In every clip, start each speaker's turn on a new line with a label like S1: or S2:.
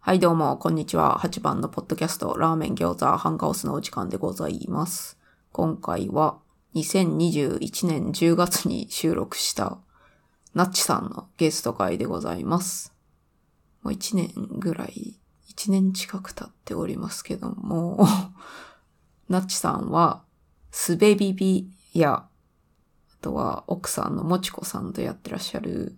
S1: はい、どうも、こんにちは。8番のポッドキャスト、ラーメン餃子、ハンガオスのお時間でございます。今回は、2021年10月に収録した、ナッチさんのゲスト会でございます。もう1年ぐらい、1年近く経っておりますけども、 ナッチさんは、すべビビや、あとは奥さんのもちこさんとやってらっしゃる、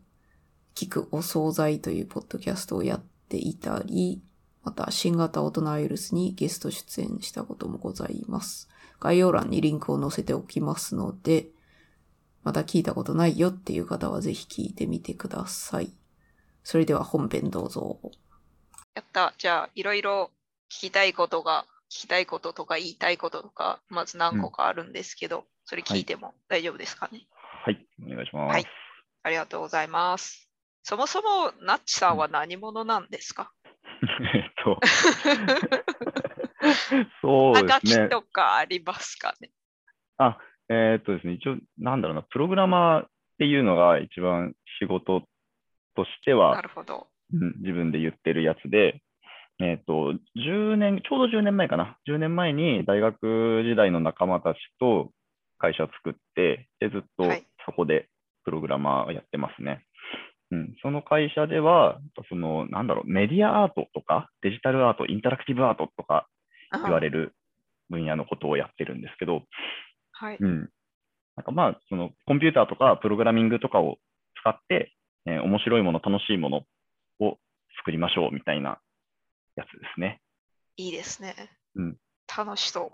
S1: 聞くお惣菜というポッドキャストをやっていたり、また新型大人ウイルスにゲスト出演したこともございます。概要欄にリンクを載せておきますので、また聞いたことないよっていう方はぜひ聞いてみてください。それでは本編どうぞ。
S2: やった。じゃあ、いろいろ聞きたいことが、聞きたいこととか言いたいこととか、まず何個かあるんですけど、それ聞いても大丈夫ですかね。
S3: はい、お願いします。
S2: はいありがとうございます。そもそも、ナッチさんは何者なんですか、
S3: えっと、そうで
S2: はが
S3: す
S2: き
S3: ね。
S2: とかありますかね
S3: えっとですね、一応、なんだろうな、プログラマーっていうのが一番仕事として
S2: な
S3: は、
S2: るほど。
S3: うん自分で言ってるやつで、えっと、10年、ちょうど10年前かな。10年前に大学時代の仲間たちと会社を作って、でずっと
S2: はい
S3: そこでプログラマーをやってますね。うん、その会社では、その、なんだろう、メディアアートとか、デジタルアート、インタラクティブアートとか、言わ
S2: れ
S3: れる分野のことをやってるんですけど、
S2: はい。
S3: うん、なんかまあそのコンピューターとかプログラミングとかを使って、えー面白いもの楽しいものを作りましょうみたいなやつですね。
S2: いいですね。
S3: うん
S2: 楽しそ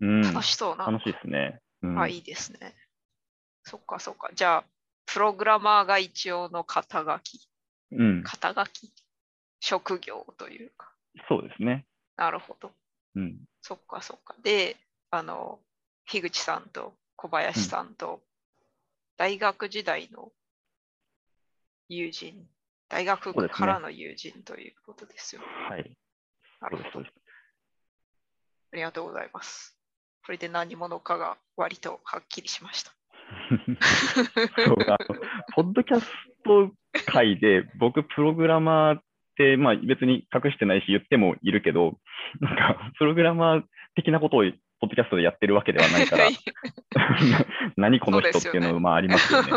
S2: うう。
S3: ん、
S2: 楽しそうな。
S3: 楽しいですね。うん
S2: あ、いいですね。そっかそっか。じゃあ、プログラマーが一応の肩書き。
S3: うん、
S2: 肩書き職業というか。
S3: そうですね。
S2: なるほど。
S3: うん、
S2: そっかそっか。で、あの、樋口さんと小林さんと、大学時代の友人、大学
S3: そうですね
S2: からの友人ということですよ。
S3: はい、
S2: な
S3: そ
S2: る
S3: うです
S2: ほ
S3: そ
S2: ど。
S3: うです。
S2: ありがとうございます。これで何者かが割とはっきりしました。
S3: そうあのポッドキャスト界で僕プログラマーって、まあ、別に隠してないし言ってもいるけどなんかプログラマー的なことをポッドキャストでやってるわけではな いから何この人っていう
S2: そうですよ
S3: の
S2: ね
S3: はまあありますよね。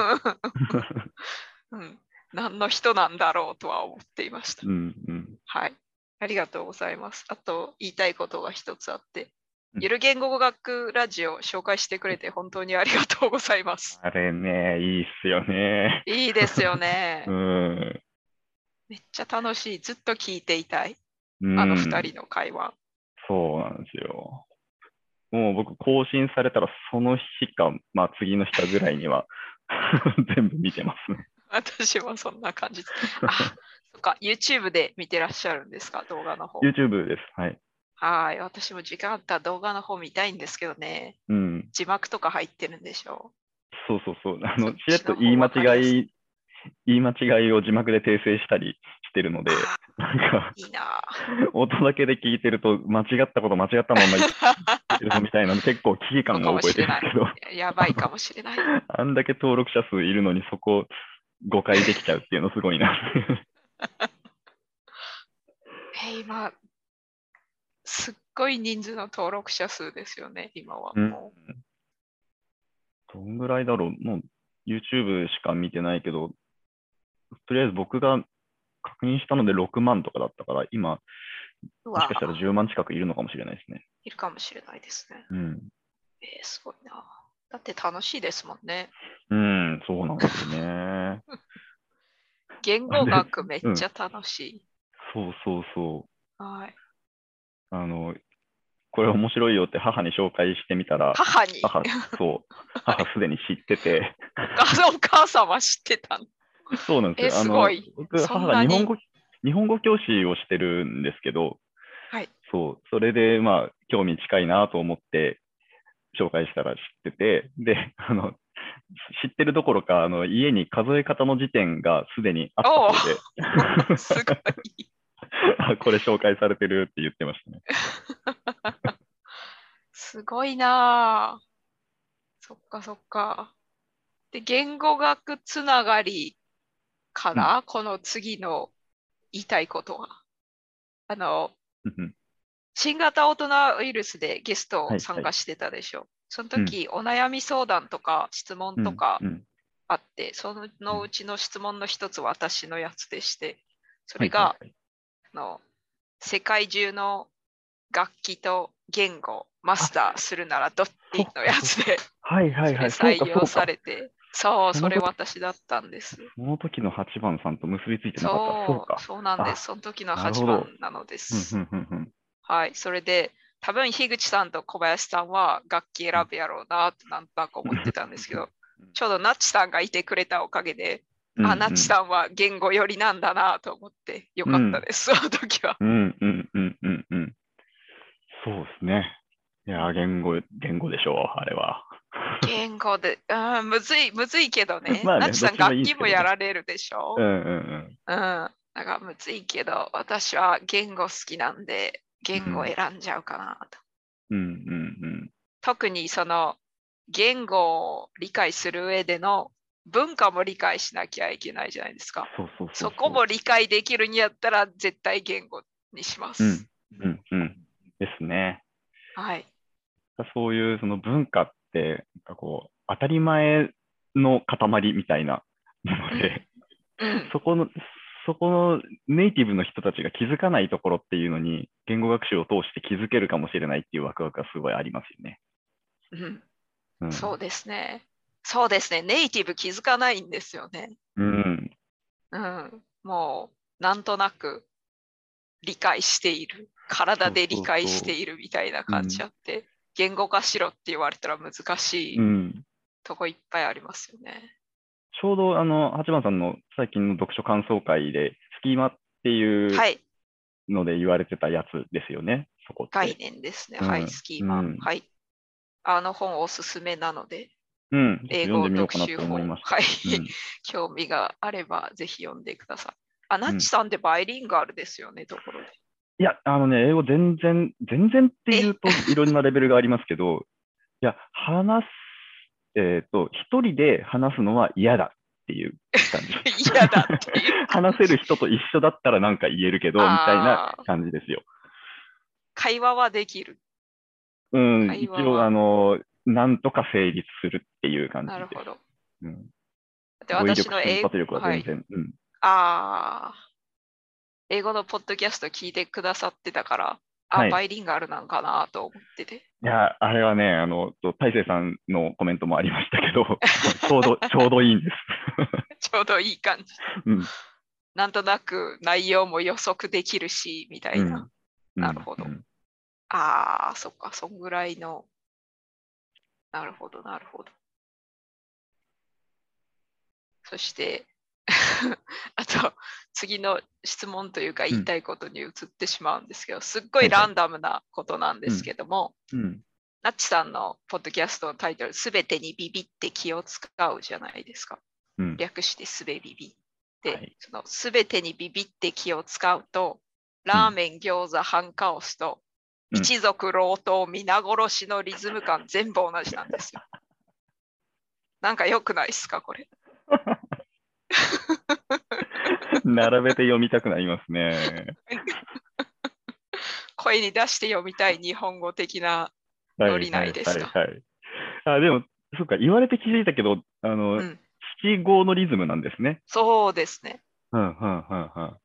S2: うん、何の人なんだろうとは思っていました
S3: う。んうん、
S2: はい。ありがとうございます。あと、言いたいことが一つあって、
S3: うん
S2: ゆる言語学ラジオ紹介してくれて本当にありがとうございます。
S3: あれねいいっすよね。
S2: いいですよね
S3: う。ん
S2: めっちゃ楽しい。ずっと聞いていたい。
S3: うん、
S2: あの二人の会話。
S3: そうなんですよ。もう僕更新されたらその日か、まあ、次の日かぐらいには 全部見てま すね。
S2: 私はそんな感じです。あ、そっか。YouTube で見てらっしゃるんですか動画の方。
S3: YouTube です。はい。
S2: はい。私も時間あったら動画の方見たいんですけどね。
S3: うん
S2: 字幕とか入ってるんでしょ
S3: そうそうそう。あ
S2: そ
S3: の
S2: っ、ち
S3: しれっと
S2: の方
S3: 言い間
S2: わかり
S3: 違い、言い間違いを字幕で訂正したりしてる の
S2: う。
S3: で、
S2: あ
S3: なんか、
S2: いいな
S3: 音だけで聞いてると、間違ったこと間違ったまま言っ
S2: ぁ。
S3: てるぞみたいなの、結構危機感を覚えてるんですけ ど、
S2: やばいかもしれない。
S3: あんだけ登録者数いるのに、そこ、誤解できちゃうっていうのすごいな。
S2: えー今、すっごい人数の登録者数ですよね、今は
S3: うん
S2: も
S3: どんぐらいだろうもう、YouTube しか見てないけど、とりあえず僕が確認したので6万とかだったから、今、
S2: う。う
S3: もし
S2: わ
S3: かしたら10万近くいるのかもしれないですね。
S2: いるかもしれないですね。
S3: うん。
S2: えーすごいな。だって楽しいですもんね。
S3: うん、そうなんですよね。
S2: 言語学めっちゃ楽しい。
S3: そうそうそ
S2: はい、
S3: う。あの、これ面白いよって母に紹介してみたら、
S2: 母に、
S3: 母、そう、母すでに知っ てて、
S2: お母さんお母さんは知ってたの。
S3: そうなんですよ。
S2: え
S3: あ
S2: す
S3: の
S2: ごい
S3: 僕、
S2: そんなに
S3: 母が日本語、日本語教師をしてるんですけど、
S2: はい。
S3: そう、それで、まあ、興味近いなと思って、紹介したら知ってて、で、あの、知ってるどころか、あの、家に数え方の辞典がすでにあったそうで、
S2: すごい。
S3: あこれ紹介されてるって言ってましたね。
S2: すごいなあ。そっかそっか。で、言語学つながりから、この次の言いたいことは。あの、
S3: うんうん
S2: 新型大人ウイルスでゲスト
S3: はいは
S2: を
S3: い
S2: 参加してたでしょ。その時、お悩み相談とか質問 とか
S3: うん
S2: あって、そのうちの質問の一つ私のやつでして、そ
S3: は
S2: れ
S3: い
S2: が、
S3: はいはい
S2: あの世界中の楽器と言語をマスターするならどっちのやつで
S3: はい はいはい。そう
S2: 採
S3: かそう
S2: 用
S3: か
S2: されて、そう、
S3: そ
S2: そ
S3: の時
S2: れ私だったん です。
S3: その時の8番さんと結びついてなかった。そう
S2: そ
S3: か
S2: う、。そうなんで
S3: あ
S2: す。その時の
S3: なる
S2: 8
S3: ほど
S2: 番なのです
S3: う。んうんうんうん
S2: はい、それで、多分樋口さんと小林さんは楽器選ぶやろうなってなんとなく思ってたんですけど、 ちょうどナッチさんがいてくれたおかげで、
S3: うん
S2: あ、ナッチさんは言語寄りなんだなと思ってよかったです、その時 は。
S3: うんうんうんうんうん。そうですね。いやー、言語、言語でしょう、あれは。
S2: 言語で、うん、むずい、むずいけどね。
S3: まあね
S2: ナッチさん
S3: どっちもい
S2: 楽器も
S3: いですけどね
S2: やられるでしょ、
S3: う
S2: うんん、
S3: うんうん。
S2: なんかむずいけど、私は言語好きなんで、言語を選んじゃうかなと。
S3: うんうん
S2: 特にその言語を理解する上での文化も理解しなきゃいけないじゃないですか。
S3: うん。そうそうそ
S2: そ
S3: う。
S2: こも理解できるにやったら絶対言語にします。
S3: うんうんうん。ですね。
S2: はい。
S3: そういうその文化って、なんかこう、当たり前の塊みたいなもので、
S2: うん、
S3: そこの、そこのネイティブの人たちが気づかないところっていうのに、言語学習を通して気づけるかもしれないっていうワクワクがすごいありますよね。
S2: うん
S3: うん、
S2: そうですね。そうですね。ネイティブ気づかないんですよね。
S3: うん。
S2: うん、もうなんとなく理解している体で理解しているみたいな感じあって言語化しろって言われたら難しい
S3: うん。
S2: とこいっぱいありますよね。
S3: ちょうど、あの、八番さんの最近の読書感想会で、スキーマっていう
S2: はい
S3: ので言われてたやつですよね、そこって。
S2: 概念ですね。
S3: うん
S2: はいスキーマ、
S3: うん
S2: はいあの本おすすめなので
S3: うん。ちょっと
S2: 英
S3: 読ん
S2: 語
S3: でみよ
S2: 読
S3: うかな
S2: 習
S3: と思い
S2: 本
S3: まし
S2: はい、
S3: た。うん、
S2: 興味があればぜひ読んでください。あナッチさんってバイリンガルですよねところで。
S3: いや、あのね、英語全然、全然っていうと いろんなレベルがありますけど、いや、話す、えっ、と、一人で話すのは嫌だっていう感 じ。
S2: 嫌だっていう
S3: 話せる人と一緒だったらなんか言えるけど、みたいな
S2: あー
S3: 感じですよ。
S2: 会話はできる。
S3: うん、
S2: 会
S3: 一
S2: 話は
S3: 応、あの、なんとか成立するっていう感じ
S2: なる
S3: で
S2: ほど。
S3: す。うん、
S2: で
S3: 語彙
S2: 私の
S3: 力、
S2: 英
S3: 瞬
S2: 語
S3: 発力は全然。うん
S2: ああ、英語のポッドキャスト聞いてくださってたから、あ、
S3: はい
S2: バイリンガルなんかなと思ってて。
S3: いや、あれはね、あの、と大勢さんのコメントもありましたけど、 ちょうど、ちょうどいいんです。
S2: ちょうどいい感じ。
S3: うん
S2: なんとなく内容も予測できるし、みたいな。
S3: うん
S2: なるほど
S3: うん
S2: ああ、そっか、そんぐらいの。なるほど、なるほど。そして、 あと、次の質問というか言いたいことに移ってしまうんですけど、すっごいランダムなことなんですけども、
S3: うん。
S2: ナッチさんのポッドキャストのタイトル、すべてにビビって気を使うじゃないですか。
S3: うん。
S2: 略してすべビビ。で、
S3: はい
S2: そのすべてにビビって気を使うと、ラーメン、餃子、ハンカオスと、
S3: うん
S2: 一族老頭、皆殺しのリズム感全部同じなん ですよ。なんか良くないですか、これ。
S3: 並べて読みたくなりますね。
S2: 声に出して読みたい日本語的な。
S3: はい
S2: ノリないですか
S3: はいはいはいあ、でも、そっか、言われて気づいたけど、あ
S2: う
S3: の、
S2: ん、
S3: 七五のリズムなんですね。
S2: そうですね。
S3: うん、うん、うん、うん。あ、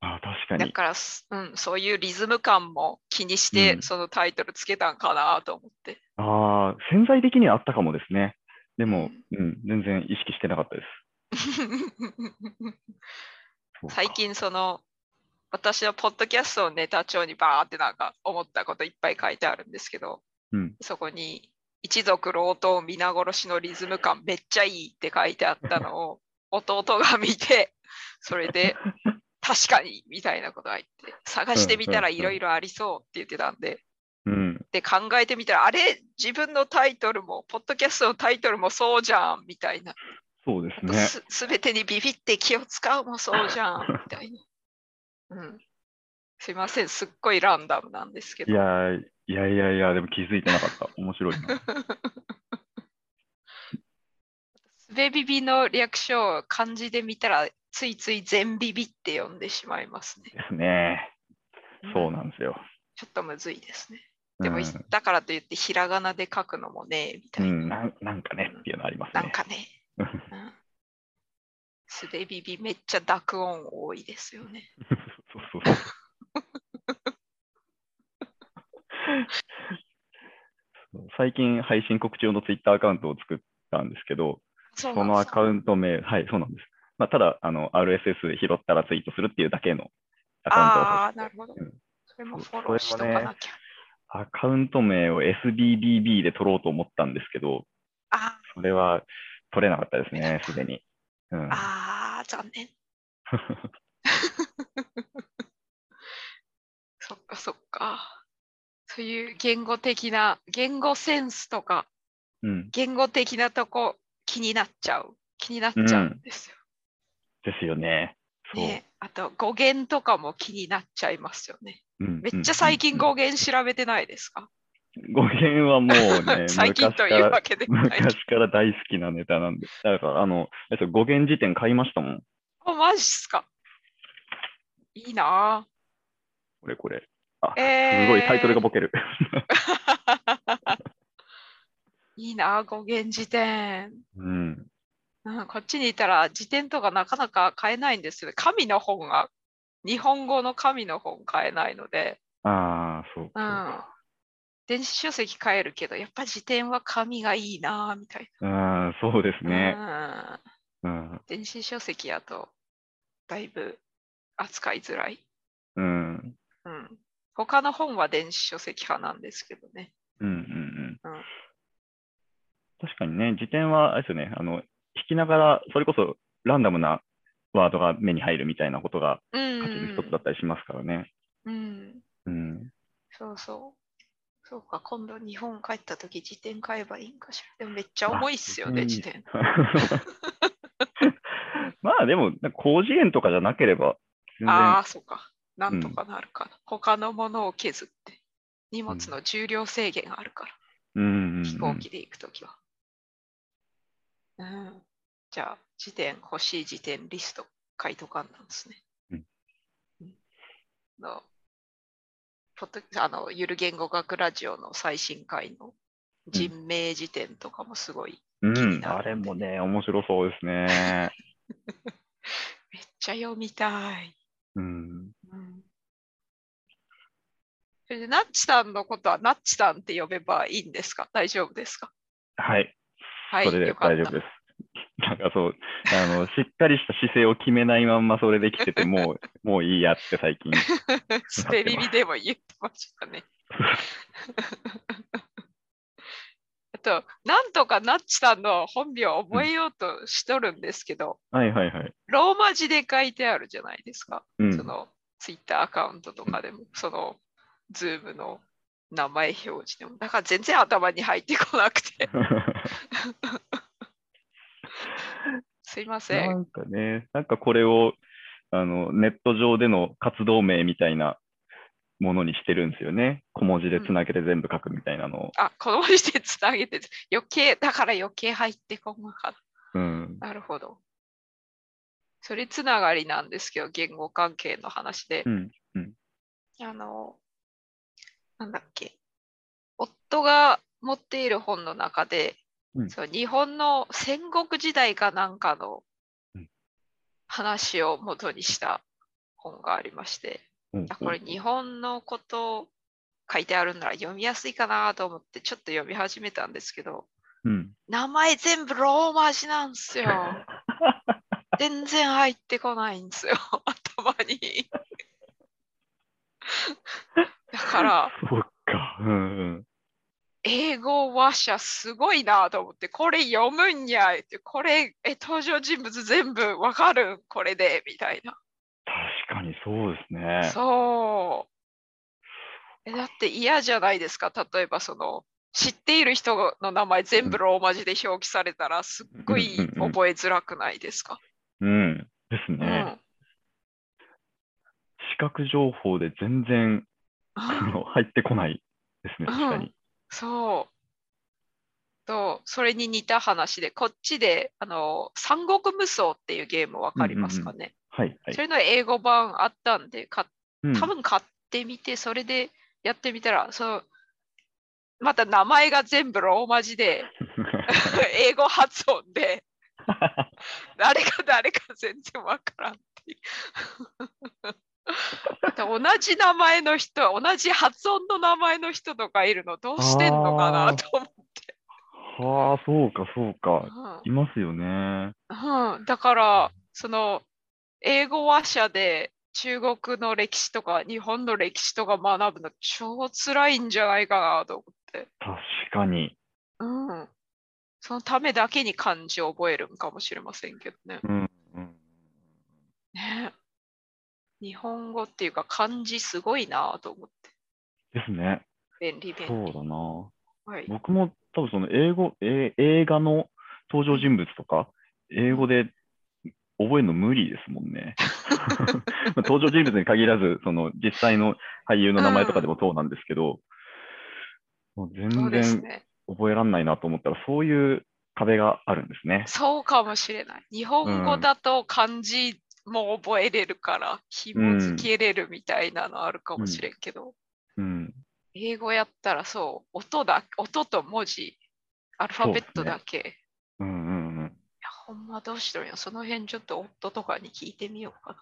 S3: 確か
S2: だ
S3: に。
S2: から、すうん、そういうリズム感も気にして、
S3: うん
S2: そのタイトルつけたんかなと思って。
S3: ああ、潜在的にはあったかもですね。でも、
S2: う
S3: うん、全然意識してなかったです。そう か
S2: 最。近その私のポッドキャストのネタ帳にバーってなんか思ったこといっぱい書いてあるんですけど、
S3: うん
S2: そこに一族老頭皆殺しのリズム感めっちゃいいって書いてあったの を弟が見てそれで確かにみたいなことが言って探してみたら
S3: うんうんうん
S2: いろいろありそうって言ってたんで
S3: うん。
S2: で考えてみたらあれ自分のタイトルもポッドキャストのタイトルもそうじゃんみたいな
S3: そうですね。
S2: すすべてにビビって気を使うもそうじゃんみたいな。 うん、すいません、すっごいランダムなんですけ
S3: い
S2: ど。
S3: やー、いやいやいや、でも気づいてなかった。面白いな。
S2: すべビビの略称を漢字で見たら、ついつい全ビビって呼んでしまいますね。
S3: ですね。そうなんですよ。
S2: ちょっとむずいですね。
S3: う
S2: で
S3: ん
S2: も、だからといって、ひらがなで書くのもね、み
S3: う
S2: たいな。
S3: ん、なんなんかねっていうのあります
S2: なん
S3: ね。
S2: かね。うんすべびびめっちゃ濁音多いですよね。
S3: そうそう そう。そう最近配信告知用のツイッターアカウントを作ったんですけど、
S2: そ
S3: そのアカ
S2: ン
S3: ウント名、はい、そうなんです。まあ、ただあの、RSS で拾ったらツイートするっていうだけの
S2: ト。あ
S3: アカ
S2: あ、なるほど
S3: うん。
S2: それもフォローしとかなきゃ。
S3: ウントを、アカウント名を SBBB で取ろうと思ったんですけど、
S2: あ
S3: それは取れなかったですね、すでに。う
S2: ー、
S3: ん
S2: あー、残念。そっかそっか。そういう言語的な、言語センスとか、
S3: うん、
S2: 言語的なとこ気になっちゃう。気になっちゃうんですよ。
S3: ですよね。そう。
S2: ね、あと語源とかも気になっちゃいますよね。
S3: うん
S2: めっちゃ最近
S3: うん
S2: 語源調べてないですか、
S3: 語源はも うね、
S2: 最近というわけでもない。
S3: 昔から大好きなネタなんで、だから、あの、えっと語源辞典買いましたもん、
S2: あ、マジっすか。いいな
S3: これこれ。あ、
S2: ぁ。えー、
S3: すごいタイトルがボケる。
S2: いいなぁ、語源辞典。
S3: うん。
S2: うん、こっちにいたら辞典とかなかなか買えないんですよ。神の本が、日本語の神の本買えないので、
S3: ああ、そう
S2: うん
S3: か。。
S2: 電子書籍買えるけど、やっぱ辞典は紙がいいなぁ、みたい
S3: うん、そうです
S2: な。
S3: ね。
S2: うん。
S3: うん。
S2: 電子書籍やとだいぶ扱いづらい。
S3: うん。
S2: うん。他の本は電子書籍派なんですけどね。
S3: うん。うん。
S2: うん
S3: 確かにね、辞典は、あれですよね、あの、弾きながら、それこそランダムなワードが目に入るみたいなことが、
S2: う
S3: 価値の一つだ
S2: ん
S3: っ。たりしますからね。
S2: うん。
S3: うん。
S2: そうそう。そうか、今度日本帰った時辞典買えばいいんかしら。でもめっちゃ重いっすよね、
S3: あ
S2: 辞典。
S3: まあでも、なんか高次元とかじゃなければ、全
S2: あ
S3: 然
S2: あ、そうか。なんとかなるかな。他のものを削って。荷物の重量制限があるから、
S3: うんうんうん
S2: 飛行機で行くときは。うん。じゃあ、辞典、欲しい辞典リスト書いとかんなんですね。
S3: うん
S2: うん。のポッドあのゆる言語学ラジオの最新回の人名辞典とかもすごい、
S3: うん、あれもね、面白そうです ね。
S2: めっちゃ読みたい。
S3: うん、
S2: うんそれで、ナッチさんのことはナッチさんって呼べばいいんですか大丈夫ですか
S3: はい、
S2: はい、
S3: それで
S2: よかった
S3: 大丈夫です。 なんかそうあの、しっかりした姿勢を決めないまんまそれでき てて、もう、もういいやって最近。
S2: スペリビでも言ってました ね。あと、なんとかナッチさんの本名を覚えようとしとるんですけど、
S3: はいはいはい。
S2: ローマ字で書いてあるじゃないですか。
S3: うん、
S2: そ のツイッターアカウントとかでも、そのズームの名前表示でも、だから全然頭に入ってこなくて、すいませ。
S3: なんんかね、なんかこれをあのネット上での活動名みたいなものにしてるんですよね。小文字でつなげて全部書くみたいなのを。
S2: あ、子供にしてつなげて、余計、だから余計入ってこなかった。
S3: うん、
S2: なるほど。それつながりなんですけど、言語関係の話で
S3: う、ん、
S2: あの、なんだっけ、夫が持っている本の中で、
S3: うん
S2: そう日本の戦国時代かなんかの
S3: うん
S2: 話を元にした本がありまして、
S3: うん
S2: あこれ日本のこと書いてあるなら読みやすいかなと思ってちょっと読み始めたんですけど、
S3: うん、
S2: 名前全部ローマ字なんです よ。全然入ってこないんですよ、 頭に。だから、
S3: そっか。うんうん
S2: 英語話者すごいなと思って、これ読むんやって、これ、え登場人物全部わかるんこれで、みたいな。
S3: 確かにそうですね。
S2: そう。えだって嫌じゃないですか、例えばその、知っている人の名前全部ローマ字で表記されたら、すっごい
S3: うんうんうん
S2: 覚えづらくないですか。
S3: うん。です
S2: う
S3: ね。
S2: ん
S3: 視覚情報で 全然あの入ってこないですね、
S2: うん
S3: 確かに。
S2: そう。と、それに似た話で、こっちで、あの、三国無双っていうゲームわかりますかね、
S3: はい、はい
S2: そ。れの英語版あったんで、か
S3: うん
S2: 多分買っってみて、それでやってみたら、そのまた名前が全部ローマ字で、英語発音で、誰が誰か全然わからんっていう同じ名前の人、同じ発音の名前の人とかいるの、どうしてんのかなと思って。
S3: はあ、そうか、そうか。
S2: うん
S3: いますよね。
S2: うん、だからその英語話者で中国の歴史とか日本の歴史とか学ぶの超辛いんじゃないかなと思って、
S3: 確かに。
S2: うん、そのためだけに漢字を覚えるんかもしれませんけどね
S3: うん。うん
S2: ね日本語っていうか漢字すごいなと思っ
S3: ですね。
S2: て便利便
S3: そう
S2: 利、
S3: だな。
S2: はい、
S3: 僕も多分その英語、え映画の登場人物とか、英語で覚えるの無理ですも んね。 登場人物に限らず、その実際の俳優の名前とかでもそうなんですけど、もう
S2: そう
S3: 全
S2: です
S3: 然
S2: ね
S3: 覚えらんないなと思ったら、そういう壁があるんですね。
S2: そうかもしれない。日本語だと漢字も覚えれるから、紐付けれるみたいなのあるかもしれんけど、
S3: うん。
S2: 英語やったらそう、音だ、音と文字、アルファベットだけ。い
S3: うんうんうん。
S2: や、ほんまどうしとるんや。その辺ちょっと夫とかに聞いてみようか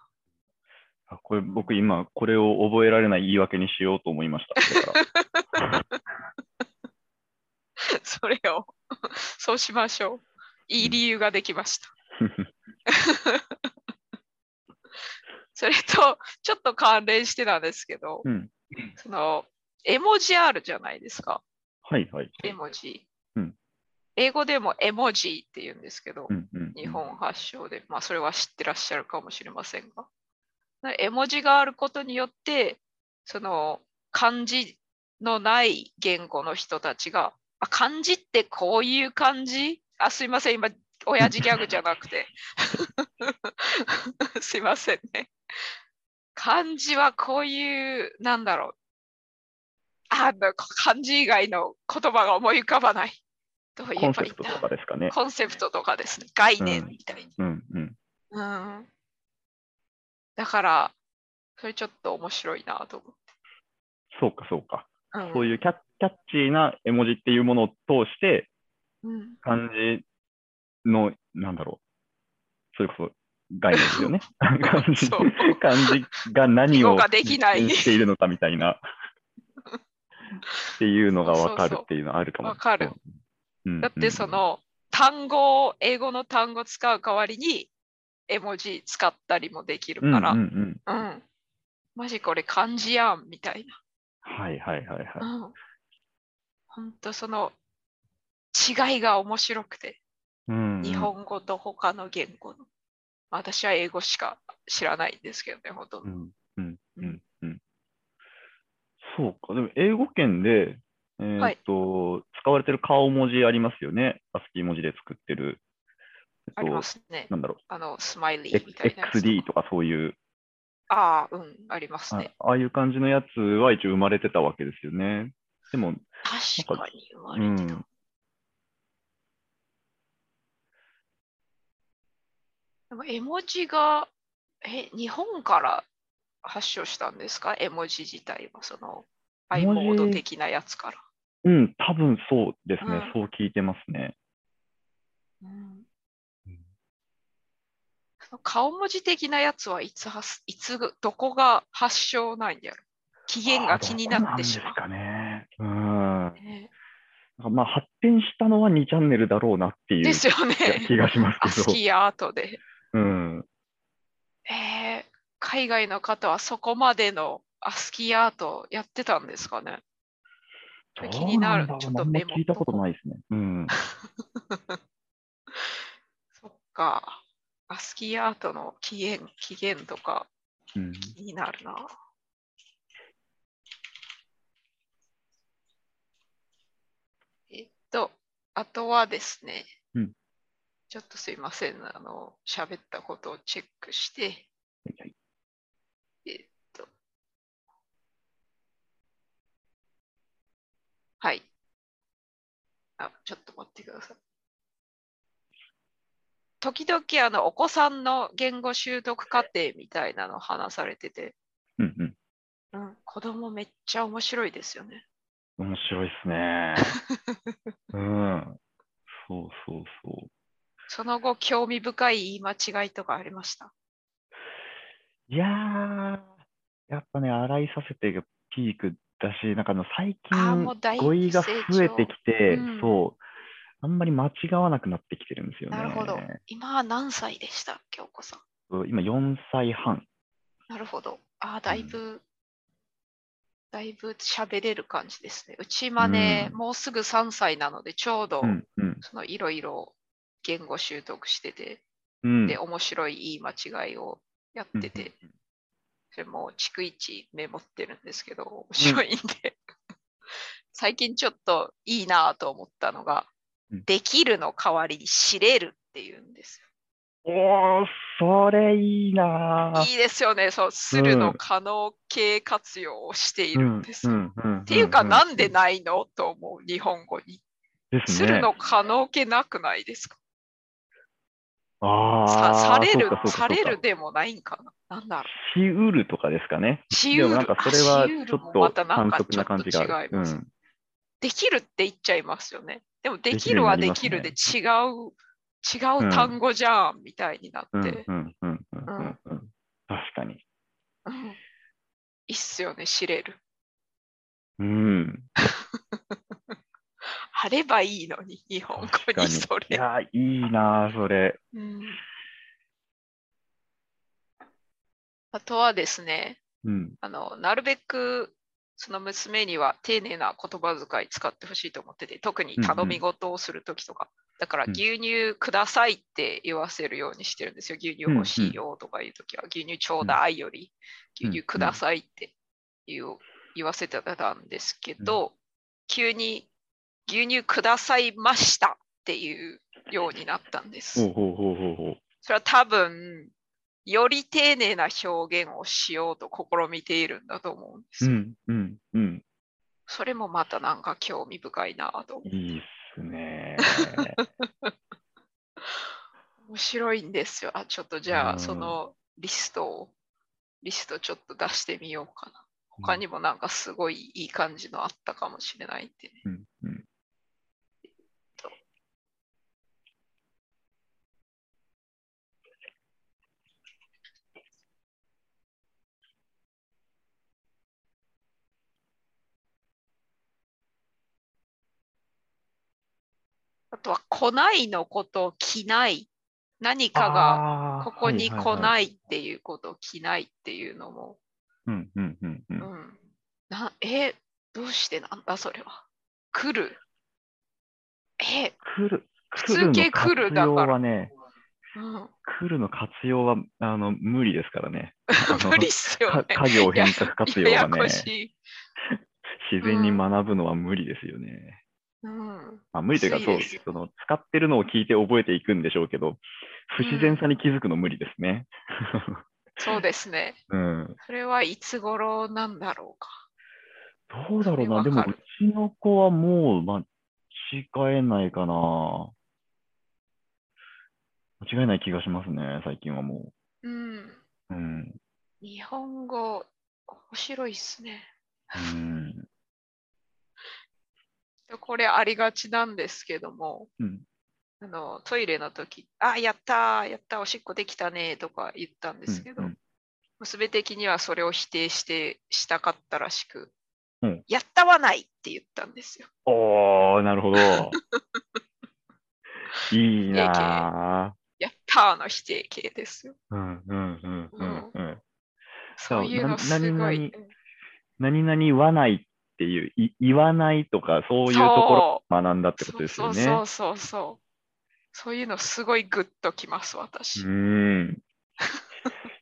S3: あこれ僕今、これを覚えられない言い訳にしようと思いました。こ れから
S2: な。 それを、そうしましょう。いい理由ができました。それと、ちょっと関連してなんですけど、
S3: うん。
S2: その、絵文字あるじゃないですか。
S3: はいはい。
S2: 絵文字、
S3: うん
S2: 英語でも絵文字って言うんですけど、
S3: うんうんうん
S2: 日本発祥で、まあ、それは知ってらっしゃるかもしれませんが、な絵文字があることによって、その漢字のない言語の人たちが、あ漢字ってこういう感じあすいません、今、親父ギャグじゃなくて。 すいませんね。漢字はこういう、なんだろう。あの漢字以外の言葉が思い浮かばない。どう言
S3: コ
S2: え
S3: ンセ
S2: ばいい
S3: プ
S2: ん
S3: ト
S2: だ
S3: とかですかね。
S2: コンセプトとかですね、概念みたい
S3: うんうん。
S2: な。うん。だから、それちょっと面白いなと思
S3: そうかそうか。
S2: って。
S3: そう
S2: い
S3: いうキャッキャッチーな絵文字っていうものを通して、
S2: うん。うん
S3: 漢字の、なんだろう、それこそ概念ですよね。漢字
S2: そう
S3: 漢字が何
S2: 語
S3: を
S2: ができない
S3: 実現しているのかみたいな、っていうのが分かるっていうのはあるかも。
S2: わかる
S3: うん。
S2: だってその単語を、英語の単語使う代わりに、絵文字使ったりもできる
S3: うん、
S2: か
S3: う
S2: ら、
S3: ん
S2: う
S3: うんんうん。
S2: マジこれ漢字やんみたい
S3: はいはいはいはい。
S2: な。うん。ほんとその違いが面白くて。
S3: うんうん
S2: 日本語と他の言語の。私は英語しか知らないんですけどね、ほとん
S3: う
S2: ど。
S3: んうんうんうん。そうか、でも英語圏で、えーっと、使われてる顔文字ありますよね。アスキー文字で作ってる。
S2: あ
S3: えっ
S2: りま
S3: と、
S2: すね。
S3: なんだろ
S2: あの、スマイリ
S3: う、
S2: ーみたいなやつ
S3: X- XD とかそういう、
S2: ああ、うん、あります
S3: あ
S2: ね。
S3: ああいう感じのやつは一応生まれてたわけですよね。でも、
S2: 確かに言わ
S3: う
S2: れてた。
S3: ん、
S2: でも絵文字が、え、日本から発祥したんですか絵文字自体は、その、アイ
S3: 絵
S2: モ
S3: 文字
S2: ード的なやつから。
S3: うん、多分そうです
S2: うん
S3: ね。そう聞いてますね。
S2: うん
S3: うん
S2: その顔文字的なやつはいつ発いつぐどこが発祥なんやろ起源が気になってしま
S3: あどうなんですかね。うん。
S2: う。ね
S3: なんかまあ、発展したのは2チャンネルだろうなっていう
S2: ですよね。
S3: 気がしま
S2: ア
S3: す
S2: ス
S3: けど。
S2: キーアートで。
S3: うん。
S2: えー海外の方はそこまでのアスキーアートやってたんですかね。これ気になる
S3: どう
S2: ち
S3: んだろ
S2: ょっと
S3: うあんま
S2: メモ
S3: 聞いたこと
S2: っとこ
S3: ないですね。 うん。
S2: そっか。アスキーアートの起源起源とか
S3: うん、
S2: 気になるな。えっと、あとはですね、
S3: うん
S2: ちょっとすいません、あの、喋ったことをチェックして、えっと、はい。あ、ちょっと待ってください。時々あのお子さんの言語習得過程みたいなの話されてて、
S3: うんうん。
S2: うん、子供めっちゃ面白いですよね。
S3: 面白いっ すね。うん。そうそうそう。
S2: その後、興味深い言い間違いとかありました。
S3: いやー、やっぱね、洗いさせてがピークだし、なんかあの最
S2: ああ、
S3: 近
S2: もう大
S3: 語彙が
S2: 成長
S3: 増えてきて、
S2: うん
S3: そう、あんまり間違わなくなってきてるんですよね。
S2: なるほど。今は何歳でした、京子さん。
S3: そう今4歳半。
S2: なるほど。ああ、だいぶ、だいぶ喋れる感じですね。うち今ね、
S3: うん
S2: もうすぐ3歳なので、ちょうど、
S3: うんうん
S2: そのいろいろ言語習得してて、
S3: うん。
S2: で、面白い言い間違いをやってて、
S3: うん
S2: それも逐一メモってるんですけど、面白いんで。 最近ちょっといいなぁと思ったのが、
S3: うん
S2: できるの代わりに知れるっていうんです
S3: おー、それいいな
S2: よ。
S3: ー
S2: いいですよね、そう、するの可能形活用をしているんですよ。
S3: っ
S2: っていうか、なんでないのと思う、日本語に。
S3: です
S2: す
S3: ね
S2: るの可能形なくないですか
S3: あ
S2: さ
S3: ー
S2: され
S3: そう
S2: る
S3: かそう、か
S2: され
S3: そう
S2: る
S3: か
S2: でもないんかななんだろう。
S3: しうるとかですかね。
S2: し
S3: で
S2: う
S3: も
S2: る
S3: なんかそれは
S2: あしう
S3: ち
S2: る
S3: ょ
S2: も
S3: っ
S2: ま
S3: と
S2: たなん
S3: 単
S2: か
S3: 独な感じがある。
S2: ちょっと違います
S3: うん
S2: できるって言っちゃいますよね。でも、で
S3: で
S2: き
S3: き
S2: る
S3: るよう
S2: は
S3: に
S2: で
S3: なります
S2: き
S3: ね
S2: るで違う、違う単語じゃん、みたいになって。
S3: うんうんうんうんうんうん確かに。
S2: うんいいっすよね、知れる。
S3: うん。
S2: あればいいのに、日本
S3: 確
S2: 語
S3: か
S2: に
S3: に。い
S2: それ。
S3: や、いいなあ、それ。
S2: うんあとはですね、
S3: うん。
S2: あの、なるべく、その娘には丁寧な言葉遣い使ってほしいと思ってて、特に頼み事をするときとか、だから
S3: うん
S2: 牛乳くださいって言わせるようにしてるんですよ。牛乳欲しいよとかいうときは、牛乳ちょうだいより、
S3: うん
S2: 牛乳くださいって言う言わせてたんですけど、急に牛乳くださいましたっていうようになったんです。
S3: ほうほうほうほうほう。
S2: それは多分、より丁寧な表現をしようと試みているんだと思うんです
S3: う
S2: よ。
S3: んうんうん。
S2: それもまたなんか興味深いなと思う。
S3: いいっすね。
S2: 面白いんですよ。あ、ちょっとじゃ
S3: う
S2: あ、
S3: ん
S2: そのリストを、リストちょっと出してみようかな。他にもなんかすごいいい感じのあったかもしれないんでね。
S3: うんうん。
S2: あとは、来ないのことを着ない。何かがここに来
S3: い。
S2: ないっていうことを着ないっていうのも、
S3: うんうんうんうん。
S2: うん。なえ、どうしてなんだそれは。来る。え、
S3: 来る。
S2: 普通形来るだ
S3: 来る
S2: か
S3: の活用
S2: ら
S3: はね、
S2: うん、
S3: 来るの活用はあの無理ですか らね。あの
S2: 無理っすよ
S3: か
S2: ね。
S3: 家業変革活用
S2: や
S3: は
S2: やこ
S3: ね、
S2: しい。
S3: 自然に学ぶのは無理ですよね。
S2: うん、
S3: まあ、無理というか
S2: 無
S3: そ
S2: 理
S3: う
S2: ですよ
S3: その、使ってるのを聞いて覚えていくんでしょうけど、不自然さに気づくの無理ですね。
S2: そうですね。
S3: うん、
S2: それはいつ頃なんだろうか。
S3: どうだろうな、
S2: そ
S3: で
S2: れわ
S3: も
S2: か
S3: う
S2: る
S3: ちの子はもう間違えないかな。間違えない気がしますね、最近はも
S2: うん、
S3: う。うん。
S2: 日本語、面白いっすね。
S3: うん。
S2: これありがちなんですけども、
S3: うん。
S2: あのトイレの時あ、やったー、やったー、おしっこできたねーとか言ったんですけど、
S3: うんうん
S2: 娘的にはそれを否定してしたかったらしく、
S3: うん
S2: やったはないって言ったんですよ。
S3: おー、な るほど。いいな
S2: やったーの否定形ですよ。
S3: ぁ。うんうんうんうんうん。そ
S2: そうういうのすごい。
S3: な
S2: うん
S3: 何何々はないっていう、い言わないとか、そういうところを学んだってことですよね。
S2: そうそうそうそう。そういうのすごいグッときます、私。
S3: うん。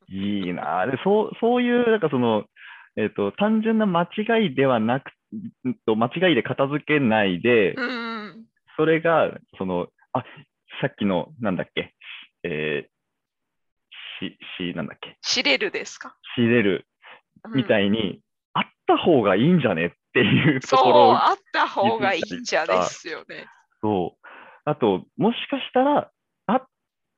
S3: いいなあでそう、そういう、なんかその、えっ、と、単純な間違いではなく、うんと間違いで片付けないで、
S2: うんうん。
S3: それが、その、あ、さっきの、なんだっけ、えー、し、し、なんだっけ、
S2: 知れるですか、
S3: しれる
S2: うん
S3: みたいに、あった方がいいんじゃねっていうとこ
S2: そ
S3: ろ
S2: う、
S3: を
S2: あった方がいいんじゃですよね。
S3: そう。あと、もしかしたら、あっ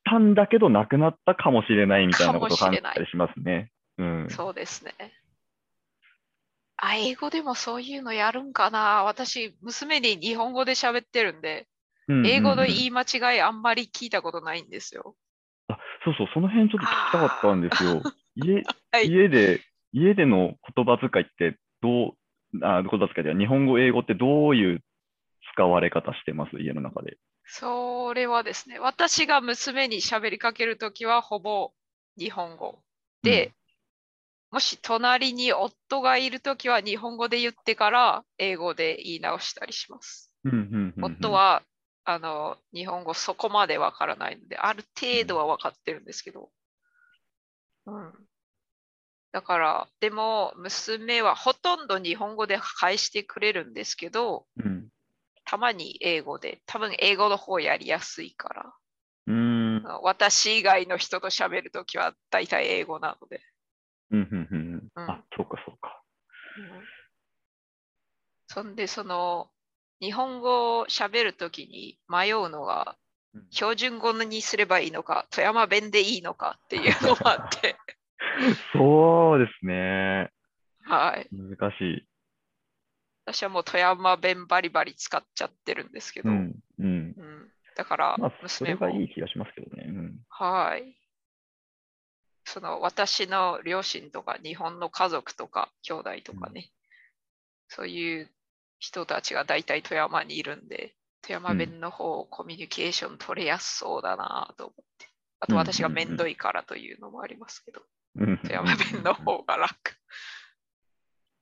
S3: たんだけどなくなったかもしれないみたいなことを
S2: か
S3: 考
S2: もし
S3: え
S2: れない
S3: たりしますね。うん。
S2: そうですね。あ、英語でもそういうのやるんかな。私、娘に日本語で喋ってるんで、
S3: うん
S2: 英語の
S3: うんうん
S2: 言い間違いあんまり聞いたことないんですよ。
S3: あそうそう、その辺ちょっと聞きたかったんですよ。家
S2: はい
S3: 家で、家での言葉遣いってどう、あ、言葉遣いでは日本語、英語ってどういう使われ方してます家の中で。
S2: それはですね、私が娘に喋りかけるときはほぼ日本語で、もし隣に夫がいるときは日本語で言ってから英語で言い直したりします。
S3: うんうんうんうん
S2: 夫、はあの日本語そこまでわからないので、ある程度は分かってるんですけど。うん、だから、でも娘はほとんど日本語で返してくれるんですけど、
S3: うん
S2: たまに英語で、多分英語の方やりやすいから。
S3: うーん
S2: あの私以外の人と喋るときは大体英語なので。
S3: うんうんうんうん
S2: うん
S3: あ、そうかそうか。
S2: そんで、その、日本語を喋るときに迷うのが、標準語にすればいいのか、富山弁でいいのかっていうのがあ って、
S3: そうですね。
S2: はい。
S3: 難しい。
S2: 私はもう富山弁バリバリ使っちゃってるんですけ
S3: う
S2: ど、
S3: ん。う
S2: う
S3: ん。
S2: んだから
S3: まあ、そ
S2: 娘
S3: れ
S2: も、
S3: がいい気がしますけどね。うん。
S2: はい。その私の両親とか日本の家族とか兄弟とかね、そういう人たちが大体富山にいるんで、富山弁の方をコミュニケーション取れやすそうだなと思って。あと
S3: うん
S2: 私が
S3: うんうん
S2: 面倒いからというのもありますけど、
S3: うん
S2: 富山弁 の方が楽。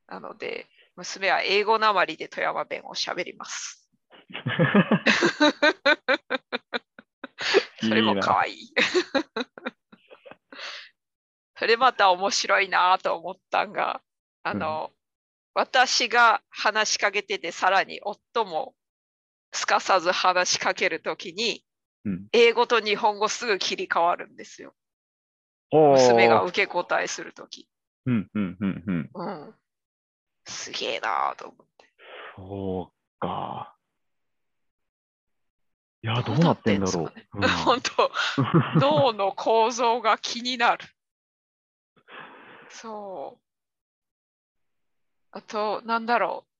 S2: なので、娘は英語なまりで富山弁を喋ります。それも可愛い。 それまた面白いなと思ったんが、あの、私が話しかけてて、さらに夫もすかさず話しかけるときに、
S3: うん
S2: 英語と日本語すぐ切り替わるんですよ。娘
S3: 娘
S2: が。受け答えするとき。
S3: うんうんうんうん。
S2: うん。すげえなと思って。
S3: そうか。いや、
S2: ど
S3: ど
S2: う
S3: う
S2: な
S3: な
S2: っ
S3: ってて
S2: ん
S3: ん
S2: で
S3: だ
S2: すか
S3: ろ
S2: ね
S3: う。
S2: 本当、脳の構造が気に なる。そう。あと、なんだろう。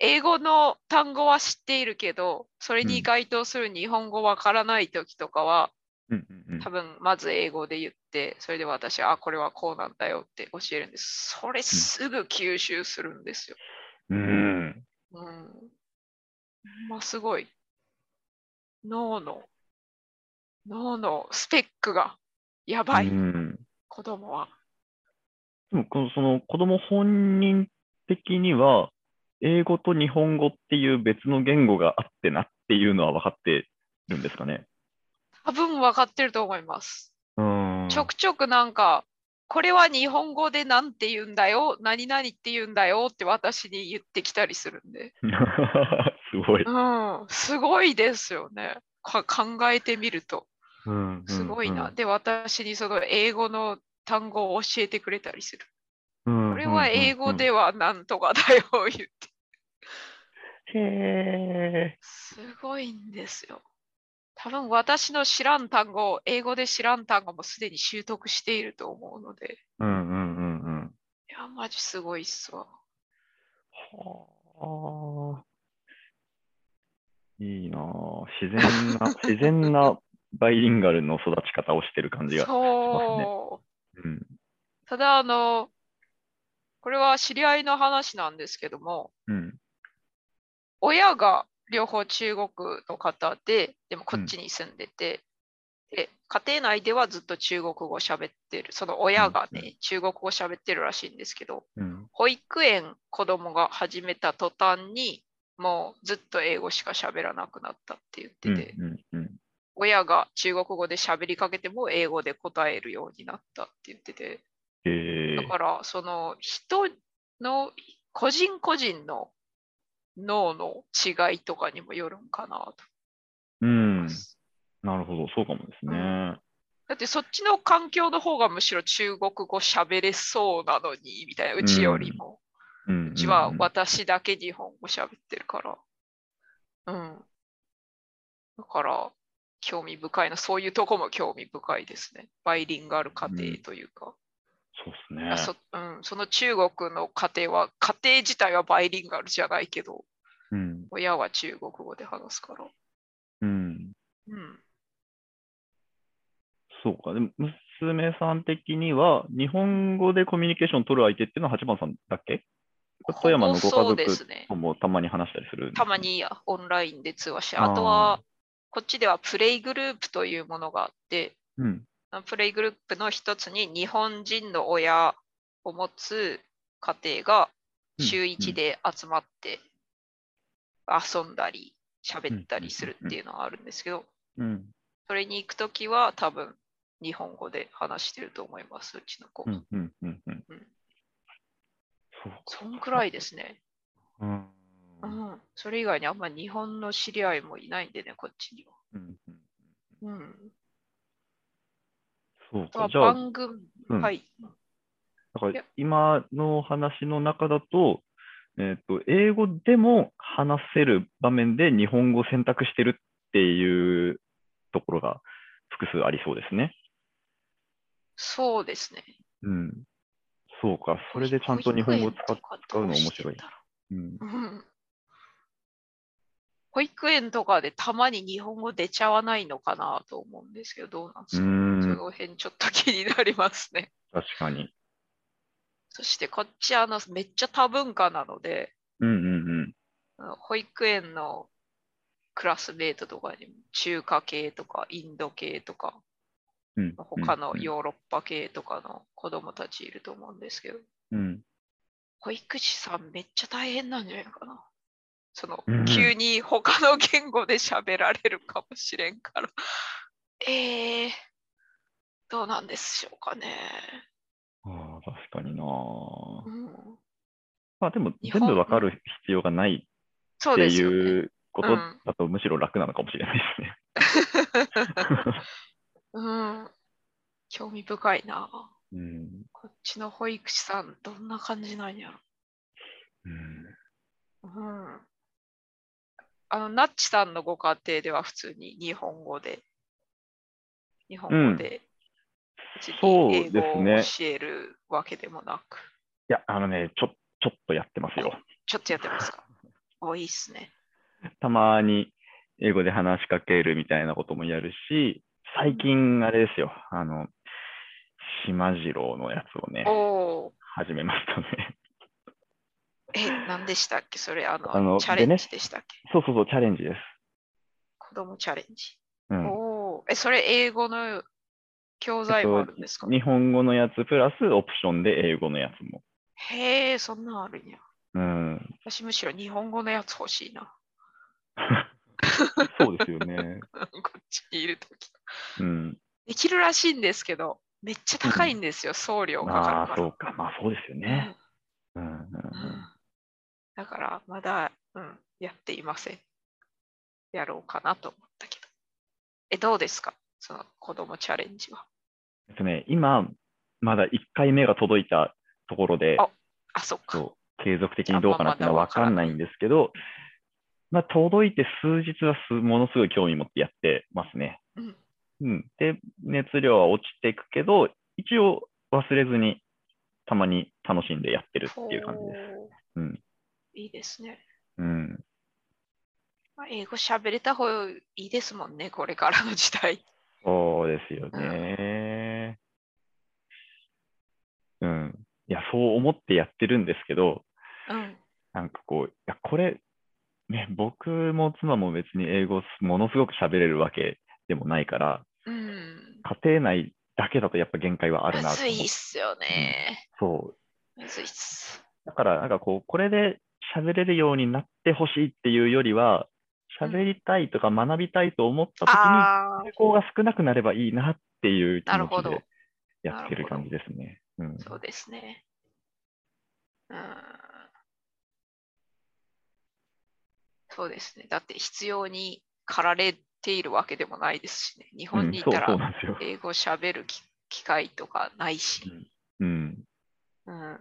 S2: 英語の単語は知っているけど、それに該当する日本語わからないときとかは、
S3: うんうんうん
S2: 多分まず英語で言って、それで私は、あ、これはこうなんだよって教えるんです。それすぐ吸収するんですよ。
S3: うん。
S2: うん。まあ、すごい。脳の、脳のスペックがやばい、
S3: うん
S2: 子供は。
S3: でもこの、その子供本人的には、英語と日本語っていう別の言語があってなっていうのは分かってるんですかね。
S2: 多分分かってると思います。
S3: うん。
S2: ちょくちょくなんか、これは日本語でなんて言うんだよ、何々って言うんだよって私に言ってきたりするんで。
S3: すごい。
S2: うん、すごいですよね。か考えてみると。
S3: うんうん
S2: すごいな。。で、私にその英語の単語を教えてくれたりする。
S3: こ
S2: これは英語。ではなんとかだよ、言って。
S3: へえ。
S2: すごいんですよ。多分私の知らん単語、英語で知らん単語もすでに習得していると思うので、
S3: うんうんうんうん。
S2: いや、マジすごいっすわ。
S3: はあ。いいなあ自 然な、自然なバイリンガルの育ち方をしてる感じが。
S2: そう。
S3: うん。
S2: ただ、あの、これは知り合いの話なんですけども、
S3: うん。
S2: 親が両方中国の方で、でもこっちに住んでて、で家庭内ではずっと中国語を喋ってる、その親が
S3: うんう
S2: ね、中国語を喋ってるらしいんですけど、
S3: うん。
S2: 保育園子供が始めた途端にもうずっと英語しか喋らなくなったって言
S3: う
S2: っ
S3: ん。
S2: てて、
S3: うん。うん。
S2: 親が中国語で喋りかけても英語で答えるようになったって言ってて
S3: ええ
S2: だからその人の個人個人の脳の違いとかにもよるんかなと
S3: うん
S2: 思いま。す、
S3: なるほど。そうかもですね。
S2: だってそっちの環境の方がむしろ中国語喋れそうなのにみたいなうちよりも。
S3: うん。
S2: うちは私だけ日本語喋ってるから。うん。だから、興味深いな。そういうとこも興味深いですね。バイリンガル家庭というか。
S3: そうですね。
S2: そうん、その中国の家庭は、家庭自体はバイリンガルじゃないけど、
S3: うん。
S2: 親は中国語で話すから。
S3: うん。
S2: うん。
S3: そうか。でも、娘さん的には、日本語でコミュニケーション取る相手っていうのは八番さんだっけ富山のご家
S2: ほぼそう
S3: 族
S2: ですね。
S3: ともたまに話したりするんです
S2: た
S3: ね
S2: ま。にオンラインで通話して、
S3: あー
S2: あとは、こっちではプレイグループというものがあって、
S3: うん。
S2: プレイグループの一つに日本人の親を持つ家庭が
S3: うん
S2: 週
S3: う
S2: 一
S3: ん
S2: で集まって遊んだり喋ったりするっていうのがあるんですけど、
S3: うん。
S2: それに行くときは多分日本語で話してると思います、うちの子。
S3: うん。うん。うん。うん
S2: うん。
S3: そうか。
S2: そんくらいですね。
S3: うん。
S2: う
S3: うん
S2: ん。それ以外にあんま日本の知り合いもいないんでね、こっちには。
S3: うん。
S2: うん。
S3: そう
S2: あ
S3: か。じゃあ、
S2: 番組、
S3: うん
S2: はい。
S3: だか
S2: いや
S3: ら今の話の中だと、えっと、英語でも話せる場面で日本語を選択してるっていうところが複数ありそうですね。
S2: そうですね。
S3: うん。そうか、それでちゃんと日本語を使っ
S2: 使
S3: うの面白いうん。
S2: うん 保育園とかでたまに日本語出ちゃわないのかなと思うんですけど、どうなんですか、
S3: うん
S2: その辺ちょっと気になりますね。
S3: 確かに。
S2: そしてこっちあのめっちゃ多文化なので、
S3: うんうん
S2: あの保育園のクラスメートとかにも中華系とかインド系とか
S3: うん。うん
S2: 他の
S3: うん
S2: ヨーロッパ系とかの子供たちいると思うんですけど、
S3: うん。
S2: 保育士さんめっちゃ大変なんじゃないかな。その
S3: うん、
S2: 急に他の言語で喋られるかもしれんから。えー、どうなんでしょうかね。
S3: ああ、確かにな。
S2: うん、
S3: まあでも、
S2: 日
S3: 全
S2: 本
S3: 部わかる必要がない
S2: そ
S3: っ
S2: う
S3: て
S2: ですよ、ね。
S3: いうことだと、むしろ楽なのかもしれないですね。
S2: うん、興味深いな。
S3: うん。
S2: こっちの保育士さん、どんな感じなんやろ。
S3: うん
S2: うん、あの、ナッチさんのご家庭では普通に日本語で、日本語で、別に英語
S3: そう
S2: を
S3: です
S2: 教えるわけでもなく、
S3: いや、あのね、ちょ、ちょっとやってますよ。
S2: ちょっとやってます か。おいいっすね。
S3: たまに英語で話しかけるみたいなこともやるし、最近あれですよ、あの、島次郎のやつをね
S2: お、お
S3: 始めましたね。
S2: ー、え、何でしたっけそれ、あの、
S3: あの
S2: チャレンジでしたっけ
S3: そうそうそう、チャレンジです。
S2: 子供チャレンジ。
S3: うん。
S2: おお、え、それ英語の教材もあるんですか、
S3: 日本語のやつプラスオプションで英語のやつも。
S2: へえ、そんなんあるんや。
S3: うん。
S2: 私むしろ日本語のやつ欲しいな。
S3: そうですよね。
S2: こっちにいるとき。
S3: うん。
S2: できるらしいんですけど、めっちゃ高いんですよ、送料かか
S3: ま
S2: るか
S3: あ、
S2: ら。
S3: そうか。まあ、そうですよね。うん。うんうん
S2: だから、まだ、うん、やっていません。やろうかなと思ったけど。え、どうですかその子供チャレンジは。
S3: えっとね、今、まだ1回目が届いたところで、
S2: ああ、そっか。
S3: そう継続的にどうかなっていうのは分かんないんですけど、まあ、届いて数日はすものすごい興味持ってやってますね。
S2: うん、
S3: うん、で、熱量は落ちていくけど、一応忘れずに、たまに楽しんでやってるっていう感じです。
S2: ほ
S3: う
S2: うんいいですね。
S3: うん、
S2: まあ、英語喋れた方がいいですもんね、これからの時代。
S3: そうですよね。うん。いや、そう思ってやってるんですけど、
S2: うん。
S3: なんかこう、いや、これ、ね、僕も妻も別に英語ものすごく喋れるわけでもないから、
S2: うん。
S3: 家庭内だけだとやっぱ限界はある
S2: む
S3: なと
S2: ず
S3: 思
S2: い
S3: っ。
S2: ってすよね。
S3: そう。
S2: むずいっす。
S3: だから、なんかこう、これで喋れるようになってほしいっていうよりは、喋りたいとか学びたいと思った時に、
S2: ああ、
S3: 抵抗が少なくなればいいなっていう気
S2: なる
S3: 持
S2: ほ
S3: ち
S2: ど
S3: で。やってる感じですね。うん。
S2: そうですね。うん。そうですね。だって必要に駆られているわけでもないですしね。日
S3: う
S2: 本
S3: ん
S2: にい
S3: そう
S2: た
S3: そ
S2: ら
S3: うなんですよ。
S2: 英語喋るき機会とかないし。
S3: うん。
S2: うん。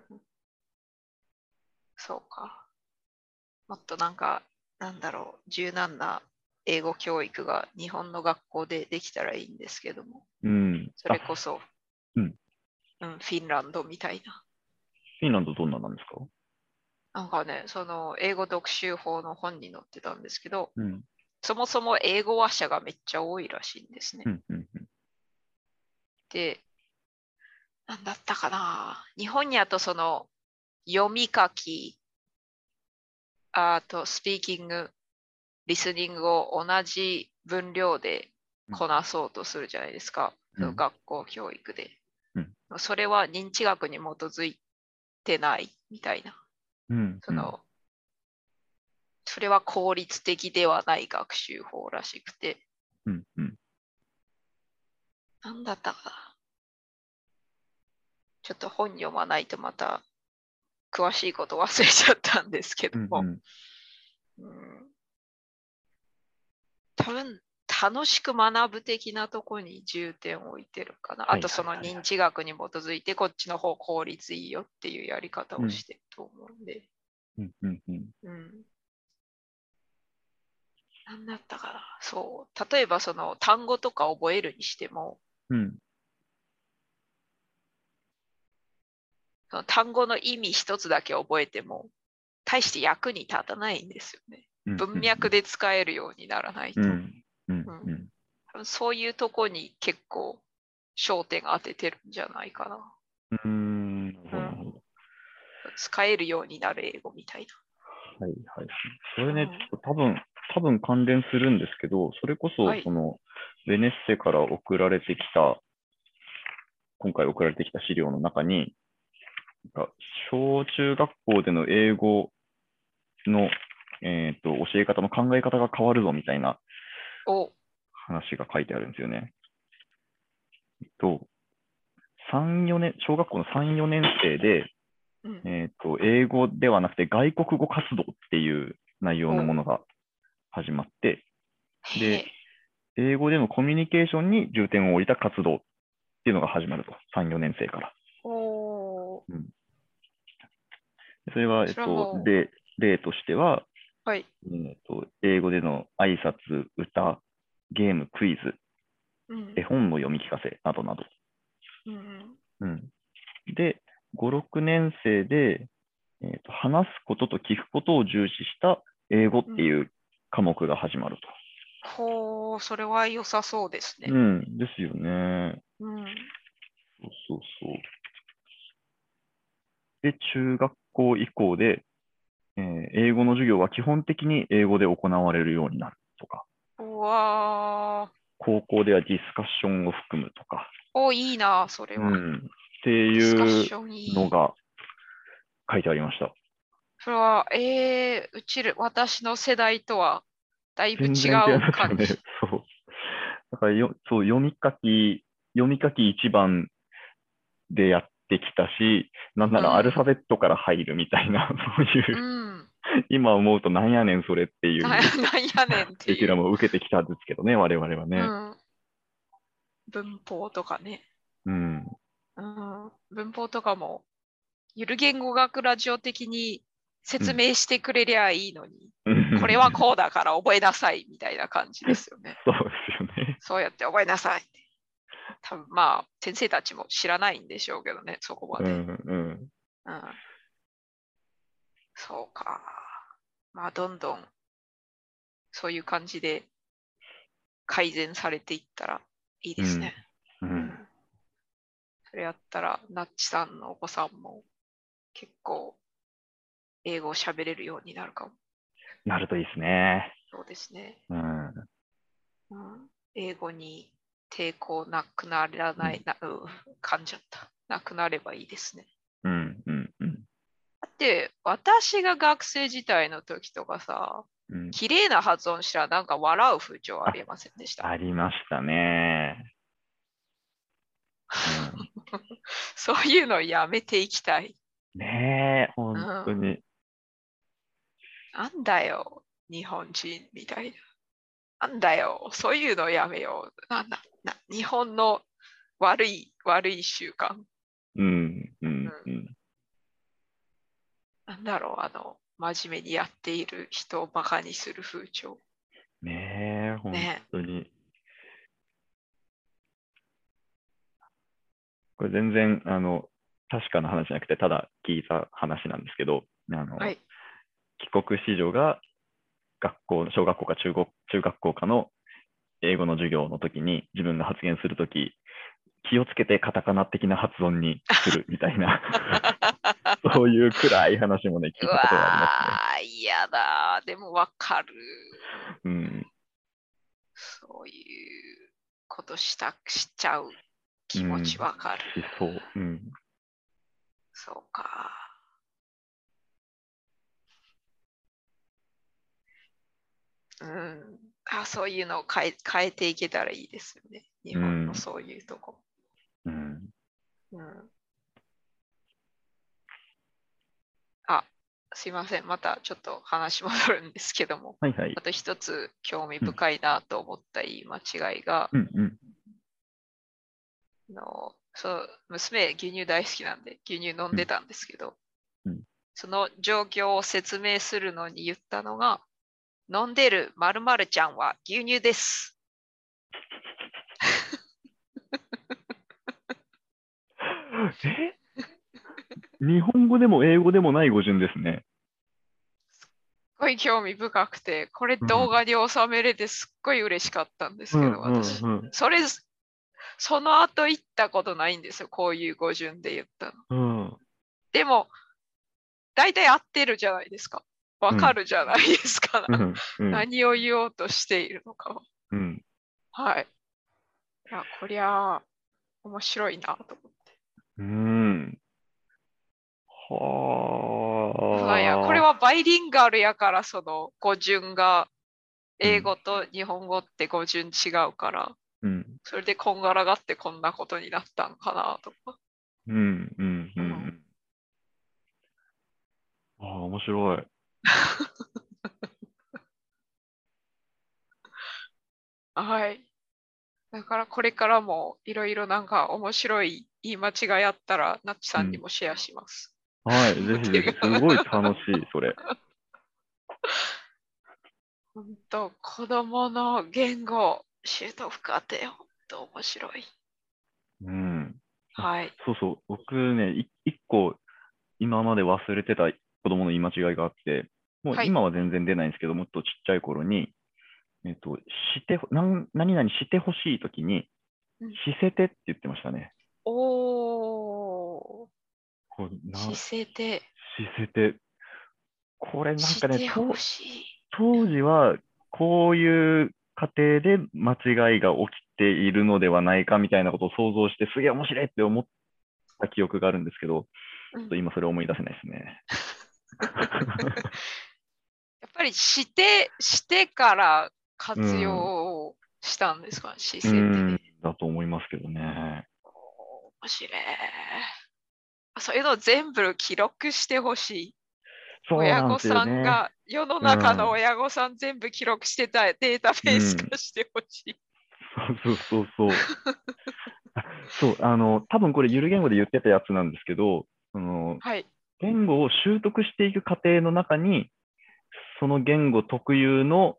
S2: そうか。もっとなんか、なんだろう、柔軟な英語教育が日本の学校でできたらいいんですけども、
S3: うん。
S2: それこそ、
S3: うん
S2: うん、フィンランドみたいな。
S3: フィンランドどんななんですか
S2: なんかね、その英語読習法の本に載ってたんですけど、
S3: うん。
S2: そもそも英語話者がめっちゃ多いらしいんですね。
S3: うん。うん。うん
S2: で、なんだったかな日本にあとその読み書き、あとスピーキング、リスニングを同じ分量でこなそうとするじゃないですか。そ
S3: うん
S2: の学校教育で
S3: うん。
S2: それは認知学に基づいてないみたいな。
S3: うん。
S2: その、それは効率的ではない学習法らしくて、
S3: うん。うん。
S2: なんだったかな。ちょっと本読まないとまた詳しいこと忘れちゃったんですけ
S3: う
S2: ど
S3: ん。
S2: も
S3: う、ん。
S2: うん多分楽しく学ぶ的なとこに重点を置いてるかな。
S3: はい
S2: あとその
S3: はいはいは
S2: 認
S3: い
S2: 知学に基づいてこっちの方効率いいよっていうやり方
S3: う
S2: を
S3: ん
S2: してると思うんで。
S3: うん。うん。うん。
S2: うん。なんだったかな。そう。例えばその単語とか覚えるにしても、
S3: うん。
S2: その単語の意味一つだけ覚えても、大して役に立たないんですよね。
S3: うん
S2: 文脈。で使えるようにならないと。
S3: うん。うん。うん。
S2: 多分そういうとこに結構焦点当ててるんじゃないかな。
S3: うん。なるほどなるほど。
S2: 使えるようになる英語みたい
S3: はいはい。それね、
S2: うん
S3: ちょっと多分、多分関連するんですけど、それこそ
S2: はい、
S3: その、ベネッセから送られてきた、今回送られてきた資料の中に、なんか小中学校での英語の、えー、と教え方の考え方が変わるぞみたいな
S2: な。を、
S3: 話が書いてあるんですよね。えっと、3、4年、小学校の3、4年生で、
S2: うん
S3: えっと、英語ではなくて外国語活動っていう内容のものが始まって、
S2: へ
S3: で
S2: え、
S3: 英語でのコミュニケーションに重点を置いた活動っていうのが始まると、3、4年生から。
S2: おー
S3: それは、えっ
S2: それはも
S3: と
S2: う、
S3: 例例としては、
S2: はい。
S3: えっと、英語での挨拶、歌、ゲーム、クイズ、
S2: うん
S3: 絵本の読み聞かせなどなど。
S2: うんうん
S3: うん、で、5、6年生で、えーと話すことと聞くことを重視した英語っていう科目が始まる
S2: ほう、それは良さそうです
S3: と。う
S2: ね。
S3: ん、ですよね。
S2: うん。
S3: そうそうそう。で、中学校以降で、えー英語の授業は基本的に英語で行われるようになるとか、
S2: うわー。
S3: 高校ではディスカッションを含むとか、
S2: お、いいな、それ
S3: う
S2: は。
S3: ん、って
S2: ディスカッ
S3: いう
S2: ションいい
S3: のが書いてありました。
S2: それは、えー、うちる、私の世代とはだいぶ違
S3: 全
S2: う
S3: 然違いますよ
S2: 感
S3: ね
S2: じ。。
S3: そう。だからよそう読み書き、読み書き一番でやってきたし、なんな
S2: うん
S3: らアルファベットから入るみたいな、そう
S2: う
S3: いう、
S2: ん。
S3: 今思うとなんやねんそれっていう
S2: ななんやねんって
S3: レキュ
S2: い
S3: ラ
S2: う。
S3: も受けてきたんですけどね、我々は
S2: う
S3: ね。
S2: ん、文法とかね、
S3: うん。
S2: うん。文法とかも、ゆる言語学ラジオ的に説明してくれりゃいいのに、これはこうだから覚えなさいみたいな感じですよね。
S3: そうですよね。
S2: そうやって覚えなさいって。多分まあ、先生たちも知らないんでしょうけどね、そこま
S3: う
S2: で。
S3: んうん。
S2: うんそうか。まあ、どんどん、そういう感じで改善されていったらいいですね。
S3: う
S2: うんんそれやったら、ナッチさんのお子さんも結構、英語を喋れるようになるかも。
S3: なるといいですね。
S2: そうですね。
S3: うん。
S2: うん、英語に抵抗なくならない、なうん、噛んじゃった。なくなればいいですね。
S3: うんうんうん。
S2: だって、私が学生時代の時とかさ、
S3: うん、
S2: 綺麗な発音したらなんか笑う風潮ありませんでした。
S3: ありましたね。うん
S2: そういうのやめていきたい。
S3: ねえ、本当に。
S2: なんだよ、日本人みたいな。なんだよ、そういうのやめよう。なんだな日本の悪い、悪い習慣。
S3: うん、うん、うん。
S2: なんだろう、あの、真面目にやっている人をバカにする風潮。
S3: ねえ、本
S2: ね
S3: 当に。これ全然、あの、確かな話じゃなくて、ただ聞いた話なんですけど、あの、
S2: はい。
S3: 帰国子女が学校、小学校か中学中学校かの英語の授業の時に自分が発言するとき、気をつけてカタカナ的な発音にするみた いな、そういう暗い話もね、聞
S2: う
S3: い
S2: わ
S3: たことがあ
S2: ー、嫌だ。でもわかる。
S3: りますね。うん、
S2: そういうことしたしちゃう気持ちわかる。
S3: しそう。うん。
S2: そうか。うん。あそういうのを変え変えていけたらいいですよね。日本
S3: う
S2: の
S3: ん
S2: そういうとこ。
S3: うん、
S2: うん。あ、すいません。またちょっと話戻るんですけども。
S3: はいはい
S2: あ。と一つ興味深いなと思った言い間違いが、
S3: うんうん。
S2: あのそう娘牛乳大好きなんで牛乳飲んでたんですけど、
S3: うんうん
S2: その状況を説明するのに言ったのが飲んでるまるまるちゃんは牛乳です。
S3: え日本語でも英語でもない語順ですね。
S2: すごい興味深くてこれ
S3: うん
S2: 動画に収めれてすっごい嬉しかったんですけど、私
S3: うん
S2: それその後行ったことないんですよこういう語順で言ったの。
S3: うんうん
S2: でも大体合ってるじゃないですかわかるじゃないですか、
S3: うんうん
S2: 何を言おうとしているのかは。
S3: うん
S2: はい。いや、こりゃあ、面白いなと思って。
S3: うんは
S2: まあ
S3: あ。
S2: いや、これはバイリンガルやから、その語順が、英語と日本語って語順違うから、
S3: うん
S2: それでこんがらがってこんなことになったんかなとか。
S3: うんうんう
S2: うん
S3: ん。ああ、面白い。
S2: はい。だからこれからもいろいろなんか面白い言い間違いあったら、ナッチさんにもシェアします。
S3: はい、ぜひぜひ、すごい楽しい、それ。
S2: 本当、子供の言語、習得過程、本当面白い。
S3: うん。
S2: はい。
S3: そうそう、僕ね、い一個、今まで忘れてた子供の言い間違いがあって、もう
S2: はい
S3: 今は全然出ないんですけど、もっとちっちゃい頃に、えっと、してほ、なん何々してほしいときに
S2: うん、
S3: しせてって言ってましたね。
S2: おー。
S3: こうなし
S2: 姿勢で
S3: せて。これなんか
S2: して
S3: ね、と
S2: ほしい。
S3: 当時はこういう過程で間違いが起きているのではないかみたいなことを想像してすげえ面白いって思った記憶があるんですけど、
S2: う
S3: ち
S2: ん
S3: ょっと今それ思い出せないですね。
S2: やっぱりして、してから活用をしたんですか、姿
S3: う
S2: 勢で。面
S3: ん、だと思いますけどね。
S2: 白い。そういうの全部記録してほしい。
S3: そう
S2: 親
S3: なん
S2: 御
S3: ですよ
S2: さ
S3: ね
S2: ん。が、世の中の親御さん全部記録してたデータベース化してほしい。
S3: そうそうそうそう。あそう、 あの、多分これ、ゆる言語で言ってたやつなんですけど、その
S2: はい。
S3: 言語を習得していく過程の中に、その言語特有の、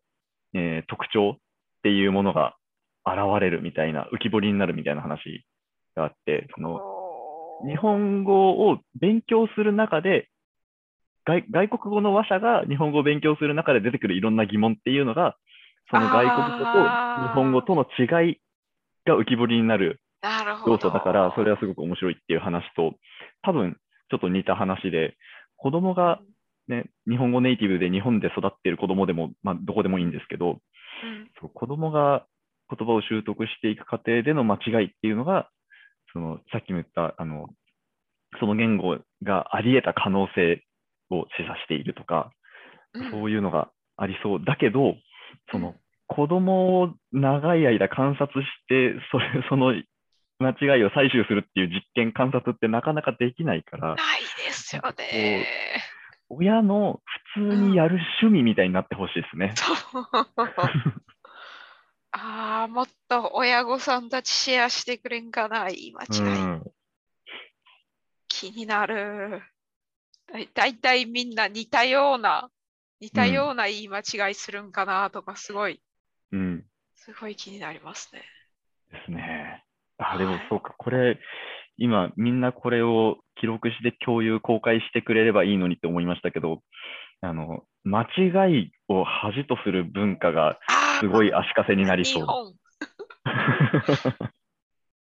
S3: えー特徴っていうものが現れるみたいな、浮き彫りになるみたいな話があって、その
S2: おー
S3: 日本語を勉強する中で外、外国語の話者が日本語を勉強する中で出てくるいろんな疑問っていうのが、その外国語と
S2: あー
S3: 日本語との違いが浮き彫りになる
S2: なるほ
S3: 要
S2: ど。
S3: 素だから、それはすごく面白いっていう話と、多分ちょっと似た話で、子供が、ね、日本語ネイティブで日本で育っている子供でも、まあ、どこでもいいんですけど、
S2: うん
S3: そう子供が言葉を習得していく過程での間違いっていうのが、そのさっきも言ったあの、その言語があり得た可能性を示唆しているとか、
S2: うん
S3: そういうのがありそう。だけど、そうの
S2: ん
S3: 子供を長い間観察して、それその間違いを採集するっていう実験、観察ってなかなかできないから、
S2: ないですよね。
S3: 親の普通にやる趣味みたいになってほしいですね。
S2: そう。 ああ、もっと親御さんたちシェアしてくれんかな、言い間
S3: う
S2: 違い。
S3: ん
S2: 気になる。だいたいみんな似たような、似たような言い間違いするんかなとか、すごい、
S3: うん
S2: すごい気になりますね。
S3: ですね。あ、で
S2: は
S3: も
S2: い
S3: そうか、これ、今みんなこれを記録して共有公開してくれればいいのにって思いましたけどあの間違いを恥とする文化が
S2: あ
S3: すごい足かせになり
S2: 日
S3: そう。
S2: 本、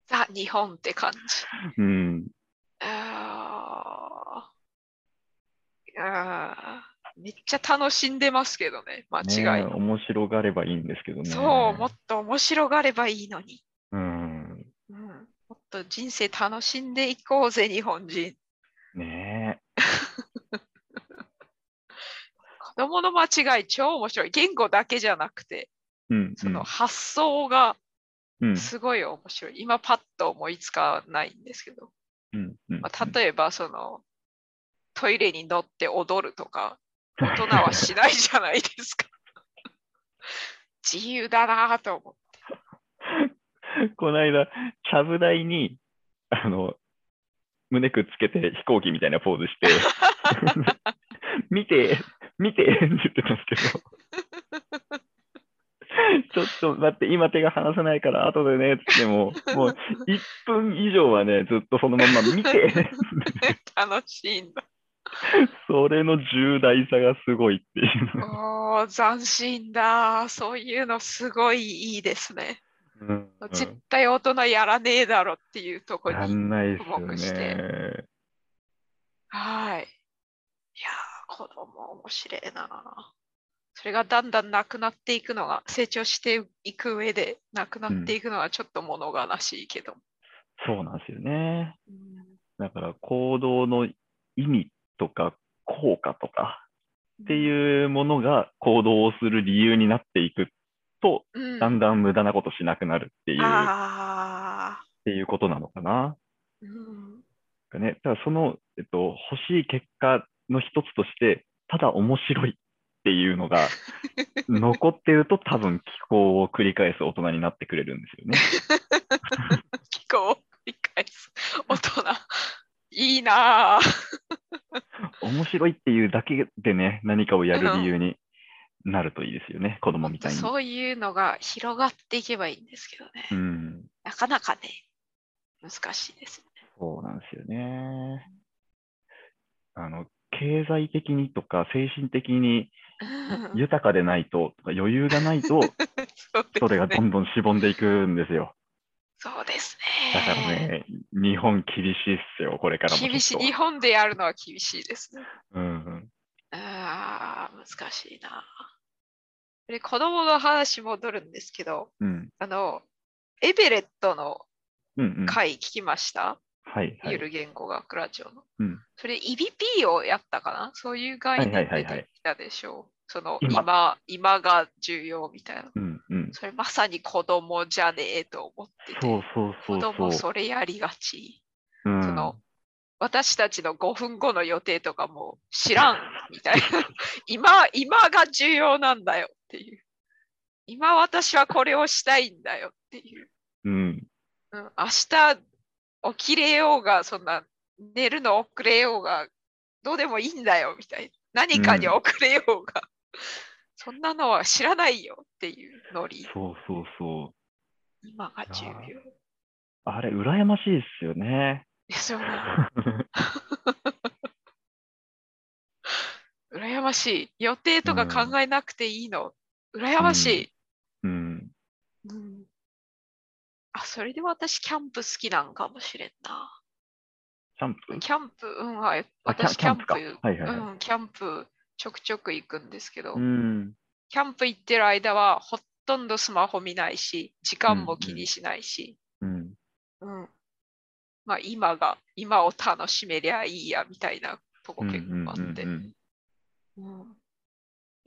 S2: ザ・日本って感じ。
S3: うん、
S2: あーあーめっちゃ楽しんでますけどね、間
S3: ね
S2: 違いの。
S3: 面白がればいいんですけどね。
S2: そう、もっと面白がればいいのに。
S3: うん、
S2: うん、もっと人生楽しんでいこうぜ、日本人。
S3: ね
S2: 子供の間違い超面白い。言語だけじゃなくて、
S3: え。うん、
S2: その発想が
S3: うん、うん、
S2: すごい面白い。今パッと思いつかないんですけど、
S3: うん、うん
S2: まあ、例えばそのトイレに乗って踊るとか、大人はしないじゃないですか。 自由だなぁと思う。
S3: この間、ちゃぶ台に、あの、胸くっつけて飛行機みたいなポー ズして、見て、見てって言ってたんです けど、ちょっと待って、今手が離せないから、後でねって言っても、もう1分以上はね、ずっとそのまんま 見て、
S2: 楽しいんだ。
S3: それの重大さがすごいっていう。
S2: おー、斬新だ。そういうのすごいいいですね。
S3: うん
S2: 絶対大人やらねえだろっていうとこ
S3: や
S2: に。
S3: んないですよ
S2: 注目して
S3: ね。
S2: はい。いやー、子供面白いなあそれがだんだんなくなっていくのが、成長していく上でなくなっていくのはちょっと物悲しいけど。
S3: そうなんですよね。だから行動の意味とか効果とかっていうものが行動をする理由になっていくと、
S2: うん、
S3: だんだん無駄なことしなくなるっていう、っ
S2: ああ、
S3: ていうことなのかな。
S2: うん、
S3: ね、ただその、えっと、欲しい結果の一つとして、ただ面白いっていう のが残ってると多分気候を繰り返す大人になってくれるんで すよね。
S2: 気候を繰り返す大人。いいなあ
S3: 面白いっていうだけでね、何かをやる理由になるといいですよね、子供みたいに。
S2: そういうのが広がっていけばいいんですけどね。
S3: うん、
S2: なかなかね、難しいです。
S3: そうなんですよね。あの経済的にとか精神的に
S2: うん
S3: 豊かでないと、とか余裕がない と、
S2: そうです
S3: それがど
S2: ね。
S3: んどんしぼんでいくんですよ。
S2: そうです
S3: だから
S2: ね。
S3: ね、日本厳しいっすよ、これからもちょっと。
S2: 厳しい。日本でやるのは厳しいですね。
S3: うん
S2: ああ、難しいな。で子供の話戻るんですけど、
S3: うん。うん
S2: あの、エベレットの
S3: うんうん。はい
S2: 回聞きました、
S3: はい。
S2: ゆる言語学ラジオの。
S3: うん
S2: それ EBP をやったかなそういう概
S3: はい
S2: 念
S3: はい
S2: 出
S3: はいはい
S2: てきたでしょう。その
S3: 今
S2: 今、今が重要みたいな。
S3: うんうん。
S2: それまさに子供じゃねえと思って
S3: そ
S2: て
S3: う。そうそ
S2: 子供
S3: うそ
S2: そ
S3: う。
S2: れやりがち。
S3: うん
S2: その私たちの5分後の予定とかもう知らんみ たいな。今、今が重要なんだよっていう。今私はこれをしたいんだよっていう。
S3: うん
S2: うん、明日起きれようが、そんな寝るの遅れようが、どうでもいいんだよみたいな。何かに
S3: うん
S2: 遅れようが、そんなのは知らないよっていうノリ。
S3: そうそうそう。
S2: 今が重
S3: い
S2: 要
S3: あれ、羨ましいっすよね。
S2: ですよね。 羨ましい。予定とか考えなくていいの。羨まし
S3: うん。
S2: い、うんあ、それで私、キャンプ好きなんかもしれんな。
S3: キャンプ
S2: キャンプ、うん、はい。
S3: あキャ
S2: 私、キャンプ、
S3: キャンプかはいはいは
S2: うん、キャンプ、ちょくちょく行くんですけど、
S3: うん。
S2: キャンプ行ってる間はほとんどスマホ見ないし、時間も気にしないし、
S3: うん。
S2: うんまあ今が、今を楽しめりゃいいやみたいなとこ結構あって、
S3: うんうんうんうん
S2: うん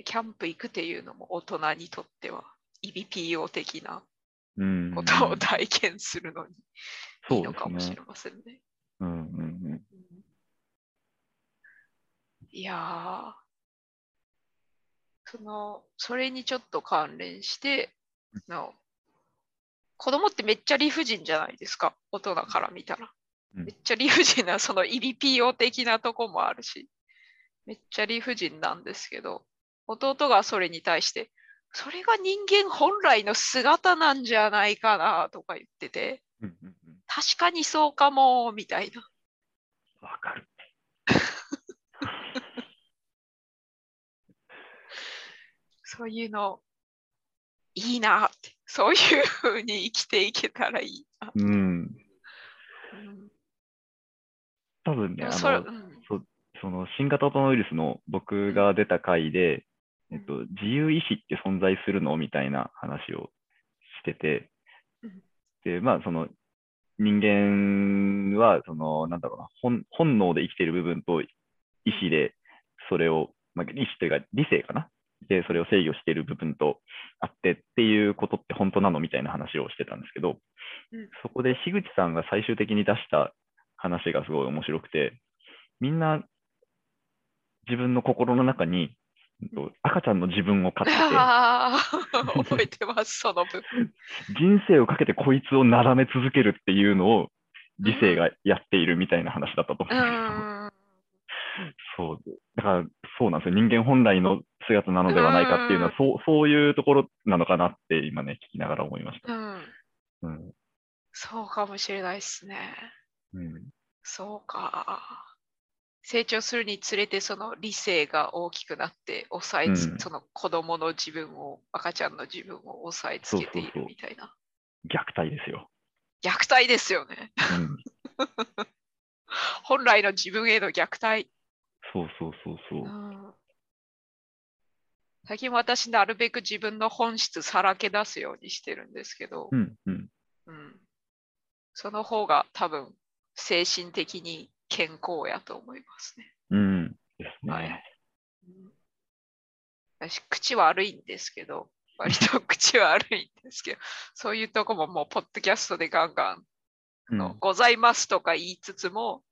S2: キャンプ行くっていうのも大人にとっては EBPO 的な
S3: うん
S2: ことを体験するのにいいのかも
S3: そう
S2: し
S3: です
S2: れ
S3: ね。
S2: ませんね。
S3: うんうんうん。
S2: うんいやーそのそれにちょっと関連してその子供ってめっちゃ理不尽じゃないですか大人から見たら、
S3: うん
S2: めっちゃ理不尽なその EBPO 的なとこもあるしめっちゃ理不尽なんですけど弟がそれに対してそれが人間本来の姿なんじゃないかなとか言ってて
S3: うんうんうん
S2: 確かにそうかも、みたいな。
S3: わかる。
S2: そういうの、いいなって。そういうふうに生きていけたらいいな。
S3: うん。
S2: うん
S3: 多分
S2: で
S3: ね、あ
S2: も
S3: の、
S2: それうん
S3: その新型コロナウイルスの僕が出た回で、
S2: うん
S3: えっと、自由意志って存在するのみたいな話をしてて
S2: うん、
S3: で、まあ、その人間は、その、なんだろうな、本本能で生きている部分と意志で、それを、まあ、意志というか理性かな。で、それを制御している部分とあってっていうことって本当なのみたいな話をしてたんですけど、
S2: うん
S3: そこで樋口さんが最終的に出した話がすごい面白くて、みんな自分の心の中に、うんと赤ちゃんの自分を飼ってて、
S2: あー覚えてます、その分。
S3: 人生をかけてこいつをなだめ続けるっていうのを理性がやっているみたいな話だったと思うん
S2: う
S3: ですけど、
S2: ん。
S3: そう。だから、そうなんですよ。人間本来の姿なのではないかっていうのは、そう、そういうところなのかなって今ね、聞きながら思いました。
S2: うん。
S3: うん。
S2: そうかもしれないですね。
S3: うん、
S2: そうか。成長するにつれてその理性が大きくなって抑えつ、
S3: うん
S2: その子供の自分を赤ちゃんの自分を抑えつけてい
S3: そうそうそ
S2: る
S3: う
S2: みたいな
S3: 虐待ですよ。
S2: 虐待ですよね
S3: うん。
S2: 本来の自分への虐待、
S3: そうそうそうそう う。
S2: ん、最近私なるべく自分の本質さらけ出すようにしてるんですけど、
S3: うん、うん。
S2: うん、その方が多分精神的に健康やと思いますね
S3: うん。ですね。
S2: はいうん私、口悪いんですけど、割と口悪いんですけど、そういうとこももう、ポッドキャストでガンガン、
S3: うん
S2: のございますとか言いつつも、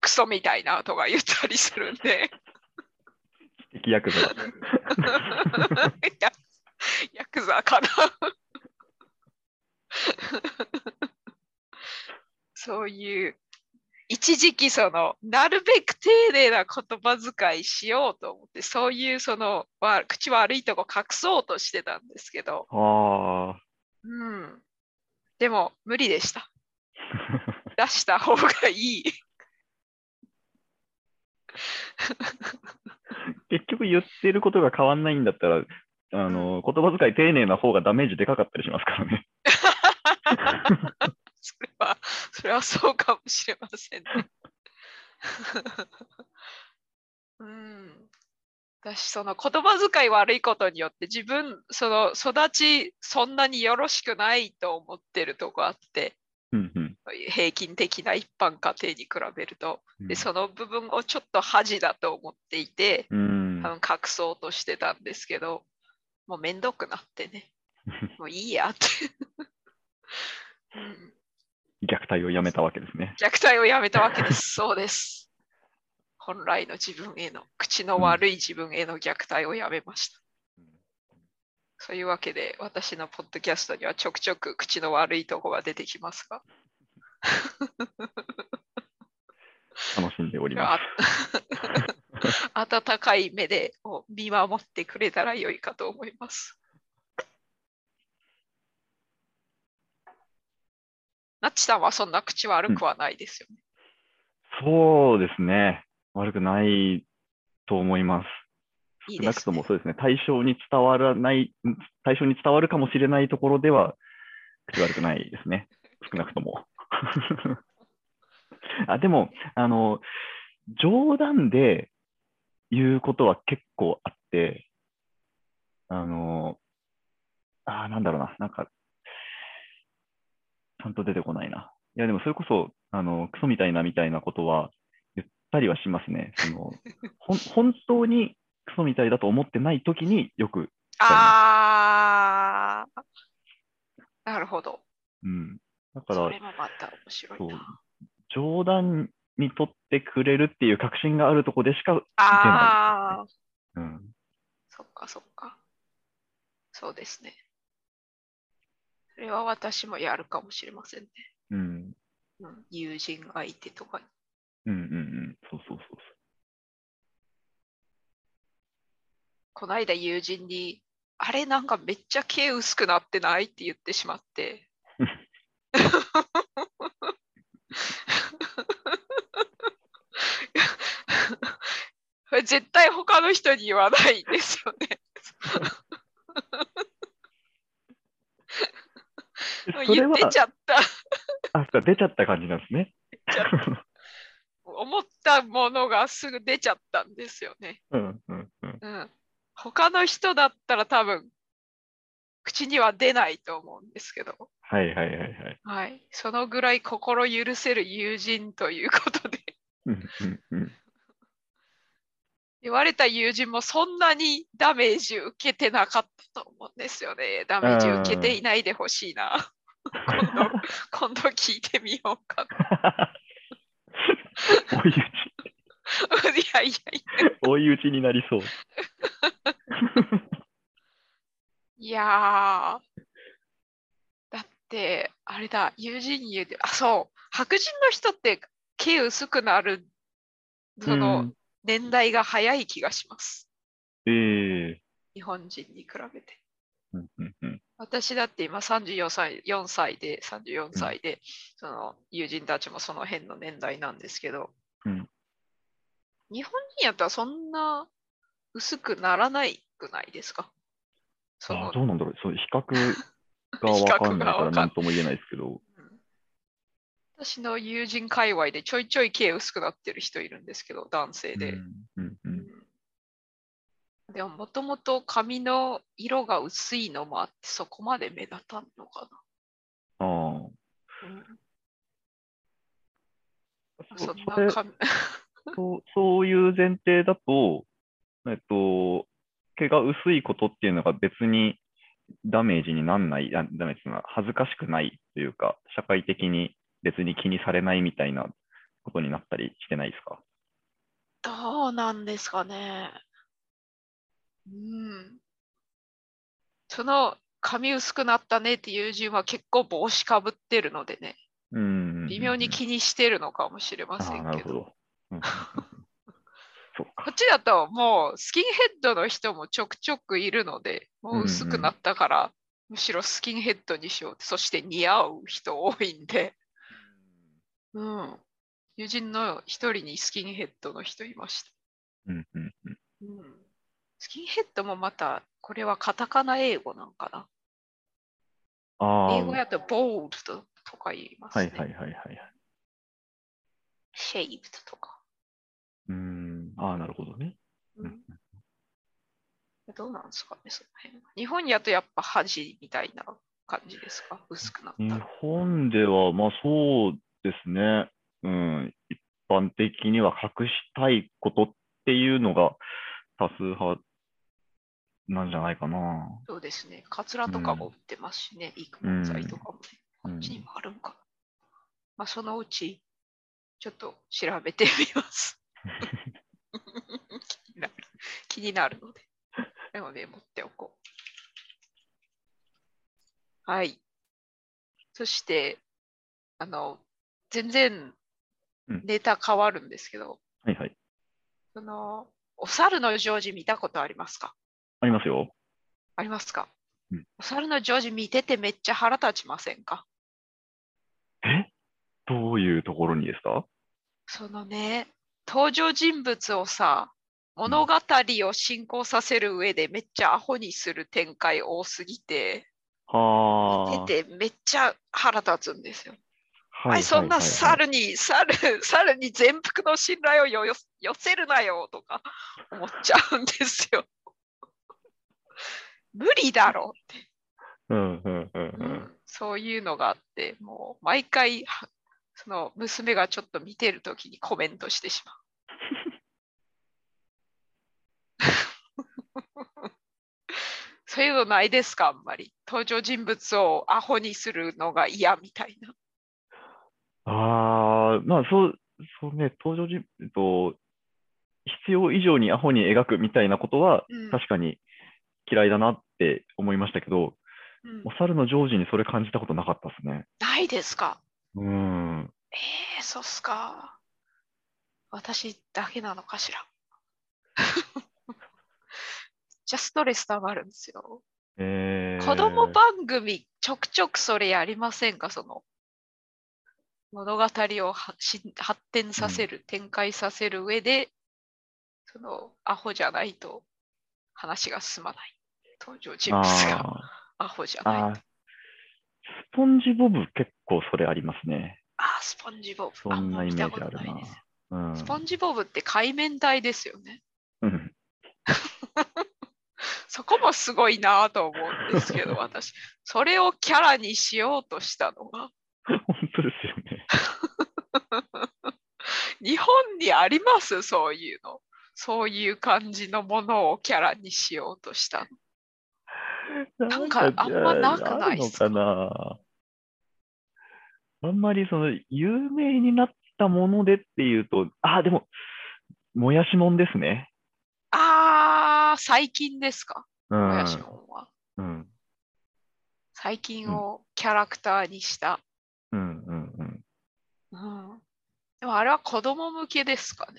S2: クソみたいなとか言ったりするんで、
S3: 知的ヤクザだ。
S2: やヤクザかな。そういう、一時期その、なるべく丁寧な言葉遣いしようと思って、そういうその、わ口悪いとこ隠そうとしてたんですけど、
S3: ああ。
S2: うん。でも、無理でした。出した方がいい。
S3: 結局言ってることが変わんないんだったら、あの、言葉遣い丁寧な方がダメージでかかったりしますからね。
S2: それは、 それはそうかもしれませんね。 うん。私、その言葉遣い悪いことによって、自分、その育ち、そんなによろしくないと思ってるとこあって、
S3: うんうん。
S2: 平均的な一般家庭に比べると、でその部分をちょっと恥だと思っていて、
S3: うん。
S2: 多分隠そうとしてたんですけど、もうめんどくなって ね、もういいやって。 うん
S3: 虐待をやめたわけですね。
S2: 虐待をやめたわけです。そうです。本来の自分への、口の悪い自分への虐待をやめました。そういうわけで、私のポッドキャストにはちょくちょく口の悪いとこが出てきますが、
S3: 楽しんでおります。
S2: あ 温かい目でこう見守ってくれたら良いかと思います。ナッチさんはそんな口悪くはないですよね。
S3: そうですね。悪くないと思います。
S2: いい
S3: 少
S2: で
S3: なく
S2: す、
S3: と
S2: ね
S3: も。そうですね。対象に伝わらない、ん対象に伝わるかもしれないところでは、口悪くないですね。少なくとも。 あでもあの、冗談で言うことは結構あって、あの、あーなんだろうな、なんか、ちゃんと出てこないな。いや、でもそれこそ、あの、クソみたいなみたいなことは言ったりはしますね。その、ほん本当にクソみたいだと思ってない時によく、
S2: ああ、なるほど。
S3: うん。だか
S2: そ
S3: ら
S2: れ、もまた面白い
S3: そう
S2: な。
S3: 冗談にとってくれるっていう確信があるとこでしか、
S2: ああ、
S3: うん、
S2: そっかそっか。そうですね。それは私もやるかもしれませんね。
S3: うん、
S2: うん、友人相手とかに。
S3: うん、うん、うん、そうそうそう
S2: こないだ友人に、あれなんかめっちゃ毛薄くなってないって言ってしまって。これ絶対他の人に言わないですよね。もう
S3: それ
S2: 言
S3: は
S2: ってちゃった。
S3: あ、そう出ちゃった感じなんですね。
S2: 思ったものがすぐ出ちゃったんですよね。
S3: うんうんうん。
S2: うん。他の人だったら多分、口には出ないと思うんですけど、
S3: はいはいはいはい。
S2: はい。そのぐらい心許せる友人ということで、
S3: うんうん うん。
S2: 言われた友人もそんなにダメージ受けてなかったと思うんですよね。ダメージ受けていないでほしいな。今度、今度聞いてみようかな。
S3: 追い打ち、
S2: いやいやいや。
S3: 追い打ちになりそう。
S2: いやー、だって、あれだ、友人に言うて、あ、そう、白人の人って毛薄くなる、その、年代が早い気がします。
S3: うん、ええ
S2: 日本人に比べて。
S3: うんうんうん。
S2: 私だって今34歳、4歳で、34歳で、その友人たちもその辺の年代なんですけど、
S3: うん
S2: 日本人やったらそんな薄くならないくないですかそ
S3: あ
S2: の
S3: あ、どうなんだろう。そう比較がわかんないから何とも言えないですけど。
S2: 私の友人界隈でちょいちょい毛薄くなってる人いるんですけど、男性で。
S3: うんうんうん
S2: でも、もともと髪の色が薄いのもあって、そこまで目立たんのか
S3: あ
S2: な。
S3: あ。
S2: そ
S3: そ
S2: ん
S3: それ
S2: な髪、
S3: そうそういう前提だと、えっと、毛が薄いことっていうのが別にダメージになんない、あダメージっていうのは恥ずかしくないというか、社会的に別に気にされないみたいなことになったりしてないですか
S2: どうなんですかね。うん。その髪薄くなったねっていう友人は結構帽子かぶってるのでね、
S3: うんうんうん。
S2: 微妙に気にしてるのかもしれま
S3: あ
S2: せ
S3: あ、
S2: ん
S3: な
S2: け
S3: るほ
S2: ど。
S3: ど。 うんうんうんそう
S2: こ
S3: か。
S2: っちだともうスキンヘッドの人もちょくちょくいるので、もう薄くなったから、むしろスキンヘッドにしようって。そして似合う人多いんで、うん。友人の一人にスキンヘッドの人いました。
S3: うんうんうん。
S2: うん。スキンヘッドもまた、これはカタカナ英語なんか
S3: あ
S2: な。
S3: あ、
S2: 英語やとボールドとか言います、
S3: は
S2: ね。
S3: いはいはいはいはい。
S2: シェイプとか。
S3: うん、ああ、なるほどね。うん
S2: どうなんですかね、その辺は。日本やとやっぱ恥みたいな感じですか薄くなった
S3: 日
S2: ら。
S3: 本では、まあそうですね、うん、一般的には隠したいことっていうのが多数派なんじゃないかな。
S2: そうですね。カツラとかも売ってますしね。育毛剤とかもね。こ
S3: うん
S2: っちにもあるんかな。まあ、そのうち、ちょっと調べてみます。 気になる。気になるので。でもね、持っておこう。はい。そして、あの、全然
S3: うん
S2: ネタ変わるんですけど、
S3: はいはい。
S2: その、お猿のジョージ見たことありますか
S3: ありますよ。
S2: ありますか、
S3: うん
S2: お猿のジョージ見ててめっちゃ腹立ちませんか
S3: えどういうところにですか
S2: そのね、登場人物をさ、物語を進行させる上でめっちゃアホにする展開多すぎて、
S3: はあ。
S2: 見ててめっちゃ腹立つんですよ。
S3: は
S2: はい、そんな
S3: 猿
S2: 猿に、猿、 猿に全幅の信頼をよよ寄せるなよとか思っちゃうんですよ。無理だろ
S3: うんうんうん
S2: う、
S3: うん。
S2: そういうのがあって、もう毎回、はその娘がちょっと見てるときにコメントしてし まう。そういうのないですか、あんまり。登場人物をアホにするのが嫌みたいな。
S3: ああ、まあそう、そうね、登場人物、えっと、必要以上にアホに描くみたいなことは、
S2: うん
S3: 確かに嫌いだなって思いましたけど、
S2: うん
S3: お猿のジョージにそれ感じたことなかったですね。
S2: ないですか。
S3: うーん。
S2: ええそうっすか。私だけなのかしら。 じゃストレス溜まるんですよ。
S3: えー、
S2: 子供番組ちょくちょくそれやりませんかその物語をはし発展させる、展開させる上でそのアホじゃないと話が進まない。登場人
S3: あ
S2: 物が
S3: ー
S2: アホじゃない
S3: あー。スポンジボブ結構それありますね。
S2: あ、スポンジボブ。
S3: そん
S2: もう
S3: なイ
S2: 見
S3: メ
S2: た
S3: ー
S2: こ
S3: ジ
S2: と
S3: ある
S2: い
S3: な
S2: です。
S3: うん。
S2: スポンジボブって海面体ですよね。
S3: うん
S2: そこもすごいなと思うんですけ ど、私、それをキャラにしようとしたのが、
S3: 本当ですよね。
S2: 日本にありますそういうの。そういう感じのものをキャラにしようとしたの。なんかあんまなくないっ
S3: の
S2: すか
S3: かなあんまりその有名になったものでっていうと、あ、でも、もやしもんですね。
S2: あー、最近ですか、
S3: う
S2: も
S3: ん
S2: や。しもんは。
S3: うん。
S2: 最近をキャラクターにした。
S3: うん。うん。うん。
S2: うん。でもあれは子供向けですかね。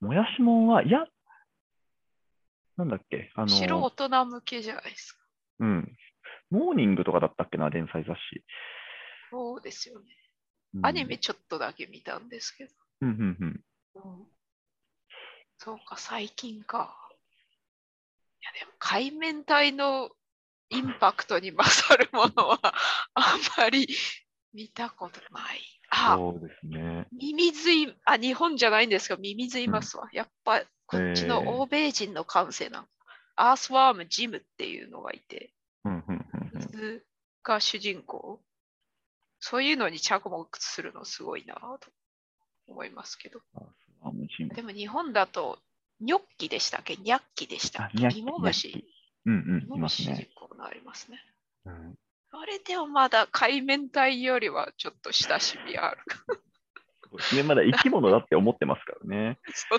S3: もやしもんは、いや、なんだっけ、あの、
S2: 白大人向けじゃないですか。
S3: うん。モーニングとかだったっけな、連載雑誌。
S2: そうですよね。
S3: うん
S2: アニメちょっとだけ見たんですけど。
S3: うんうんうん。
S2: うんそうか、最近か。いや、でも、海面体のインパクトに勝るものはあんまり見たことない。あ、
S3: そうですね。
S2: ミミズイ、あ、日本じゃないんですけど、ミミズいますわ。やっぱ、こっち
S3: へー
S2: の欧米人の感性なの。アースワーム、ジムっていうのがいて、
S3: うんうんうんうん。
S2: 水が主人公。そういうのに着目するのすごいなと思いますけど。
S3: あのチーム
S2: でも日本だと、ニョッキでしたっけニャッキでしたっ
S3: あニャッ
S2: け
S3: キ
S2: イモムシ。
S3: うん
S2: イ
S3: うん、
S2: モム
S3: います
S2: シ
S3: ね。
S2: こうなりますね。
S3: うん
S2: あれでもまだ海綿体よりはちょっと親しみある か。
S3: そうですね、まだ生き物だって思ってますからね。
S2: そう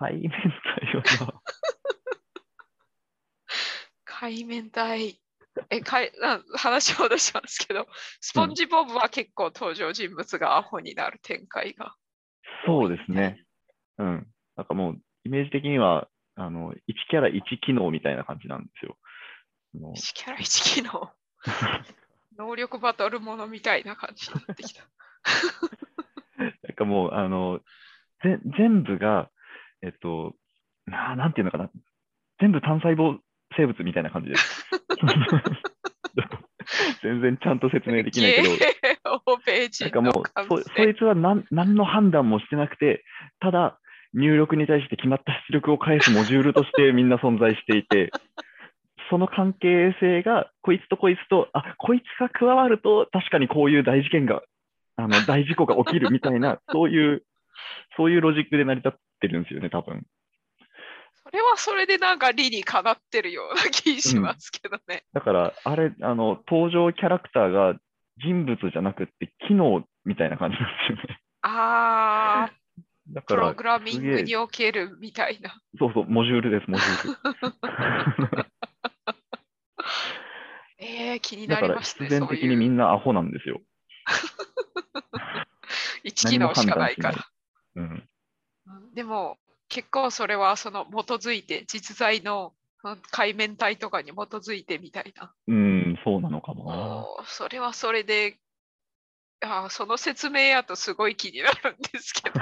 S3: 海面体は。
S2: 海綿体。え、かいな話を出したんですけど、スポンジボブは結構登場人物がアホになる展開が。
S3: そうですね。うん。なんかもう、イメージ的には、あの、1キャラ1機能みたいな感じなんですよ。あの
S2: 1キャラ1機 能。能力バトルものみたいな感じになってきた。
S3: なんかもう、あの、ぜ全部が、えっと、ななんていうのかな。全部単細胞生物みたいな感じです。全然ちゃんと説明できないけ ど。
S2: 欧米人
S3: なんかも
S2: の
S3: う
S2: 感、
S3: そそ
S2: 性
S3: いつは何何の判断もしてなくて、ただ入力に対して決まった出力を返すモジュール としてみんな存在していて、その関係性が、こいつとこいつと、あこいつが加わると、確かにこういう大事件が、あ の大事故が起きるみたいな、そういう、そういうロジックで成り立ってるんですよね、多分
S2: それはそれでなんか理にかなってるような気しますけどね。
S3: だから、あれあの、登場キャラクターが人物じゃなくって、機能みたいな感じなんですよね。
S2: ああ、
S3: だか
S2: プロ
S3: ら
S2: グラミン
S3: すげ
S2: グ
S3: え
S2: におけるみたいな。
S3: そうそう、モジュールです、モジュール。
S2: えー、気に
S3: だ
S2: な
S3: か
S2: り
S3: ら
S2: ました
S3: 必
S2: ね。
S3: 然
S2: そう
S3: 的に
S2: い
S3: み
S2: うん
S3: なアホなんですよ。
S2: 一機能しかないか
S3: 何も
S2: ら。
S3: うん、
S2: うんでも結構それはその基づいて実在のうん海面体とかに基づいてみたいな。
S3: うん、そうなのかもな。
S2: おーそれはそれで。あーその説明やとすごい気になるんですけ ど。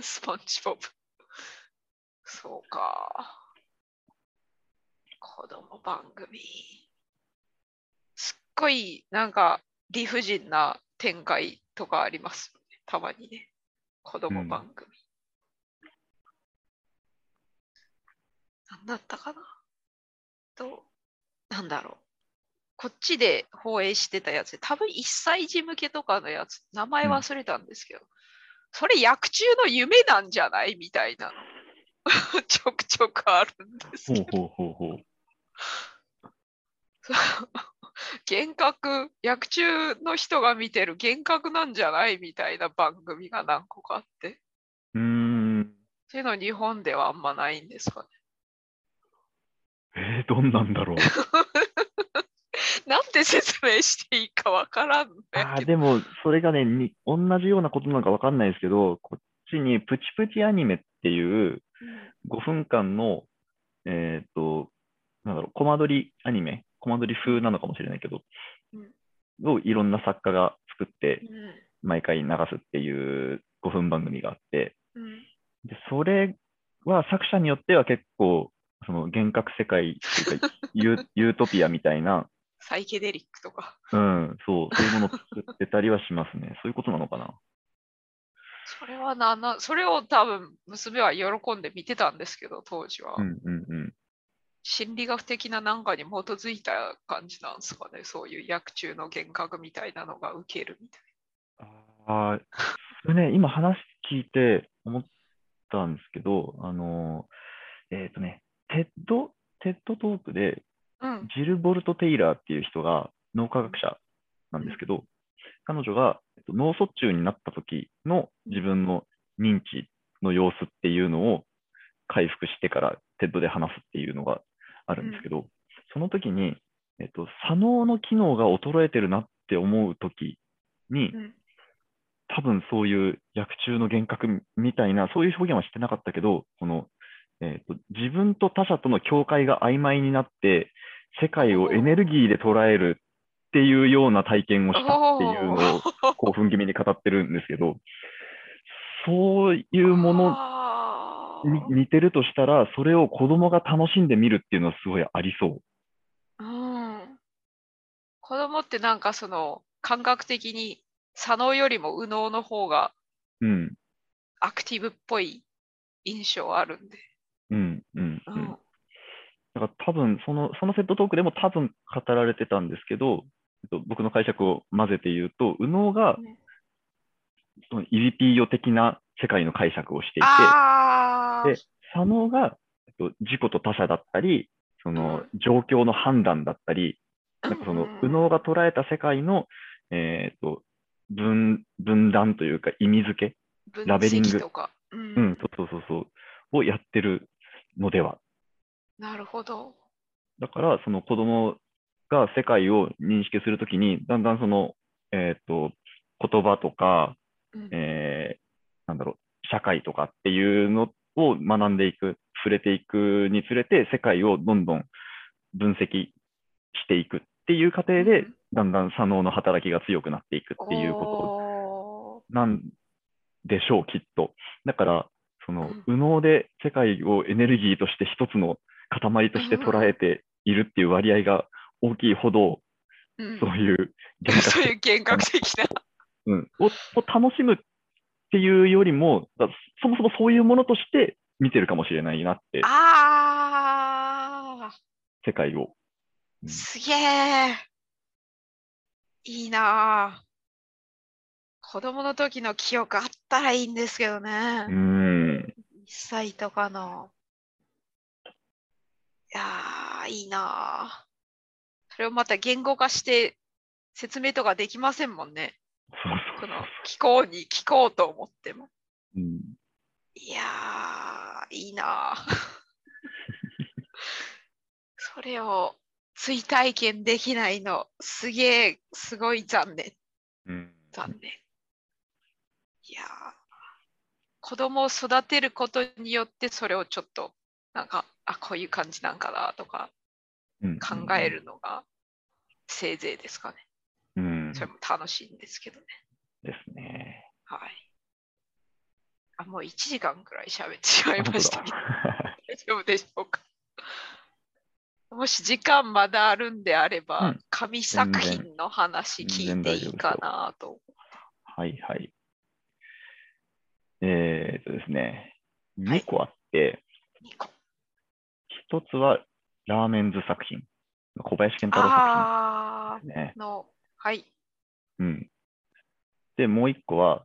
S2: スポンジボブ。そうか。子供番組。すっごいなんか理不尽な展開とかありますよね。たまにね。子供番組。なん、だったかなと、なんだろう。こっちで放映してたやつで、多分1歳児向けとかのやつ、名前忘れたんですけど、それ薬中の夢なんじゃないみたいなの ちょくちょくあるんです
S3: ほ
S2: け
S3: う
S2: ど
S3: ほうほうほう。
S2: そう幻覚薬中の人が見てる幻覚なんじゃないみたいな番組が何個かあって
S3: うーん。
S2: そういうの日本ではあんまないんですかね
S3: えー、どんな んだろう。
S2: なんて説明していいかわからんのや
S3: あ
S2: け
S3: ー
S2: ど
S3: でも、それがねに、同じようなことなのかわかんないですけど、こっちにプチプチアニメっていう5分間の、えっ、と、なんだろう、コマ撮りアニメ、コマ撮り風なのかもしれないけど、をいろんな作家が作って、毎回流すっていう5分番組があって、
S2: うんうん
S3: で、それは作者によっては結構、その幻覚世界というか ユー、ユートピアみたいな、
S2: サイケデリックとか。
S3: うん、そう、そういうものを作ってたりはしますね。そういうことなのかな。
S2: それはなな、それを多分娘は喜んで見てたんですけど、当時は。
S3: うんうんうん。
S2: 心理学的ななんかに基づいた感じなんですかね。そういう薬中の幻覚みたいなのが受けるみたい
S3: ああ、それね、今話聞いて思ったんですけど、あのー、えっ、とね、テッド、テッドトークで、
S2: な。うん。
S3: ジル・ボルト・テイラーっていう人が脳科学者なんですけど、彼女がえっと脳卒中になった時の自分の認知の様子っていうのを回復してからテッドで話すっていうのがあるんですけど、その時に、えっと、左脳の機能が衰えてるなって思う時に、
S2: うん
S3: 多分そういう薬中の幻覚みたいな、そういう表現はしてなかったけど、このえーと自分と他者との境界が曖昧になって、世界をエネルギーで捉えるっていうような体験をしたっていうのを興奮気味に語ってるんですけど、そういうもの
S2: の
S3: に似てるとしたら、それを子供が楽しんでみるっていうのはすごいありそう。
S2: うん。子供ってなんかその感覚的に左脳よりも右脳の方が
S3: うん、
S2: アクティブっぽい印象あるんで。
S3: うん、うん、
S2: う
S3: うんん。だから多分その、そのセットトークでも多分語られてたんですけど、えっと僕の解釈を混ぜて言うと、右脳が
S2: ね、
S3: そのイリピーヨ的な世界の解釈をしていて、
S2: ああ
S3: で左脳が、えっと、事故と他者だったり、その
S2: う
S3: 状況の判断だったり、なんかその
S2: うんうん
S3: 右脳が捉えた世界の、えーっと分分断というか意味付け、
S2: 分
S3: ラベリング
S2: 析とか。う
S3: うんん、そうそうそうそう、をやってるのでは。
S2: なるほど。
S3: だから、その子供が世界を認識するときに、だんだんその、えーっと言葉とか、
S2: うん
S3: えーなんだろう、社会とかっていうのを学んでいく、触れていくにつれて、世界をどんどん分析していくっていう過程で、だんだん左脳の働きが強くなっていくっていう
S2: お
S3: こ
S2: ー
S3: となんでしょう、きっと。だから、その
S2: うん、
S3: 右脳で世界をエネルギーとして一つの塊として捉えているっていう割合が大きいほど、
S2: うん
S3: そういう幻覚
S2: そういう幻覚 的な。
S3: うん、をを楽しむっていうよりも、だそもそもそういうものとして見てるかもしれないなって、
S2: あ
S3: 世界を。
S2: あ、すげえ。いいなあ。子供の時の記憶あったらいいんですけどね
S3: う。ん、
S2: 1歳とかの。いやー、いいなあ。それをまた言語化して説明とかできませんもんね。
S3: そう
S2: こ
S3: そう
S2: の聞こうに聞こうと思っても。
S3: うん。
S2: いやー、 いいなあそれを追体験できないの、すげえ、すごい残念、
S3: うん。
S2: 残念。いやー、子供を育てることによって、それをちょっと、なんか、あ、こういう感じなんかなとか
S3: うん
S2: 考え。るのが、せいぜいですかね。
S3: うん。
S2: それも楽しいんですけどね。
S3: ですね。
S2: はい。あ、もう1時間くらい喋ってしまいました
S3: 本。当だ
S2: 大丈夫でしょうか。もし時間まだあるんであれば、
S3: うん
S2: 紙作品の話聞いていいかなと。
S3: はいはい。えーっとですね、
S2: はい
S3: 2個あって、
S2: 二個
S3: 1つはラーメンズ作品、小林健太郎作
S2: あ
S3: 品ですね。
S2: ーの、はい。
S3: うん。で、もう1個は、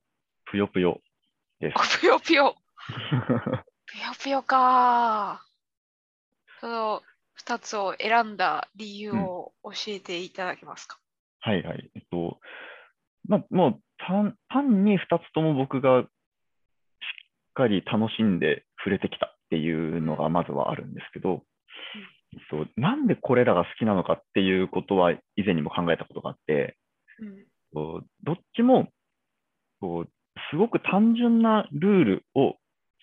S3: ぷよぷよです。
S2: ぷよぷよ。ぷよぷよか。その2つを選んだ理由を教えていただけますか。
S3: はいはい。えっと、まあ、もう単、単に2つとも僕がしっかり楽しんで触れてきたっていうのがまずはあるんですけど、えっと、なんでこれらが好きなのかっていうことは以前にも考えたことがあって、
S2: うん。
S3: こうどっちもこうすごく単純なルールを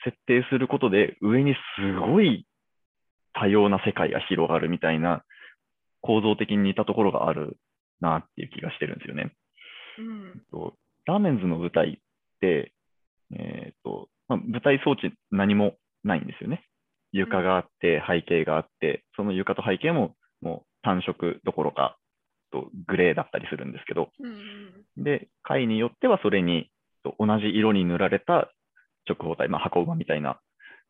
S3: 設定することで上にすごい多様な世界が広がるみたいな構造的に似たところがあるなっていう気がしてるんですよね。
S2: うん。
S3: とラーメンズの舞台って、えーとまあ、舞台装置何もないんですよね。床があって、背景があって、その床と背景ももう単色どころか、とグレーだったりするんですけど、
S2: うんうん
S3: で、回によってはそれにと同じ色に塗られた直方体、まあ、箱馬みたいな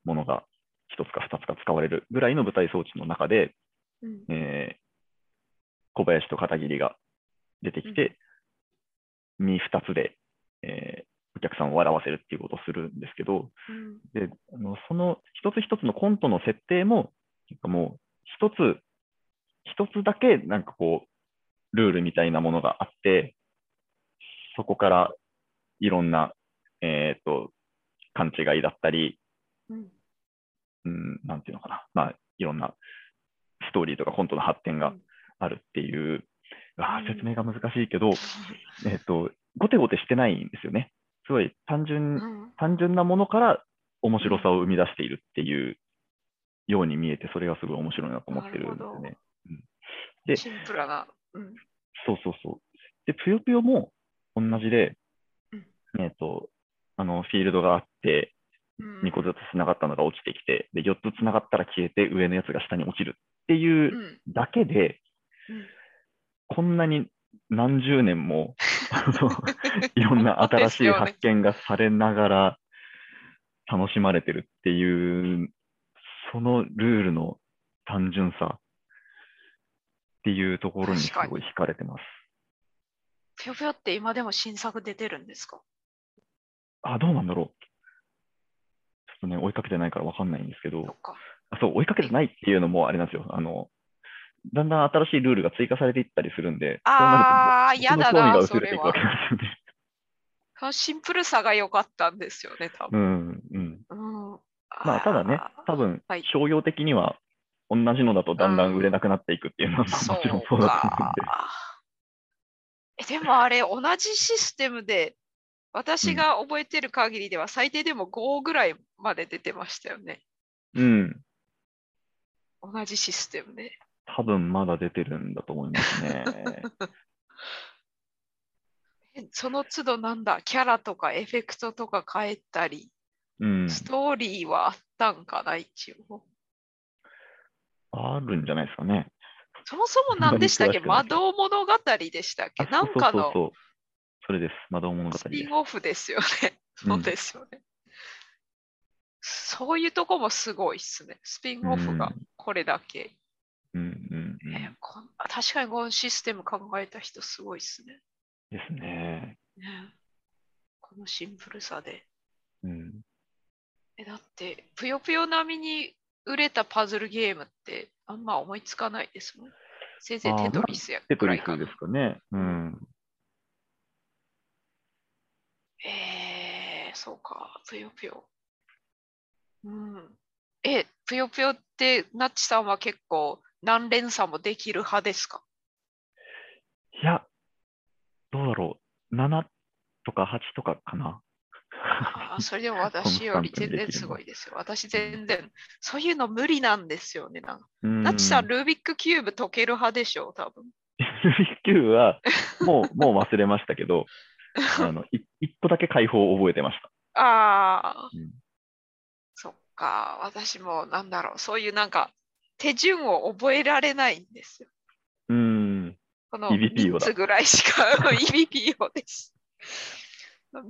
S3: ものが一つか二つか使われるぐらいの舞台装置の中で、
S2: うん
S3: えー小林と片桐が出てきて、身二つで、えーお客さんを笑わせるっていうことをするんですけど、
S2: うん
S3: であのその一つ一つのコントの設定も、なんかもう一つ、一つだけなんかこう、ルールみたいなものがあって、そこからいろんな、えっ、と、勘違いだったり、
S2: うん
S3: うん、なんていうのかな、まあ、いろんなストーリーとかコントの発展があるっていう、あー説明が難しいけど、えっ、と、ごてごてしてないんですよね。すごい単純
S2: うん
S3: 単純なものから面白さを生み出しているっていうように見えて、それがすごい面白いなと思ってるんですよ
S2: な
S3: ね
S2: る。
S3: で
S2: シンプルな。うん
S3: そうそうそう。で、ぷよぷよも同じで
S2: うん、
S3: えっ、と、あの、フィールドがあって、
S2: うん
S3: 2個ずつつながったのが落ちてきて、で、4つつながったら消えて、上のやつが下に落ちるっていううんだけ
S2: う
S3: で、
S2: ん
S3: こんなに何十年も、 あのいろんな新しい発見がされながら楽しまれてるっていう、そのルールの単純さっていうところにすごい惹かれてます。
S2: ぴよぴよって今でも新作出てるんですか
S3: あ、どうなんだろう。ちょっとね、追いかけてないからわかんないんですけ
S2: そっ
S3: ど、
S2: か。
S3: あそう、追いかけてないっていうのもあれなんですよ。あの、だんだん新しいルールが追加されていったりするんで、そうな
S2: ああ、
S3: ると
S2: 嫌だ
S3: 僕の興味
S2: な、
S3: が
S2: そ
S3: 薄れて
S2: れ
S3: いくわ
S2: は
S3: け。なんですよね。
S2: そのシンプルさが良かったんですよね、多
S3: う
S2: 分。
S3: ん、うん。
S2: うん
S3: まあ、ただね、多分
S2: はい、
S3: 商用的には、同じのだとだんだん売れなくなっていくっていうのは、もち
S2: そう
S3: ろんそうだと思
S2: か。えでもあれ、同じシステムで、私が覚えてる限りでは最低でも5ぐらいまで出てましたよね。
S3: うんで。うん。
S2: 同じシステムで。
S3: 多分まだ出てるんだと思います ね。
S2: えその都度なんだ、キャラとかエフェクトとか変えたり、
S3: うん。
S2: ストーリーはあったんかな、一応。
S3: あるんじゃないですかね。
S2: そもそも何で したっけ
S3: そんなに詳しくないけど
S2: 魔導物語でしたっけ
S3: あ
S2: なんか
S3: そうそう
S2: の
S3: そうそう。それです。魔導物語で
S2: ス
S3: す。
S2: ピンオフですよね。
S3: うん
S2: そうですよね。そういうとこもすごいっすね。スピンオフ
S3: う
S2: が
S3: ん
S2: これだけ。
S3: うんうんう
S2: えー
S3: ん。
S2: こんあ確かにこのシステム考えた人すごいっすね。
S3: ですね。
S2: ねこのシンプルさで。
S3: うん。
S2: えだって、ぷよぷよ並みに売れたパズルゲームってあんま思いつかないですもん。せいぜい
S3: あー
S2: テトリスや
S3: テ
S2: く
S3: ト
S2: ら
S3: リ
S2: いか
S3: ス
S2: な
S3: ですかね。うん。
S2: えー、そうか、ぷよぷよ。うん。え、ぷよぷよって、なっちさんは結構何連鎖もできる派ですか
S3: いや、どうだろう。7とか8とか かな。
S2: あーそれでも私より全然すごいですよ。 私全然、そういうの無理なんですよね。なんかな
S3: な
S2: っちさん、ルービックキューブ解ける派でしょ、多分。
S3: ルービックキューブは、もう、もう忘れましたけど、あの、い一個だけ解放を覚えてました。
S2: ああ、
S3: うん
S2: そっか、私もなんだろう、そういうなんか手順を覚えられないんですよ。
S3: うーん。
S2: この
S3: EBPO だ
S2: 3つぐらいしか、EBPO です。3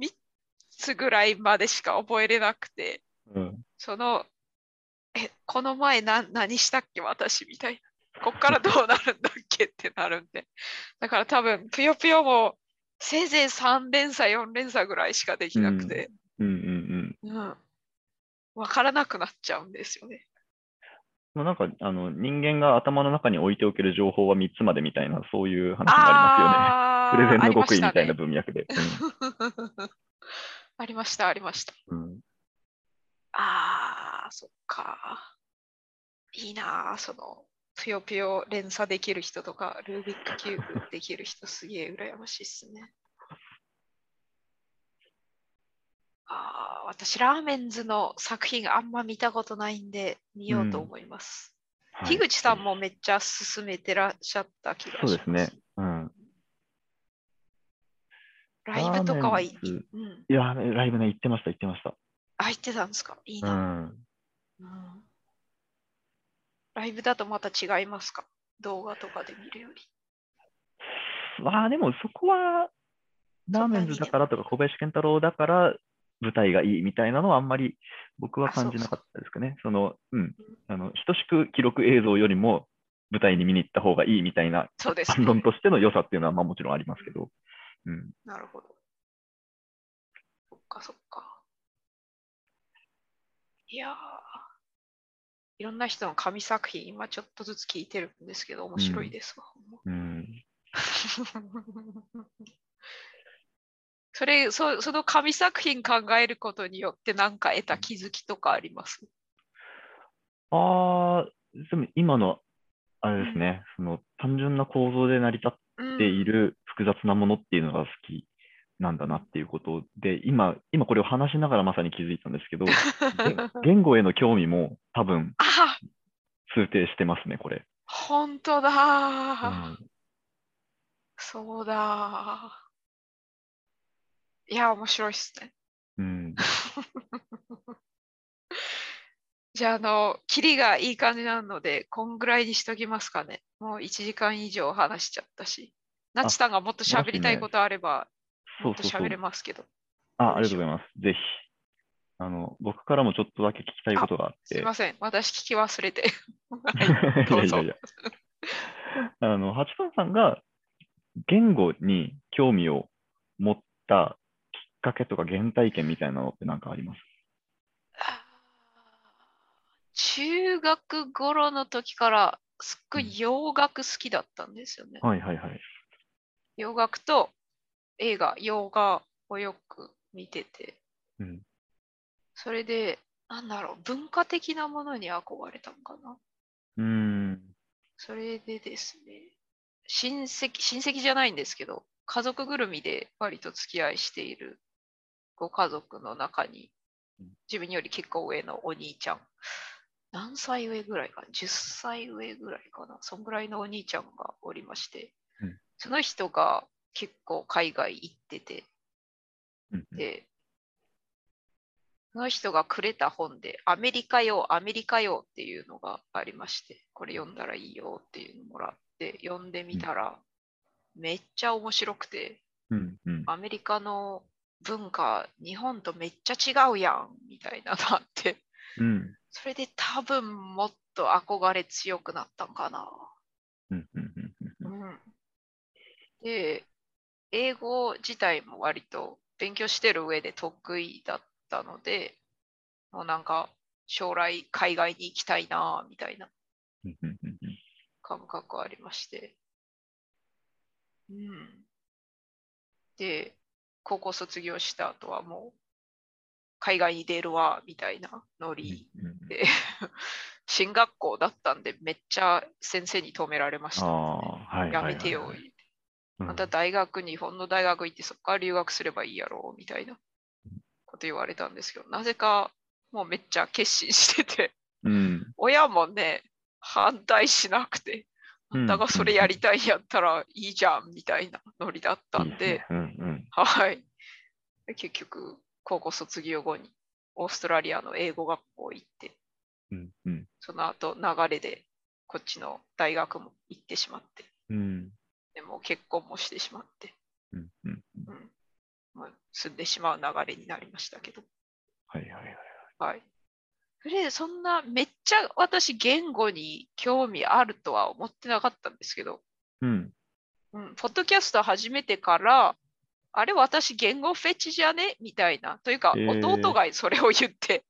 S2: つぐらいまでしか覚えれなくて、
S3: うん。
S2: その、え、この前な何したっけ私みたいな。こっからどうなるんだっけってなるんで。だから多分、ぷよぷよもせいぜい3連鎖、4連鎖ぐらいしかできなくて、
S3: うんうんうん。
S2: うん。わ、からなくなっちゃうんですよね。
S3: まあ、なんか、あの、人間が頭の中に置いておける情報は3つまでみたいな、そういう話もあ
S2: あ
S3: りますよね。プレゼンの極意
S2: あ
S3: みたい
S2: り
S3: な
S2: ま
S3: 文脈で。
S2: したねありました、ありました。
S3: うん。うん
S2: ああ、そっか。いいなあ、その、ぷよぷよ連鎖できる人とか、ルービックキューブできる人、すげえ羨ましいっすね。ああ、私、ラーメンズの作品あんま見たことないんで、見ようと
S3: うん
S2: 思います。
S3: はい
S2: 樋口さんもめっちゃ勧めてらっしゃった気がしま
S3: そ
S2: す。
S3: うですね。うん。
S2: ライブとかはい
S3: ラーメンズ
S2: うん、
S3: いや、ライブね、行ってました、行ってました。
S2: あ、入ってたんですかいいうな、
S3: ん。
S2: うんライブだとまた違いますか動画とかで見るより。
S3: まあでもそこは、ラーメンズだからとか小林健太郎だから舞台がいいみたいなのはあんまり僕は感じなかったですかね。その、うん。あの、等しく記録映像よりも舞台に見に行った方がいいみたいな
S2: そうです、
S3: 反論としての良さっていうのはまあもちろんありますけど。うん。
S2: なるほど。そっかそっか。いやー、いろんな人の紙作品、今ちょっとずつ聞いてるんですけど、面白いですわ。
S3: うん。
S2: それそ、その紙作品考えることによって何か得た気づきとかあります
S3: ああ、でも今の、あれですね、その単純な構造で成り立っ
S2: うん
S3: ている複雑なものっていうのが好きなんだなっていうことで、今、今これを話しながらまさに気づいたんです けど、で言語への興味も多分
S2: あ
S3: 通底してますね、これ。
S2: 本当だ
S3: う
S2: ー、
S3: ん
S2: そうだー。いや、面白いっすね。
S3: うん。
S2: じゃあ、あの、キリがいい感じなので、こんぐらいにしときますかね。もう1時間以上話しちゃったし。なちさんがもっと喋りたいことあれば、
S3: そ
S2: も
S3: う
S2: っと
S3: そうそ
S2: 喋
S3: う
S2: れ。ますけど。
S3: あ、ありがとうございます。ぜひ。あの、僕からもちょっとだけ聞きたいことがあっ
S2: すい
S3: て。
S2: ません。私聞き忘れ て。
S3: い
S2: ど
S3: や
S2: う
S3: い
S2: ぞ
S3: やいや。 あの、八番さんが言語に興味を持ったきっかけとか原体験みたいなのって何かあります
S2: 中学頃の時から、すっごい洋楽好きだったんですよね。
S3: はいはいはい。
S2: 洋楽と映画、洋画をよく見てて、
S3: うん
S2: それで、なんだろう、文化的なものに憧れたのかな。
S3: うーん。
S2: それでですね、親戚、親戚じゃないんですけど、家族ぐるみで割と付き合いしているご家族の中に
S3: うん、
S2: 自分より結構上のお兄ちゃん、何歳上ぐらいかな、10歳上ぐらいかな、そんぐらいのお兄ちゃんがおりまして
S3: うん、
S2: その人が結構海外行ってて、
S3: うん
S2: で、その人がくれた本で、アメリカよ、アメリカよっていうのがありまして、これ読んだらいいよっていうのもらって、読んでみたら、めっちゃ面白くて、
S3: うんうん。
S2: アメリカの文化、日本とめっちゃ違うやん、みたいなのあって、
S3: うん
S2: それで多分もっと憧れ強くなったんかな。
S3: うんうんうんうん
S2: うんで、英語自体も割と勉強してる上で得意だったので、もうなんか将来海外に行きたいなぁみたいな
S3: うんうんうんうん
S2: 感覚ありまして。うん。で、高校卒業した後はもう海外に出るわみたいなノリ
S3: うんうん
S2: で、 進学校だったんでめっちゃ先生に止められました、
S3: ああ、はいはいはいはい。
S2: やめてよ。
S3: うん
S2: また大学、日本の大学行ってそこから留学すればいいやろうみたいなこと言われたんですけど、なぜかもうめっちゃ決心してて、
S3: うん。
S2: 親もね、反対しなくて、
S3: う
S2: あ
S3: ん
S2: んたがそれやりたいんやったらいいじゃんみたいなノリだったん
S3: いい
S2: で、
S3: すねうん
S2: はい。で結局、高校卒業後にオーストラリアの英語学校行って、
S3: うんうん
S2: その後流れでこっちの大学も行ってしまって、
S3: うん
S2: でもう結婚もしてしまって、
S3: うんうん。
S2: うんまあ、住んでしまう流れになりましたけど、
S3: はいはいはい。
S2: はい。それでそんなめっちゃ私言語に興味あるとは思ってなかったんですけど、
S3: うん。
S2: うん、ポッドキャスト始めてから、あれ私言語フェチじゃねみたいな。というか
S3: へ、ー
S2: 弟がそれを言って、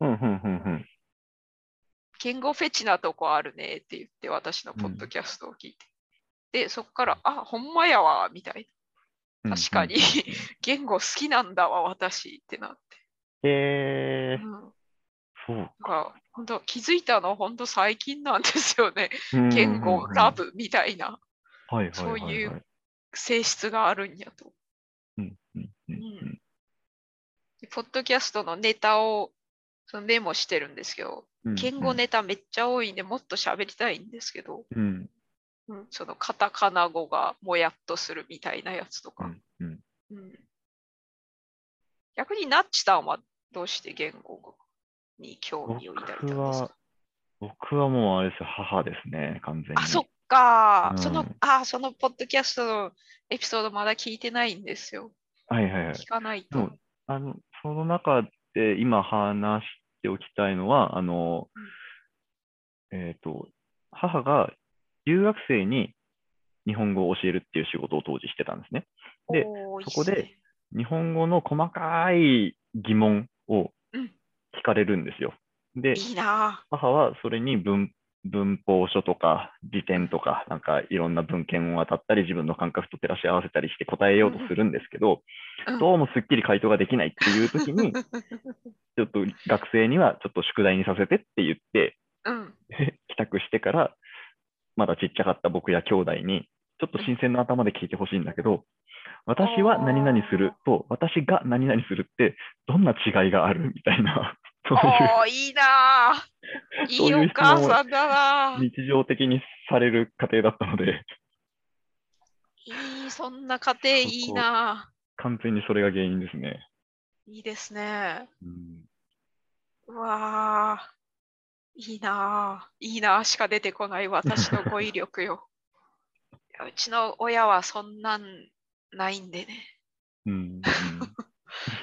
S3: うんうんうんうん。
S2: 言語フェチなとこあるねって言って、私のポッドキャストを聞いて。で、そこから、あ、ほんまやわ、みたい
S3: うん
S2: な。確かに。、 言語好きなんだわ、私ってなっ
S3: へ
S2: て。
S3: え
S2: う、ん
S3: そう。
S2: なんか本当気づいたの本当最近なんですよね。
S3: うんうんうん
S2: 言語、ラブみたいな
S3: はいはい
S2: そう
S3: はい
S2: いう
S3: はい。
S2: 性質があるんやと。
S3: うんうんうんうん
S2: でポッドキャストのネタをそのメモしてるんですけど、
S3: うん
S2: 言語。ネタめっちゃ多いんでもっと喋りたいんですけど、
S3: うん
S2: うんそのカタカナ語がもやっとするみたいなやつと
S3: う
S2: か。
S3: んうん
S2: うん逆にナッチさんはどうして言語に興味を抱いたんです
S3: 僕は
S2: か、
S3: 僕はもうあれですよ、母ですね、完全に。
S2: あ、そっか、
S3: うん
S2: その、あ、そのポッドキャストのエピソードまだ聞いてないんですよ。
S3: はいはいはい。
S2: 聞かないと。
S3: そうあの、その中で今話しておきたいのは、あの、えっ、と、母が留学生に日本語を教えるっていう仕事を当時してたんですね。で
S2: おー
S3: そこで
S2: いいっすね
S3: 日本語の細かい疑問を
S2: うん
S3: 聞かれるんですよ。で、
S2: いいな
S3: 母はそれに文文法書とか辞典とか、なんかいろんな文献を当たったり、自分の感覚と照らし合わせたりして答えようとするんですけど
S2: うん、
S3: どうもすっきり回答ができないっていう時 に、ちょっと学生にはちょっと宿題にさせてって言って、
S2: あ。うん。
S3: 帰宅してから、まだちっちゃかった僕や兄弟に、ちょっと新鮮な頭で聞いてほしいんだけど、私は何々すると、私が何々するって、どんな違いがあるみた いな、そういう
S2: おーいいなあい
S3: そう
S2: い
S3: いう
S2: お
S3: 質問を
S2: 母さんだなあ
S3: 日常的にされる家庭だったので、
S2: いい、そんな家庭いいなあ
S3: 完全にそれが原因ですね。
S2: いいですね。
S3: うん、
S2: うわあいいなあいいなあしか出てこない私の語彙力 よ。いやうちの親はそんなんないんでね。
S3: うんうん、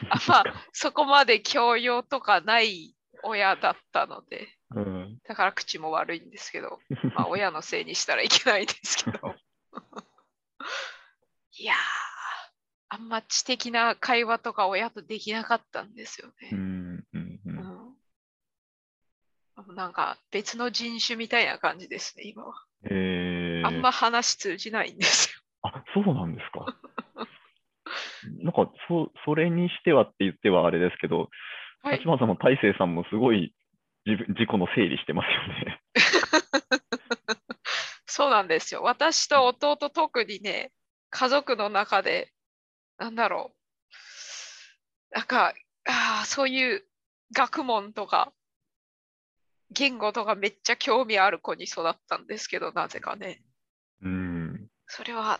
S2: あまあ、そこまで教養とかない親だったので、
S3: うん、
S2: だから口も悪いんですけ ど、まあ、親のせいにしたらいけないですけど。いやー、あんま知的な会話とか親とできなかったんですよ
S3: う
S2: ね。
S3: ん、うん、う。
S2: うんんなんか別の人種みたいな感じですね、今は。
S3: えー
S2: あんま話通じないんです よ。
S3: あ、そうなんですか。なんか、そ、それにしてはって言ってはあれですけど、
S2: はい
S3: 立花さんも大成さんもすごい自分、自己の整理してますよね。
S2: そうなんですよ。私と弟特にね、家族の中で、なんだろう。なんか、あーそういう学問とか、言語とかめっちゃ興味ある子に育ったんですけど、なぜかね。
S3: うん。
S2: それは、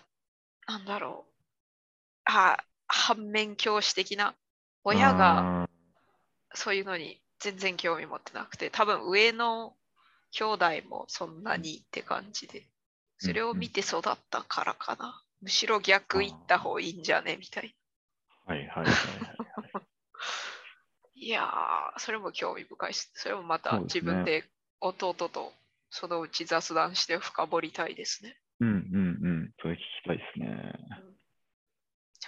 S2: なんだろう。あー反面教師的な。親が、
S3: あ
S2: そういうのに全然興味持ってなくて、多分上の兄弟もそんなにって感じで、それを見て育ったからかな。むしろ逆行った方がいいんじゃねみたい
S3: ー。はいはいはいはい。
S2: な。いやー、それも興味深いし、それもま
S3: そ
S2: た
S3: うです
S2: 自
S3: ね
S2: 分で弟とそのうち雑談して深掘りたいですね。
S3: うんうんうん。それ聞きたいですね。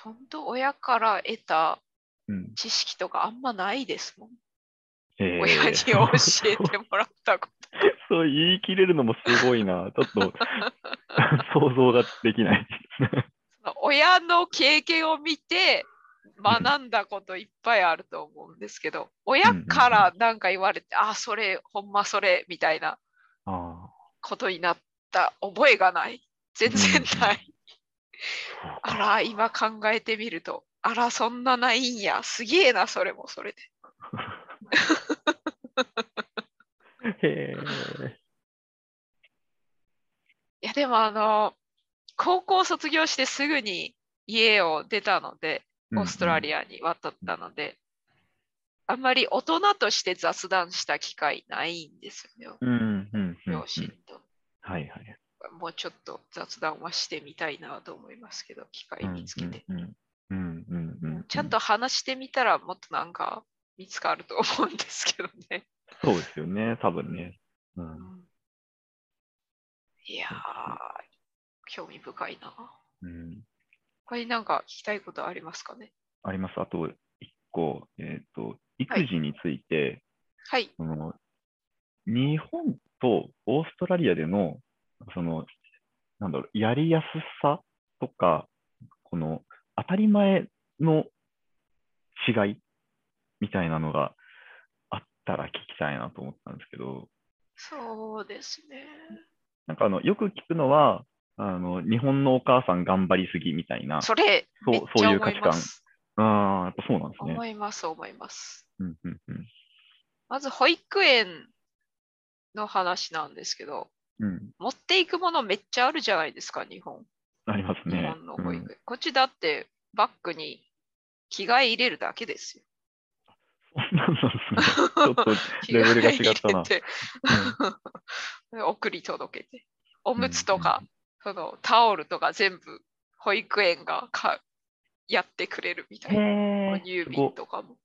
S2: 本当親から得た
S3: うん。
S2: 知識とかあんまないですもん。
S3: えー
S2: 親に教えてもらったこと。
S3: そう言い切れるのもすごいな。ちょっと 想像ができない。
S2: 親の経験を見て学んだこといっぱいあると思うんですけど、親から何か言われて、あ、それ、ほんまそれ、みたいな
S3: あ
S2: ことになった覚えがない。全然ない。あら、今考えてみると、あら、そんなないんや。すげえな、それもそれで。
S3: あ。へえ。
S2: いや、でもあの、高校卒業してすぐに家を出たので、オーストラリアに渡ったので、あんまり大人として雑談した機会ないんですよね、
S3: うんうんうんうん。
S2: 両親と。
S3: はいはい。
S2: もうちょっと雑談はしてみたいなと思いますけど、機会見つけて。
S3: うんうんうんうんうん、
S2: ちゃんと話してみたらもっとなんか見つかると思うんですけどね。
S3: そうですよね、多分ね。うん
S2: いやー、興味深いな。
S3: うん、
S2: 他になんか聞きたいことありますかね
S3: あります。あと一個、えっ、と、育児について、
S2: はい。
S3: その日本とオーストラリアでの、その、なんだろう、やりやすさとか、この当たり前の違いみたいなのがあったら聞きたいなと思ったんですけど、
S2: そうですね。
S3: なんかあの、よく聞くのは、あの、日本のお母さん頑張りすぎみたいな、
S2: それ、
S3: そう
S2: めっち
S3: そう
S2: ゃ
S3: いう
S2: 思
S3: 価
S2: い
S3: 値
S2: ま
S3: 観
S2: す。
S3: ああ、やっぱそうなんですね。
S2: 思います、思います。
S3: うんうんうん
S2: まず保育園の話なんですけど、
S3: うん、
S2: 持っていくものめっちゃあるじゃないですか、日本。
S3: あります
S2: 日
S3: ね。
S2: 本の保育園。こっちだってバッグに着替え入れるだけですよ。
S3: うなんですね。ちょっ とレベル が違ったな
S2: 着替え入れて 送り届けて。おむつとか、そのタオルとか全部保育園がかやってくれるみたいな。
S3: へー
S2: 乳
S3: すご
S2: 瓶
S3: っ
S2: とかも。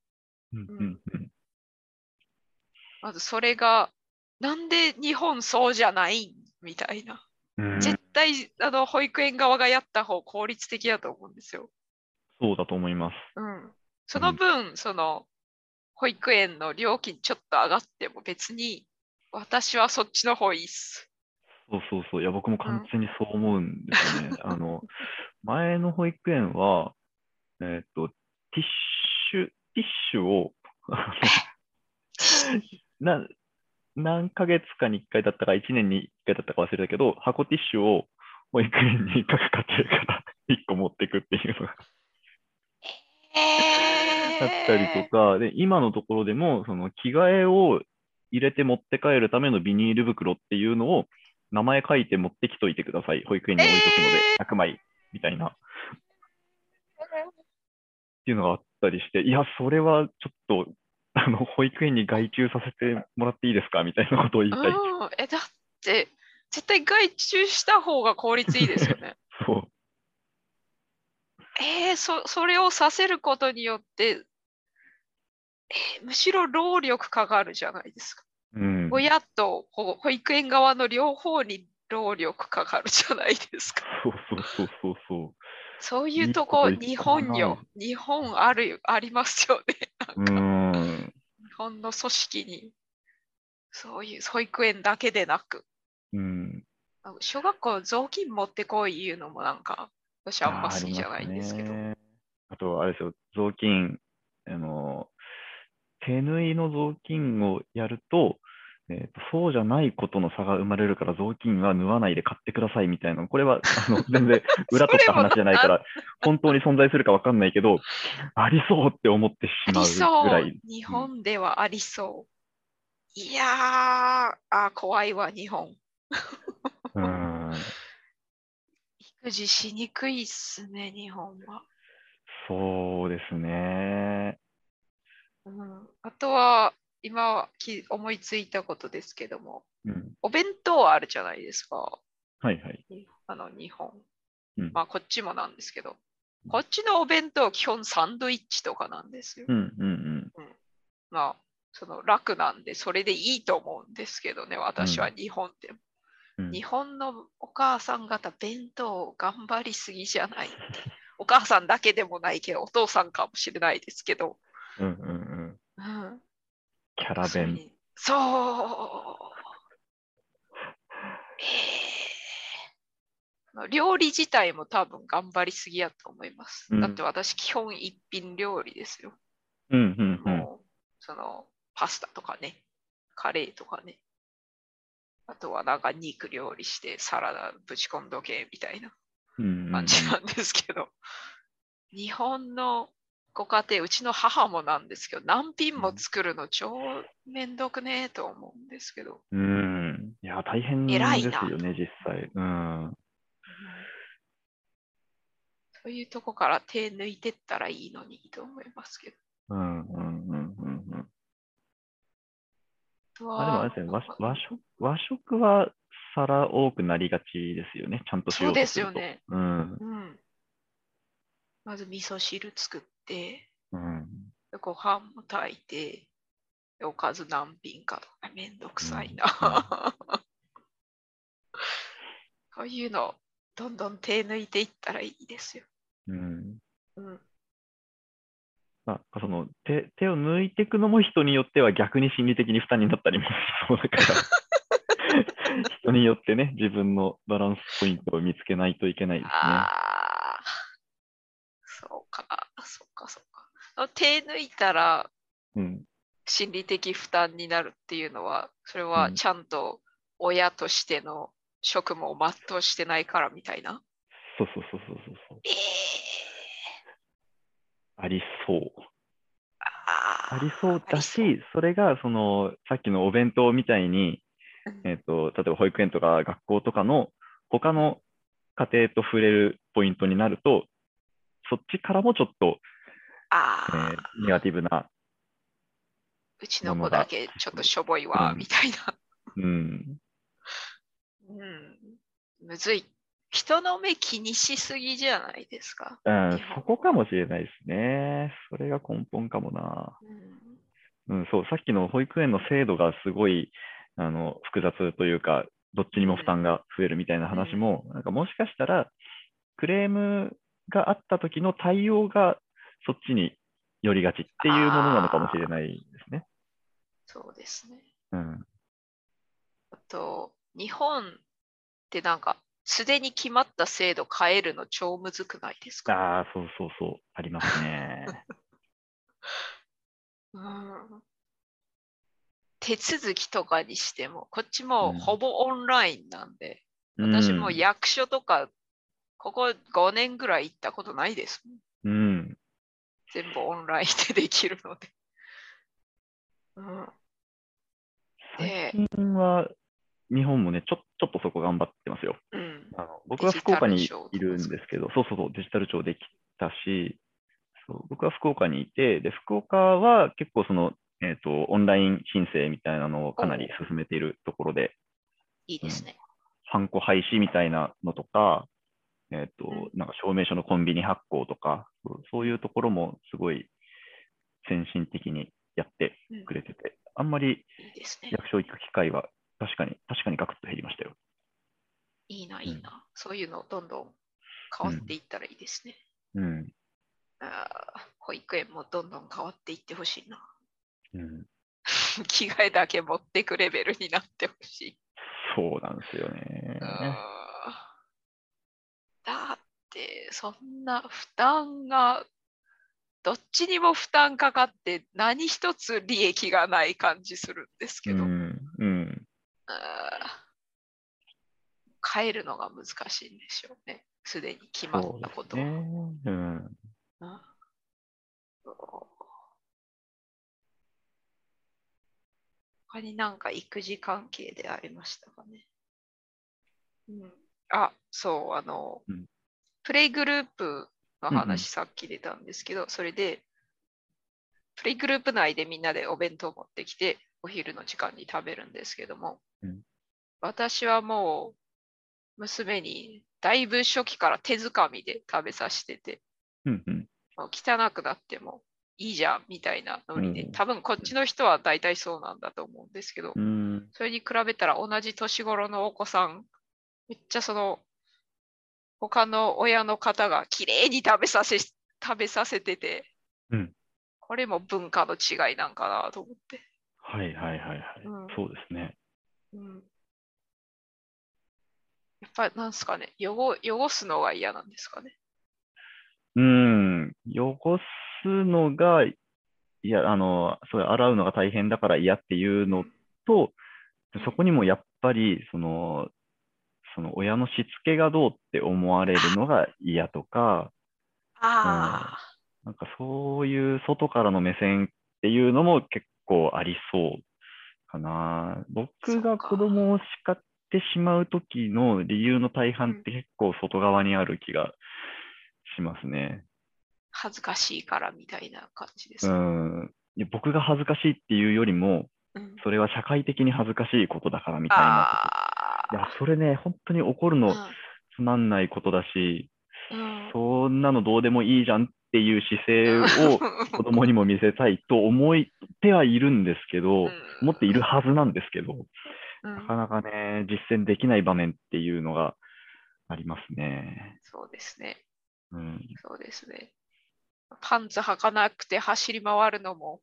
S3: うんうんうん
S2: まずそれが、なんで日本そうじゃないみたいな。
S3: うん
S2: 絶対、あの、保育園側がやった方効率的だと思うんですよ。
S3: そうだと思います。
S2: うん。その分、その、保育園の料金ちょっと上がっても別に、私はそっちの方いいっす。
S3: そうそうそう。いや、僕も完全にそう思うんですよね。あの、前の保育園は、えーっと、ティッシュ、ティッシュを、あのな何ヶ月かに1回だったか、1年に1回だったか忘れたけど、箱ティッシュを保育園に各家庭から1個持ってくっていうのがあったりとか、で、今のところでも、その着替えを入れて持って帰るためのビニール袋っていうのを、名前書いて持ってきといてください。保育園に置いとくので、100枚みたいな。っていうのがあったりして、いや、それはちょっと、あの、保育園に外注させてもらっていいですかみたいなことを言いたい。
S2: うん、え、だって、絶対外注した方が効率いいですよね。
S3: そう。
S2: えー、そ、それをさせることによって、えーむしろ労力かかるじゃないですか。
S3: うん。
S2: 親と保保育園側の両方に労力かかるじゃないです か。
S3: そうそうそうそうそ
S2: そういうとこ、
S3: いい
S2: 日
S3: こと言ったな
S2: 本よ。日本あるよ、ありますよね。
S3: う。うーん。
S2: 日本の組織に。そういう保育園だけでなく。
S3: うん。
S2: 小学校雑巾持ってこい言うのもなんか、私あんま好きじゃないんですけど
S3: あ。りますねあと、あれですよ、雑巾、あの、手縫いの雑巾をやると、えーとそうじゃないことの差が生まれるから雑巾は縫わないで買ってくださいみたいな、これは あの全然裏取った話じゃないから、本当に存在するかわかんないけど、ありそうって思っ
S2: あ
S3: てし
S2: り
S3: まう
S2: そ
S3: ぐら
S2: う
S3: い。。
S2: 日本ではありそう。いやー、あー怖いわ、日本。
S3: うーん
S2: 育児しにくいっすね、日本は。
S3: そうですね。
S2: うん、あとは、今き思いついたことですけども、
S3: うん、
S2: お弁当あるじゃないですか。
S3: はいはい。
S2: あの、日本。
S3: うん
S2: まあ、こっちもなんですけど、こっちのお弁当、基本サンドイッチとかなんですよ。
S3: うんうんうん。
S2: まあ、その楽なんで、それでいいと思うんですけどね、私は日本でも。
S3: うん
S2: 日本のお母さん方、弁当を頑張りすぎじゃない って。お母さんだけでもないけど、お父さんかもしれないですけど。
S3: うんうんうん。
S2: うん、
S3: キャラ弁。
S2: そう。えー料理自体も多分頑張りすぎやと思います。
S3: うん
S2: だって私、基本一品料理ですよ。
S3: うんうんうん。
S2: もう、その、パスタとかね、カレーとかね。あとはなんか肉料理してサラダぶち込んどけみたいな
S3: うんうんうん
S2: 感じなんですけど、日本のご家庭、うちの母もなんですけど、何品も作るの超めんどくねえと思うんですけど、
S3: うん。いや、大変です
S2: 偉いな
S3: よね、実際。うん。
S2: そういうとこから手抜いてったらいいのにと思いますけど。
S3: うんうんうんうんうん。
S2: あと
S3: ま
S2: は
S3: あでもあれですね、和和食和食は皿多くなりがちですよね、ちゃんとし
S2: そ
S3: よ
S2: う
S3: うと
S2: ですす
S3: る
S2: よ
S3: と。
S2: ね。
S3: うん。
S2: うん。まず味噌汁作って、
S3: うん。
S2: ご飯も炊いて、おかず何品かとかめんどくさいな。そういうの、どんどん手抜いていったらいいですよ。
S3: うん。
S2: うん、
S3: まあ、その手手を抜いていくのも人によっては逆に心理的に負担になったりもしそうだ から人によってね自分のバランスポイントを見つけないといけないですね。
S2: ああ、そうか、そうか、そうか。手抜いたら
S3: うん、
S2: 心理的負担になるっていうのは、それは
S3: うん
S2: ちゃんと親としての職務を全うしてないからみたいな。
S3: そうそうそうそうそうそう
S2: ええ
S3: ありそう。
S2: あ
S3: ありそう
S2: あり
S3: だ
S2: そう
S3: し、それがそのさっきのお弁当みたいに、
S2: うん
S3: えっと例えば保育園とか学校とかの他の家庭と触れるポイントになると、そっちからもちょっと、
S2: あ
S3: え
S2: ー
S3: ーネガティブな
S2: うちの子だけちょっとしょぼいわ、
S3: うん
S2: みたいな。
S3: うん。
S2: うん。むずい。人の目気にしすぎじゃないですか。
S3: うん、そこかもしれないですね。それが根本かもな。
S2: うん。
S3: うん、そう、さっきの保育園の制度がすごい、あの、複雑というか、どっちにも負担が増えるみたいな話も、なんかもしかしたら、クレームがあった時の対応がそっちに寄りがちっていうものなのかもしれないですね。
S2: そうですね。
S3: うん。
S2: あと、日本ってなんか、すでに決まった制度変えるの超むずくないですか
S3: ああ、そうそうそう、あります ね。
S2: うん。手続きとかにしても、こっちも
S3: うん
S2: ほぼオンラインなんで、私も役所とか、ここ5年ぐらい行ったことないですもん。
S3: うん、うん、
S2: 全部オンラインでできるので。うん。で、
S3: 最近は、日本もね、ちょ、ちょっとそこ頑張ってますよ。
S2: うん。
S3: あの僕は
S2: デジ
S3: 福
S2: タ
S3: 岡
S2: ル
S3: にい
S2: 庁
S3: るんですけど、そうそうそう、デジタル庁できたし、そう僕は福岡にいて、で福岡は結構その、えーと、オンライン申請みたいなのをかなり進めているところで、
S2: いいですね。
S3: ハンコ廃止みたいなのとか、えーと
S2: うん
S3: なんか証明書のコンビニ発行とか、そうそういうところもすごい先進的にやって
S2: うん
S3: くれてて、あんまり
S2: いいですね。
S3: 役所行く機会は確かに、確かにガクッと減りましたよ。
S2: いいな、
S3: ん
S2: いいな。そういうのどんどん変わっていったらいいですね。
S3: うん
S2: あー保育園もどんどん変わっていってほしいな。
S3: うん、
S2: 着替えだけ持ってくレベルになってほしい。
S3: そうなんですよね。
S2: あーだって、そんな負担が、どっちにも負担かかって、何一つ利益がない感じするんですけど、
S3: うん、うん、
S2: あー変えるのが難しいんでしょうね。すでに決まったこと
S3: そうで
S2: は。
S3: すねうん、
S2: うんそう他になんか育児関係でありましたかね。うん、あ、そう、あの、
S3: うん
S2: プレイグループの
S3: うんうん
S2: 話さっき出たんですけど、それで、プレイグループ内でみんなでお弁当持ってきて、お昼の時間に食べるんですけども、
S3: うん
S2: 私はもう、娘にだいぶ初期から手づかみで食べさせてて、
S3: うん、うん、
S2: もう汚くなってもいいじゃんみたいなノリで、
S3: うん
S2: 多分こっちの人は大体そうなんだと思うんですけど、
S3: うん、
S2: それに比べたら同じ年頃のお子さん、めっちゃその、他の親の方が綺麗に食べさせ、食べさせてて、
S3: うん
S2: これも文化の違いなんかなと思って。
S3: はい、はい、はい、はい、
S2: うん
S3: そうですね。
S2: うん、やっぱりなんですかね汚、汚すのが嫌なんですかね。
S3: うん、汚すのが、いや、あの、それ洗うのが大変だから嫌っていうのと、そこにもやっぱり、その、その親のしつけがどうって思われるのが嫌とか、
S2: ああ、
S3: なんかそういう外からの目線っていうのも結構ありそうかな。僕
S2: そう
S3: が
S2: か
S3: 子供を叱ってしまう時の理由の大半って結構外側にある気がしますね。
S2: 恥ずかしいからみたいな感じです
S3: う
S2: か。
S3: ん。いや僕が恥ずかしいっていうよりも、
S2: うん
S3: それは社会的に恥ずかしいことだからみたいな。
S2: あ
S3: い
S2: あ
S3: や、それね、本当に怒るのつまんないことだし、
S2: うん
S3: そんなのどうでもいいじゃんっていう姿勢を子供にも見せたいと思ってはいるんですけど、持っているはずなんですけど、
S2: うん
S3: な
S2: う
S3: か
S2: ん
S3: なかね、実践できない場面っていうのがありますね。
S2: そうですね。
S3: うん。
S2: そうですね。パンツ履かなくて走り回るのも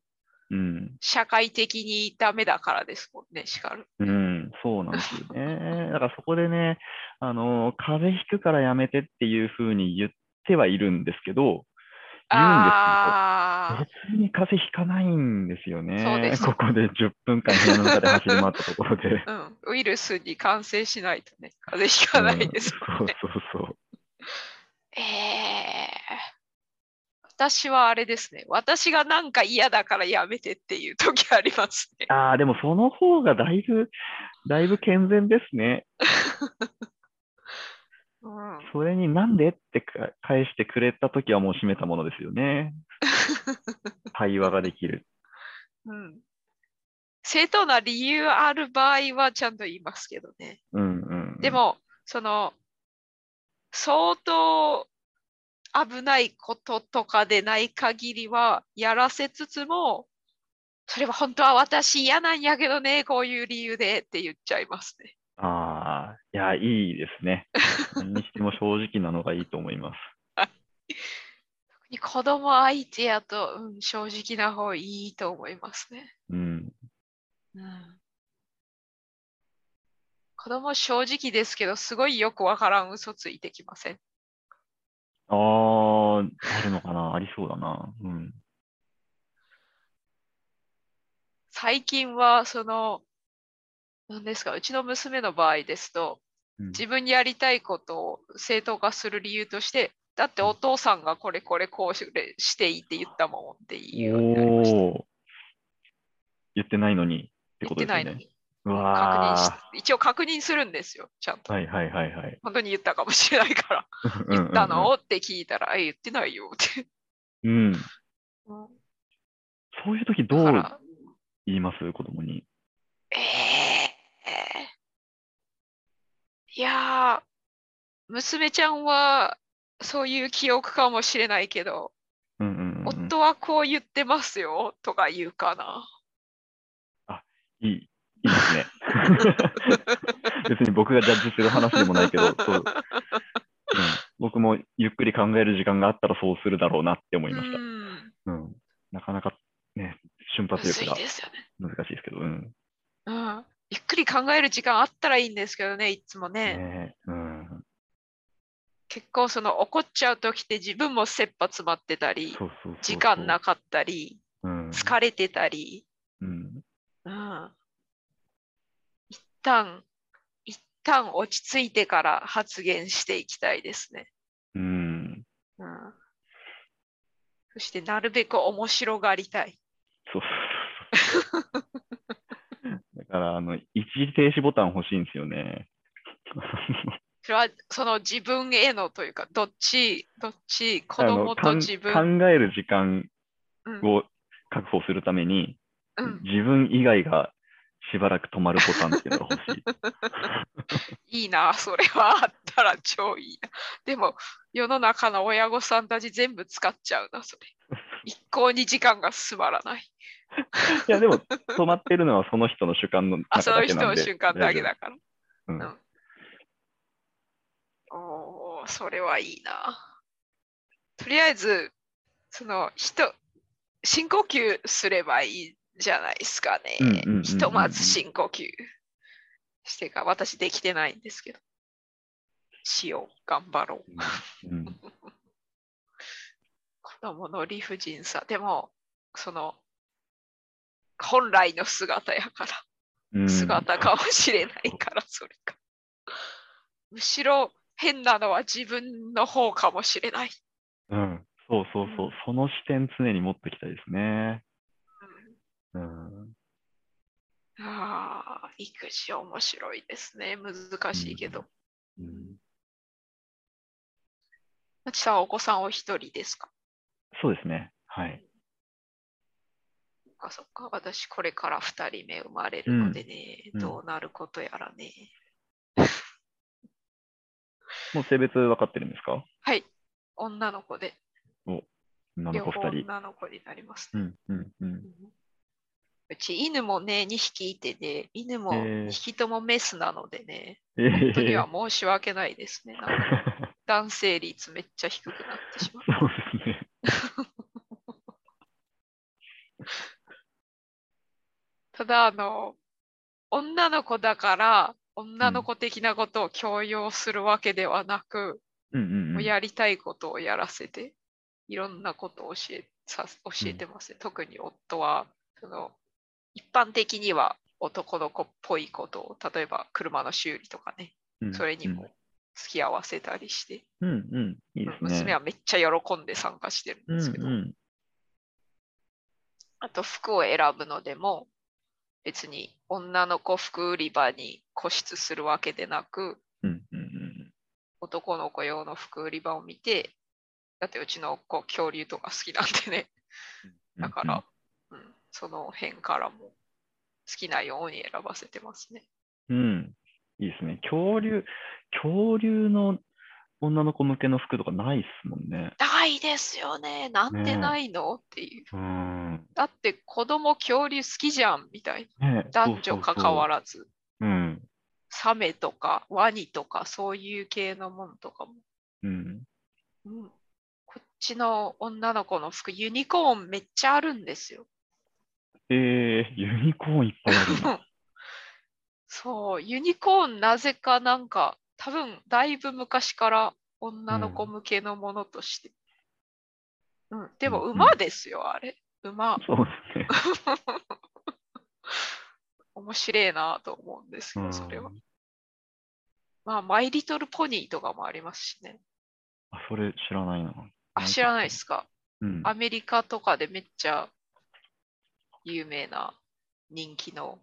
S3: うん。
S2: 社会的にダメだからですもんね、叱る。
S3: うん、そうなんですよね。だからそこでね、あの、風邪ひくからやめてっていうふうに言ってはいるんですけど、言うんです
S2: ああ、
S3: 別に風邪ひかないんですよね。
S2: そうです
S3: ここで10分間部屋の中で走り回ったところ で。
S2: うん。ウイルスに感染しないとね、風邪ひかないですもん
S3: うん
S2: ね。
S3: そうそうそう。
S2: ええ私はあれですね。私がなんか嫌だからやめてっていう時ありますね。
S3: ああ、でもその方がだいぶ、だいぶ健全ですね。
S2: うん、
S3: それになんでってか返してくれたときは もう閉めたものですよね。対話ができる。
S2: うん正当な理由ある場合はちゃんと言いますけどね。
S3: うんうんうん。
S2: で、も、その、相当危ないこととかでない限りは、やらせつつも、それは本当は私嫌なんやけどね、こういう理由でって言っちゃいますね。
S3: ああ、いや、いいで すね。何にしても正直なのがいいと思います。
S2: 特に子供相手やと、うん、正直な方いいと思いますね。
S3: うん。
S2: うん子供正直ですけど、すごいよくわからん嘘ついてきません。
S3: ああ、あるのかなありそうだな。うん。
S2: 最近は、その、何ですか、うちの娘の場合ですと、
S3: うん
S2: 自分にやりたいことを正当化する理由として、だってお父さんがこれこれこうしてしていいって言ったもんって言うようになりました。
S3: おお。言ってないのにって
S2: 言
S3: こ
S2: って
S3: とです
S2: ない
S3: よ
S2: のに
S3: ね。う
S2: 確認
S3: わ
S2: し
S3: あ。
S2: 一応確認するんですよ、ちゃんと。
S3: はいはいはいはい。
S2: 本当に言ったかもしれないから。
S3: うんうん
S2: 言ったのって聞いたら、え、言ってないよって。
S3: うんうん。そういう時ど
S2: だか
S3: う
S2: ら、
S3: 言います子供に。
S2: えーいやー、娘ちゃんはそういう記憶かもしれないけど、
S3: うんうんうんうん。
S2: 夫はこう言ってますよとか言うかな。
S3: いい、いいです ね。別に僕がジャッジする話でもないけ ど、そううん、僕もゆっくり考える時間があったらそうするだろうなって思いました。
S2: うん
S3: うんなかなかね、瞬
S2: む
S3: 発
S2: ずい
S3: 力が
S2: ですよね、
S3: 難しいですけど、うん。
S2: うん。ゆっくり考える時間あったらいいんですけどね、いつもね。
S3: ねうん、
S2: 結構その怒っちゃう時って自分も切羽詰まってたり、
S3: そうそうそうそう
S2: 時間なかったり、
S3: うん、
S2: 疲れてたり。
S3: うん、
S2: うん一旦、一旦落ち着いてから発言していきたいですね。
S3: うん、
S2: うん、そして、なるべく面白がりたい。
S3: そうそ うそうそう。だから、あの、一時停止ボタン欲しいんですよね。
S2: それは、その自分へのというか、どっち、どっち、子
S3: あの
S2: 供
S3: か
S2: と
S3: ん
S2: 自分。
S3: 考える時間
S2: うん
S3: を確保するために、
S2: うん、
S3: 自分以外がしばらく止まるボタンっていうのが欲し い。
S2: いいな、それはあったら超いいな。でも、世の中の親御さんたち全部使っちゃうな、それ。一向に時間が進まらない。
S3: いや、でも、止まってるのはその人の主観の
S2: あ、そ
S3: 中
S2: の
S3: だけ
S2: 人
S3: なん
S2: の
S3: で。
S2: 瞬間だけだから。
S3: 大
S2: う
S3: 丈
S2: んおお、それはいいな。とりあえず、その人、深呼吸すればいいじゃないですかね。
S3: うんうんうんうん
S2: ひとまず深呼吸してか、私できてないんですけど。しよう、頑張ろう。
S3: 夫うん。うん
S2: 子供の理不尽さ。でも、その、本来の姿やから。
S3: うん
S2: 姿かもしれないから、それか。むしろ変なのは自分の方かもしれない。
S3: うん。そうそうそう。その視点常に持ってきたいですね。うん。
S2: うんああ、育児面白いですね。難しいけど。
S3: うん
S2: なちさんはお子さんお一人ですか
S3: そうですね。はい。
S2: そっかそっか。私、これから二人目生まれるのでね、
S3: うんうん
S2: どうなることやらね。
S3: もう性別分かってるんですか
S2: はい。女の子で、
S3: 女の
S2: 両
S3: 子
S2: 方
S3: 2人。
S2: 女の子になります
S3: う
S2: ね。
S3: んうんうん。
S2: うち犬もね、2匹いてね、犬も
S3: へえ
S2: 2匹ともメスなのでね、
S3: え
S2: 本当に
S3: え
S2: は申し訳ないですね。なん か男性率めっちゃ低くなってしまう。
S3: そうですね。
S2: ただ、あの、女の子だから、女の子的なことを強要するわけではなく、
S3: うんうん
S2: も
S3: う。
S2: うんやりたいことをやらせて、いろんなことを教えさ教えてますね。特に夫は、その、一般的には男の子っぽいことを、例えば車の修理とかね、
S3: うん
S2: それにも付き合わせたりして、
S3: うんうん。いいですね。
S2: 娘はめっちゃ喜んで参加してる
S3: うんん
S2: で
S3: う
S2: すけど、
S3: ん。
S2: あと服を選ぶのでも別に女の子服売り場に固執するわけでなく
S3: うんうんうん。
S2: 男の子用の服売り場を見てだってうちの子恐竜とか好きなんでねだから、うんその辺からもきなように選ばせてますね。
S3: うん。いいですね。恐竜、恐竜の女の子向けの服とかないっすもんね。
S2: ないですよね。なん
S3: ねえ
S2: でないのっていう。
S3: うん。
S2: だって子供恐竜好きじゃんみたい
S3: ねえ
S2: な。男女関わ
S3: ら
S2: らず。
S3: ず。うん。
S2: サメとかワニとかそういう系のものとかも。
S3: うん。
S2: うん、こっちの女の子の服、ユニコーンめっちゃあるんですよ。
S3: えー、ユニコーンいっぱいある な。
S2: そう、ユニコーンなぜかなんか、多分だいぶ昔から女の子向けのものとして。うん、でも
S3: うんうん
S2: 馬ですよ、あれ。馬、
S3: そうです ね。
S2: 面白いなと思うんですけ
S3: う
S2: ど、
S3: ん
S2: それは。まあ、マイリトルポニーとかもありますしね。
S3: あ、それ知らないな。
S2: あ、知らないですか。
S3: うん。
S2: アメリカとかでめっちゃ有名な人気の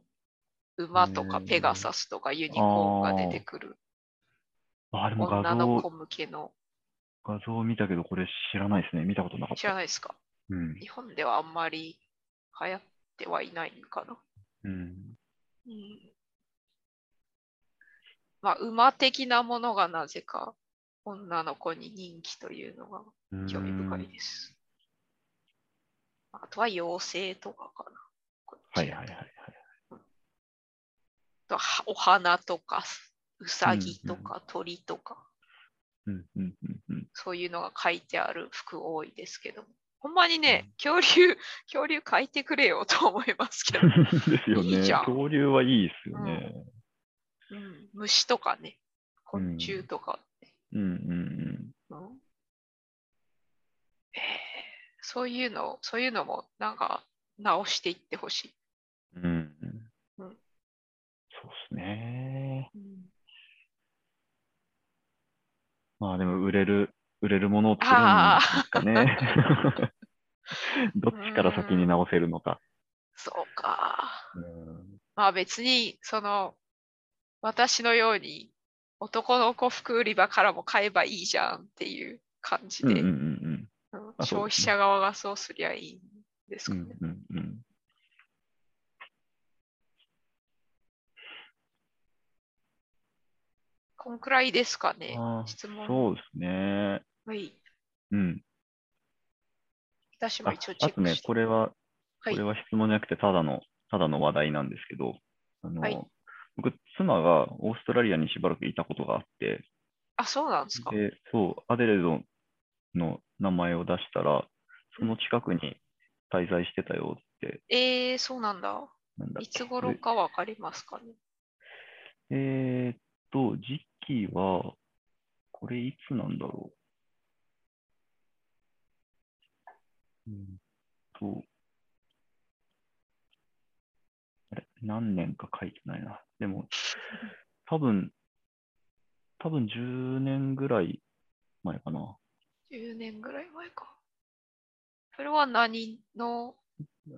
S2: 馬とか
S3: へー
S2: ペガサスとかユニコーンが出てくる
S3: あ、でも
S2: 女
S3: 画
S2: の子
S3: 像、
S2: 向けの
S3: 画像見たけど、これ知らないですね。見たことなかっ
S2: 知ら
S3: た。
S2: ないですか
S3: うん。
S2: 日本ではあんまり流行ってはいないのかな、
S3: うん。
S2: うん、まあ馬的なものがなぜか女の子に人気というのが
S3: うん
S2: 興味深いですあとは妖精とかかなこっち
S3: はいはいはいはい。
S2: あとはお花とかすうさぎとか鳥とか、
S3: うんうんうん うん。
S2: そういうのが書いてある服多いですけどほんまにね、恐竜、恐竜書いてくれよと思いますけど、
S3: ですよね。
S2: いいじゃん
S3: 恐竜はいいですよね。
S2: うん、虫とかね、昆虫とか、
S3: うんうん
S2: うんえーそういうの、そういうのもなんか直していってほしい。
S3: うん。う
S2: う
S3: ん。そうんですね。まあでも売れる、売れるものを作るん
S2: あ
S3: ですかね。 どっちから先に直せるのか。
S2: そうか。
S3: うん
S2: まあ別に、その、私のように男の子服売り場からも買えばいいじゃんっていう感じ
S3: うんうん
S2: で、
S3: うんうん。
S2: うん
S3: あそう
S2: 消費者側がそうすりゃいいんです
S3: う
S2: かね。
S3: んうんうん。
S2: こんくらいですかね。
S3: あー
S2: 質問
S3: そうですね。
S2: はい。
S3: うん。
S2: 私も
S3: あ
S2: 一応チェッ
S3: あと
S2: ク
S3: ね
S2: し、て。
S3: これは、こ
S2: はい
S3: れは質問じゃなくて、ただの、ただの話題なんですけど、あの、
S2: はい
S3: 僕、妻がオーストラリアにしばらくいたことがあって、
S2: あ、そうなんですか。
S3: で、そう、アデレードの名前を出したら、その近くに滞在してたよって、
S2: えー、そうなんだ。
S3: なんだっ
S2: い
S3: け
S2: つ頃
S3: で
S2: かわかりますかね。
S3: えーっと、時期は、これいつなんだろう。うんと、あれ、何年か書いてないな。でも、多分、多分10年ぐらい前かな。
S2: 10年ぐらい前か。それは何の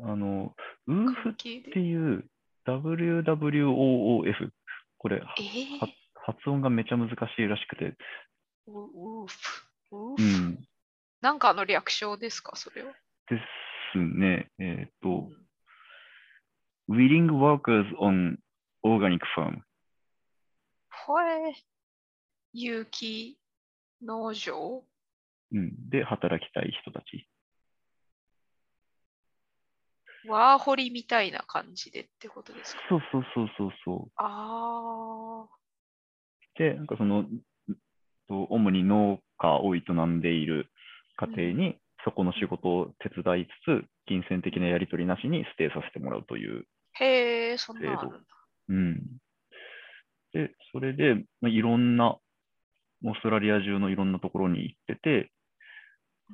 S3: あの、ウーフっ
S2: 関係
S3: て
S2: で
S3: いう WWOOF。これ、
S2: え
S3: は
S2: ー、
S3: 発音がめちゃ難しいらしくて。
S2: ウウーフ。ウー
S3: う
S2: フ。
S3: ん。
S2: なんかの略称ですか、それは。
S3: ですね。えっ、と
S2: うん、
S3: Willing Workers on Organic Farm。
S2: ほえ。有機農場
S3: うん、で、働きたい人たち。
S2: ワーホリみたいな感じでってことですか。
S3: そうそうそうそうそ
S2: あ
S3: う。で、なんかその、うんと主に農家を営んでいる家庭に、そこの仕事を手伝いつつ、金銭的なやり取りなしにステイさせてもらうという。
S2: ー。へえ、そんなのあるんだ。
S3: うん、で、それで、まあ、いろんな、オーストラリア中のいろんなところに行ってて、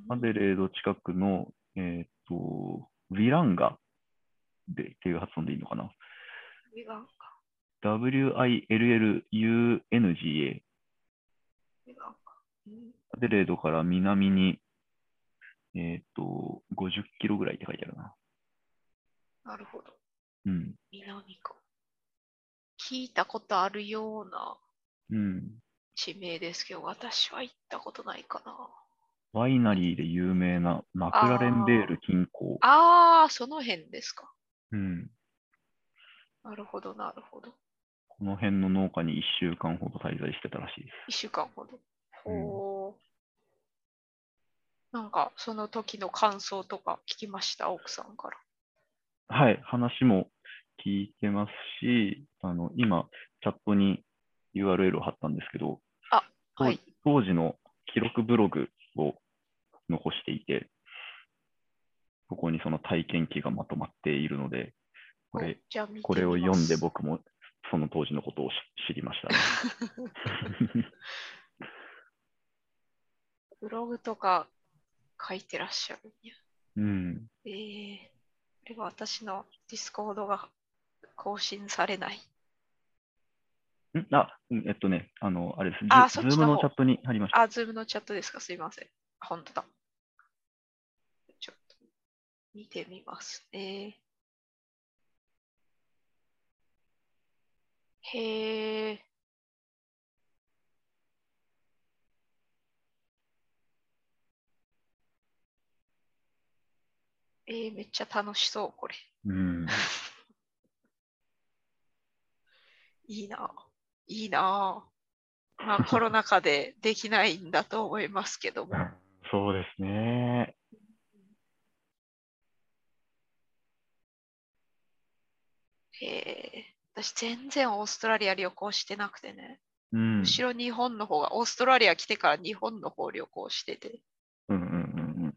S3: ア
S2: うん
S3: デレード近くの、えーっと、ウィランガでっていう発音でいいのかな。
S2: ビガンか
S3: WILLUNGA。
S2: ビガンかうん
S3: アデレードから南に、えーっと、50キロぐらいって書いてあるな。
S2: なるほど。
S3: うん。
S2: 南か。聞いたことあるような
S3: うん。
S2: 地名ですけど、私は行ったことないかな。
S3: ワイナリーで有名なマクラレンベール近郊。
S2: あー、その辺ですか。
S3: うん。
S2: なるほど、なるほど。
S3: この辺の農家に1週間ほど滞在してたらしいです。
S2: 1週間ほど。
S3: うん
S2: ほう。なんか、その時の感想とか聞きました、奥さんから。
S3: はい、話も聞いてますし、あの今、チャットに URL を貼ったんですけど、
S2: あ
S3: 当
S2: はい
S3: 当時の記録ブログを残していて、ここにその体験記がまとまっているので、これ
S2: お、じゃあ見てみます
S3: これを読んで僕もその当時のことを知知りましたね。
S2: ブログとか書いてらっしゃるんや。
S3: うん、
S2: えー、これは私のディスコードが更新されない。
S3: んあ、うんえっとね、あの、あれです。ズ
S2: あそっちの
S3: ズームの
S2: 方
S3: チャットに貼りました。
S2: あ、ズームのチャットですかすいません。本当だ。ちょっと見てみますね。へえ。えー、めっちゃ楽しそう、これ。
S3: うん、
S2: いいな。いいな。ま あ、コロナ禍でできないんだと思いますけども。
S3: そうですね。
S2: えー、私全然オーストラリア旅行してなくてね、
S3: うん。
S2: むしろ日本の方が、オーストラリア来てから日本の方旅行してて、
S3: うんうんうんうん。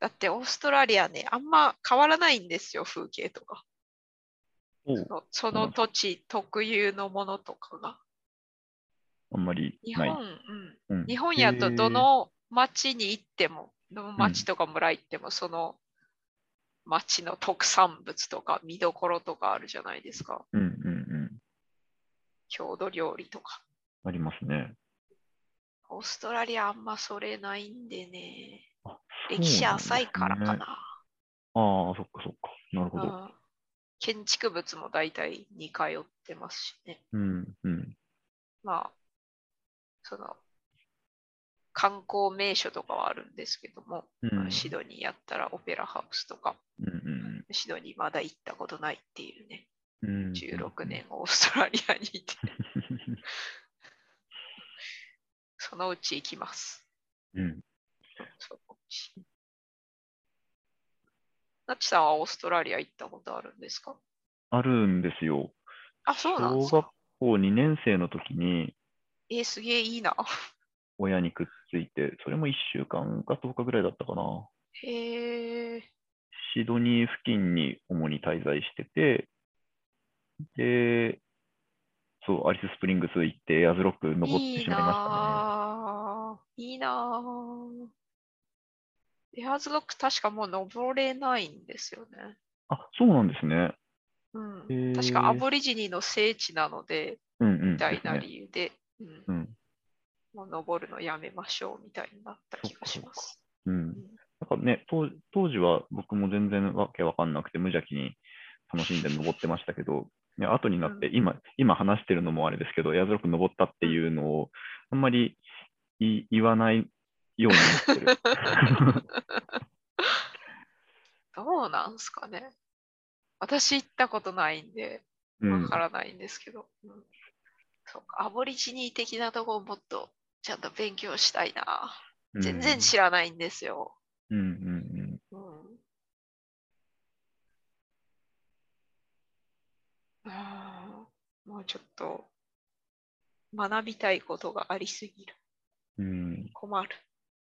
S2: だってオーストラリアね、あんま変わらないんですよ、風景とか。
S3: お
S2: そのその土地特有のものとかが。
S3: あんまり
S2: 日
S3: な
S2: 本、
S3: い。
S2: うん、
S3: うん
S2: 日本やとどの町に行っても、どの町とか村行っても、その町の特産物とか見どころとかあるじゃないですか。
S3: うんうんうん。
S2: 郷土料理とか。
S3: ありますね。
S2: オーストラリアあんまそれないんでね。
S3: あ
S2: 歴史浅いからかな。。
S3: そうなんですねああ、そっかそっか。なるほど。
S2: うん建築物も大体似通ってますしね。
S3: うんうん。
S2: まあ、その、観光名所とかはあるんですけども、
S3: うん
S2: あのシドニーやったらオペラハウスとか、
S3: うんうん
S2: シドニーまだ行ったことないっていうね、
S3: うんうん。
S2: 16年オーストラリアに いて、そのうち行きます。
S3: うん。
S2: そのうち。なっちさんはオーストラリア行ったことあるんですか
S3: あるんですよ。
S2: あ、そうなん
S3: 小
S2: です
S3: 学
S2: か。
S3: 校2年生の時に
S2: えーすげえいいな。
S3: 親にくっついて、それも1週間か10日ぐらいだったかな。
S2: へえ。
S3: シドニー付近に主に滞在してて、で、そう、アリススプリングス行って、エアーズロック残って
S2: いい
S3: しまいま
S2: なあいいなあエアーズロック確かもう登れないんですよね。
S3: したね。あ、そうなんですね。
S2: う
S3: へ
S2: ん、
S3: え
S2: 確かアボリジニの聖地なので、
S3: うんうん。
S2: みたいな
S3: ですね
S2: 理由で、うん
S3: うん。
S2: もう登るのやめましょうみたいになった気がします。
S3: うん。なんかね、当当時は僕も全然わけわかんなくて、無邪気に楽しんで登ってましたけど、ね、後になって、
S2: う
S3: 今、今話してるのもあれですけど、エアーズロック登ったっていうのを、あんまりい言わないようになってる。
S2: どうなんすかね。私行ったことないんで、
S3: う
S2: わ
S3: ん
S2: か。らないんですけど、うんそうか、アボリジニ的なとこをもっとちゃんと勉強したいな。全然知らないんですよ。
S3: うんうんうん。
S2: うんあーもうちょっと学びたいことがありすぎる。
S3: うん
S2: 困る。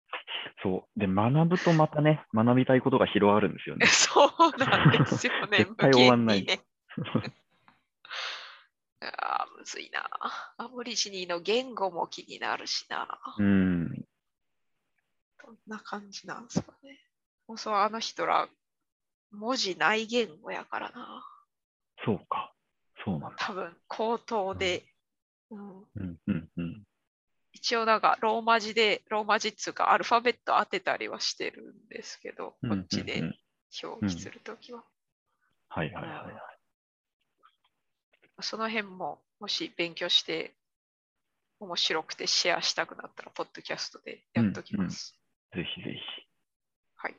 S3: そう。で、学ぶとまたね、学びたいことが広がるんですよ ね。
S2: そうなんですよね。
S3: 絶対終わんない
S2: 無限にねあーむずいな。アボリジニの言語も気になるしな。
S3: うん。
S2: どんな感じなんですかね。もうそう、あの人ら、文字ない言語やからな。
S3: そうか。そうなんだ。
S2: 多分、口頭で。うん
S3: うんうんうん。
S2: 一応なんかローマ字で、ローマ字っつうかアルファベット当てたりはしてるんですけど、こっち
S3: うんうん
S2: で
S3: うん
S2: 表記するときは。
S3: はいはいはいはい。
S2: その辺ももし勉強して面白くてシェアしたくなったら、ポッドキャストでやっときます。
S3: ぜひぜひ。
S2: はい。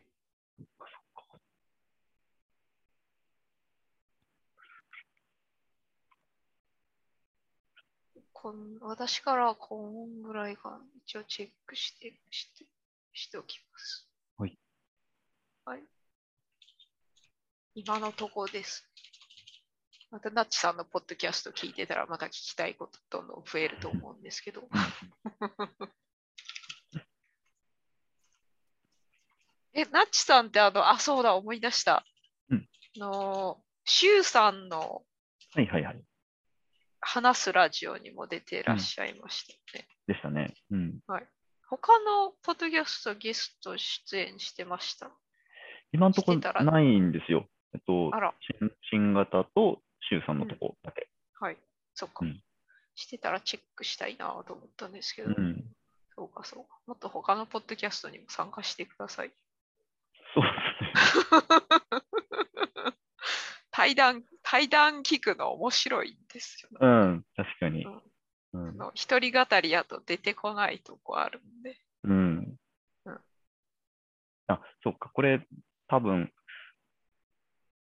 S2: こん私からはこんぐらいが一応チェックして、して、しておきます。
S3: はい。
S2: はい。今のとこです。また、ナッチさんのポッドキャスト聞いてたら、また聞きたいことどんどん増えると思うんです けど。え、ナッチさんってあの、あ、そうだ、思い出した。
S3: うん
S2: あの、シュウさんの
S3: はいはいはい。
S2: 話すラジオにも出てらっしゃいましたよね。
S3: でしたね。うん。
S2: 他のポッドキャストゲスト出演してました。
S3: 今のとこ
S2: してたら
S3: ないんですよ。えっと
S2: あ、ら、
S3: 新新型と周さんのとこだけ。
S2: はい、そっか。
S3: うん
S2: してたらチェックしたいなと思ったんですけど、
S3: うん。
S2: そうかそうか。もっと他のポッドキャストにも参加してください。
S3: そうですね。
S2: 対談、対談聞くの面白いんですよ、ね。
S3: うん、確かに。う
S2: あ
S3: ん。
S2: の一人語りやと出てこないとこあるんで。
S3: うん
S2: うん。
S3: あ、そうか、これ、多分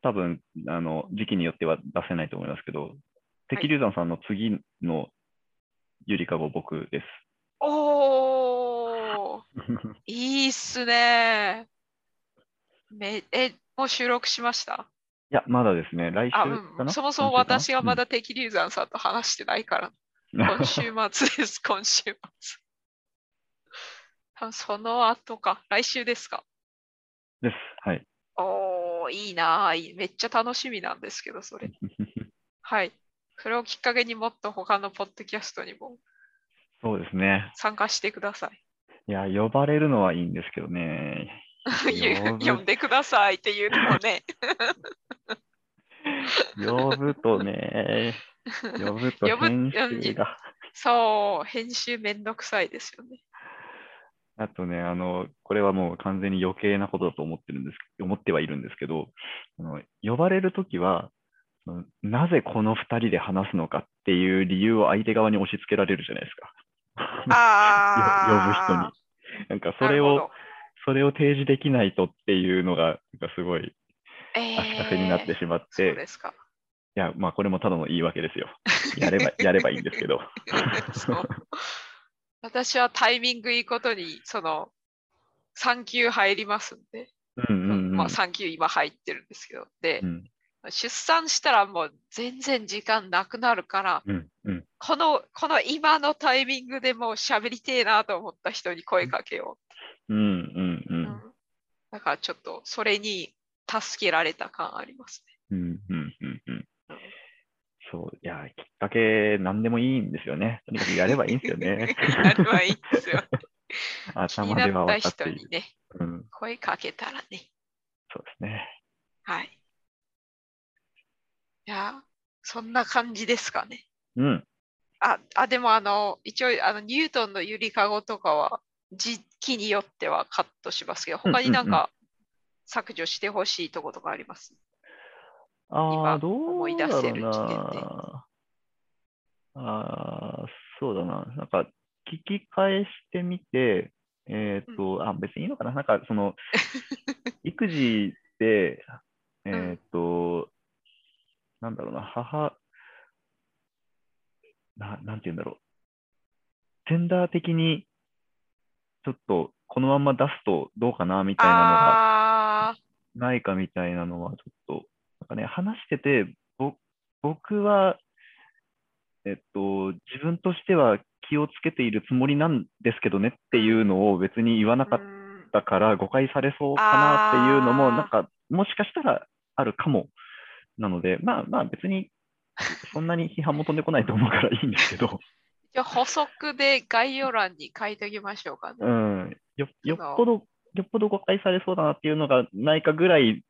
S3: 多分あの、時期によっては出せないと思いますけど、敵流山さんの次のゆりかご 僕です。
S2: おー、いいっすねめえ、もう収録しました
S3: いや、まだですね、来週
S2: あ、
S3: か
S2: う、
S3: なん
S2: そもそも
S3: 今
S2: 私
S3: 週かな
S2: がまだ敵流山さんと話してないから、
S3: うん
S2: 今週末です、 今週末。多分その後か、来週ですか。
S3: です。はい。
S2: おー、いいなあいいめっちゃ楽しみなんですけど、そ れ。はい。それをきっかけにもっと他のポッドキャストにも
S3: そうですね。
S2: 参加してください。
S3: いや、呼ばれるのはいいんですけどね。よ ぶ
S2: 呼んでくださいっていうのもね、
S3: 呼ぶとね、呼ぶと
S2: 呼ぶ
S3: 編集が。
S2: そう、編集めんどくさいですよね。
S3: あとね、あの、これはもう完全に余計なことだと思ってるんです、思ってはいるんですけど、あの呼ばれるときは、そのなぜこの2人で話すのかっていう理由を相手側に押し付けられるじゃないですか。 よ呼ぶ人
S2: あ
S3: に。なんかそれを、、それを提示できないとっていうのが、なんかすごい
S2: え
S3: 足かせになってしまっ
S2: そ
S3: て、
S2: うですか。
S3: いや、まあこれもただの言い訳ですよ。やれば、やればいいんです けど。
S2: そう私はタイミングいいことに、その、3級入りますんで、
S3: うんうんうん。
S2: まあ3級今入ってるんですけど、で
S3: う、ん
S2: 出産したらもう全然時間なくなるから、
S3: うんうん。
S2: この、この今のタイミングでもう喋りてえなと思った人に声かけよ
S3: うんうんう
S2: う。
S3: ん。
S2: うんだからちょっと、それに助けられた感あります
S3: うんうんうんうんそう、いや、きっかけ、なんでもいいんですよね。とにかくやればいいん ですよね
S2: ね。。あれはいいですよ。気に
S3: 頭
S2: な
S3: では
S2: った
S3: 分かっ
S2: 人
S3: てい
S2: に
S3: る。
S2: ね、
S3: うん、
S2: 声かけたらね。
S3: そうですね。
S2: はい。いや、そんな感じですかね。
S3: うん。
S2: あ、あでもあの、一応、あの、ニュートンのゆりかごとかは、時期によってはカットしますけど、
S3: うんうん
S2: 他になんか削除してほしいとことかあります。
S3: あ
S2: 今
S3: あ、ど
S2: 思
S3: う
S2: い
S3: だ
S2: 出
S3: ろ
S2: せ
S3: う
S2: る時点で
S3: な。ああ、そうだな。なんか、聞き返してみて、えっ、と、あ、別にいいのかな。なんか、そ の、育児で、えっ、と、なんだろうな、母、ななんて言うんだろう。ジェンダー的に、ちょっと、このまんま出すとどうかな、みたいなのが、
S2: あ
S3: ないかみたいなのは、ちょっと、なんかね、話してて、ぼ僕は、えっと、自分としては気をつけているつもりなんですけどねっていうのを別に言わなか
S2: ー
S3: っ
S2: うん
S3: たから誤解されそうかなっていうのも、
S2: あー
S3: なんか、もしかしたらあるかも。なので、まあまあ別に、そんなに批判も飛んでこないと思うからいいんですけど、
S2: じゃあ補足で概要欄に書いておきましょうかね。
S3: うん、よよっぽど、よっぽど誤解されそうだなっていうのがないかぐらい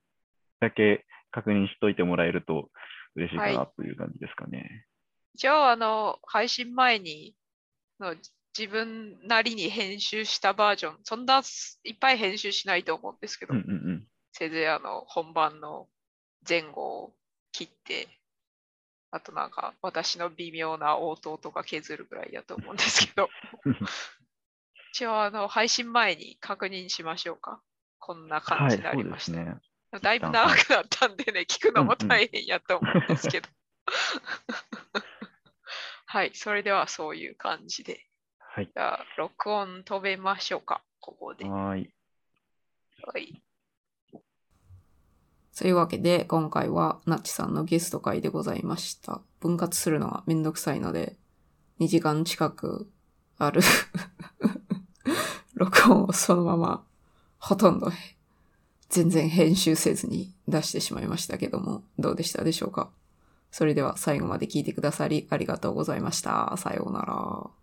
S3: だけ確認しといてもらえると嬉しいか
S2: は
S3: なという感じですかね。
S2: 一応あの配信前にの自分なりに編集したバージョンそんないっぱい編集しないと思うんですけど、
S3: うんうんうん。
S2: せいぜいあの本番の前後を切ってあとなんか私の微妙な応答とか削るぐらいだと思うんです けど一応あの配信前に確認しましょうかこんな感
S3: はい、
S2: じにな
S3: そ
S2: り
S3: うで
S2: ますした、
S3: ね。
S2: だいぶ長くな ったんでね、聞くのも大変やと思うんですけど。
S4: はい、それではそういう感じで。
S3: はい。
S4: じゃあ、録音止めましょうか、ここで。は
S3: はーい。
S4: い。
S2: そういうわけで、今回はナッチさんのゲスト会でございました。分割するのはめんどくさいので、2時間近くある 録音をそのまま、ほとんど、全然編集せずに出してしまいましたけども、どうでしたでしょうかそれでは最後まで聞いてくださりありがとうございました。さようなら。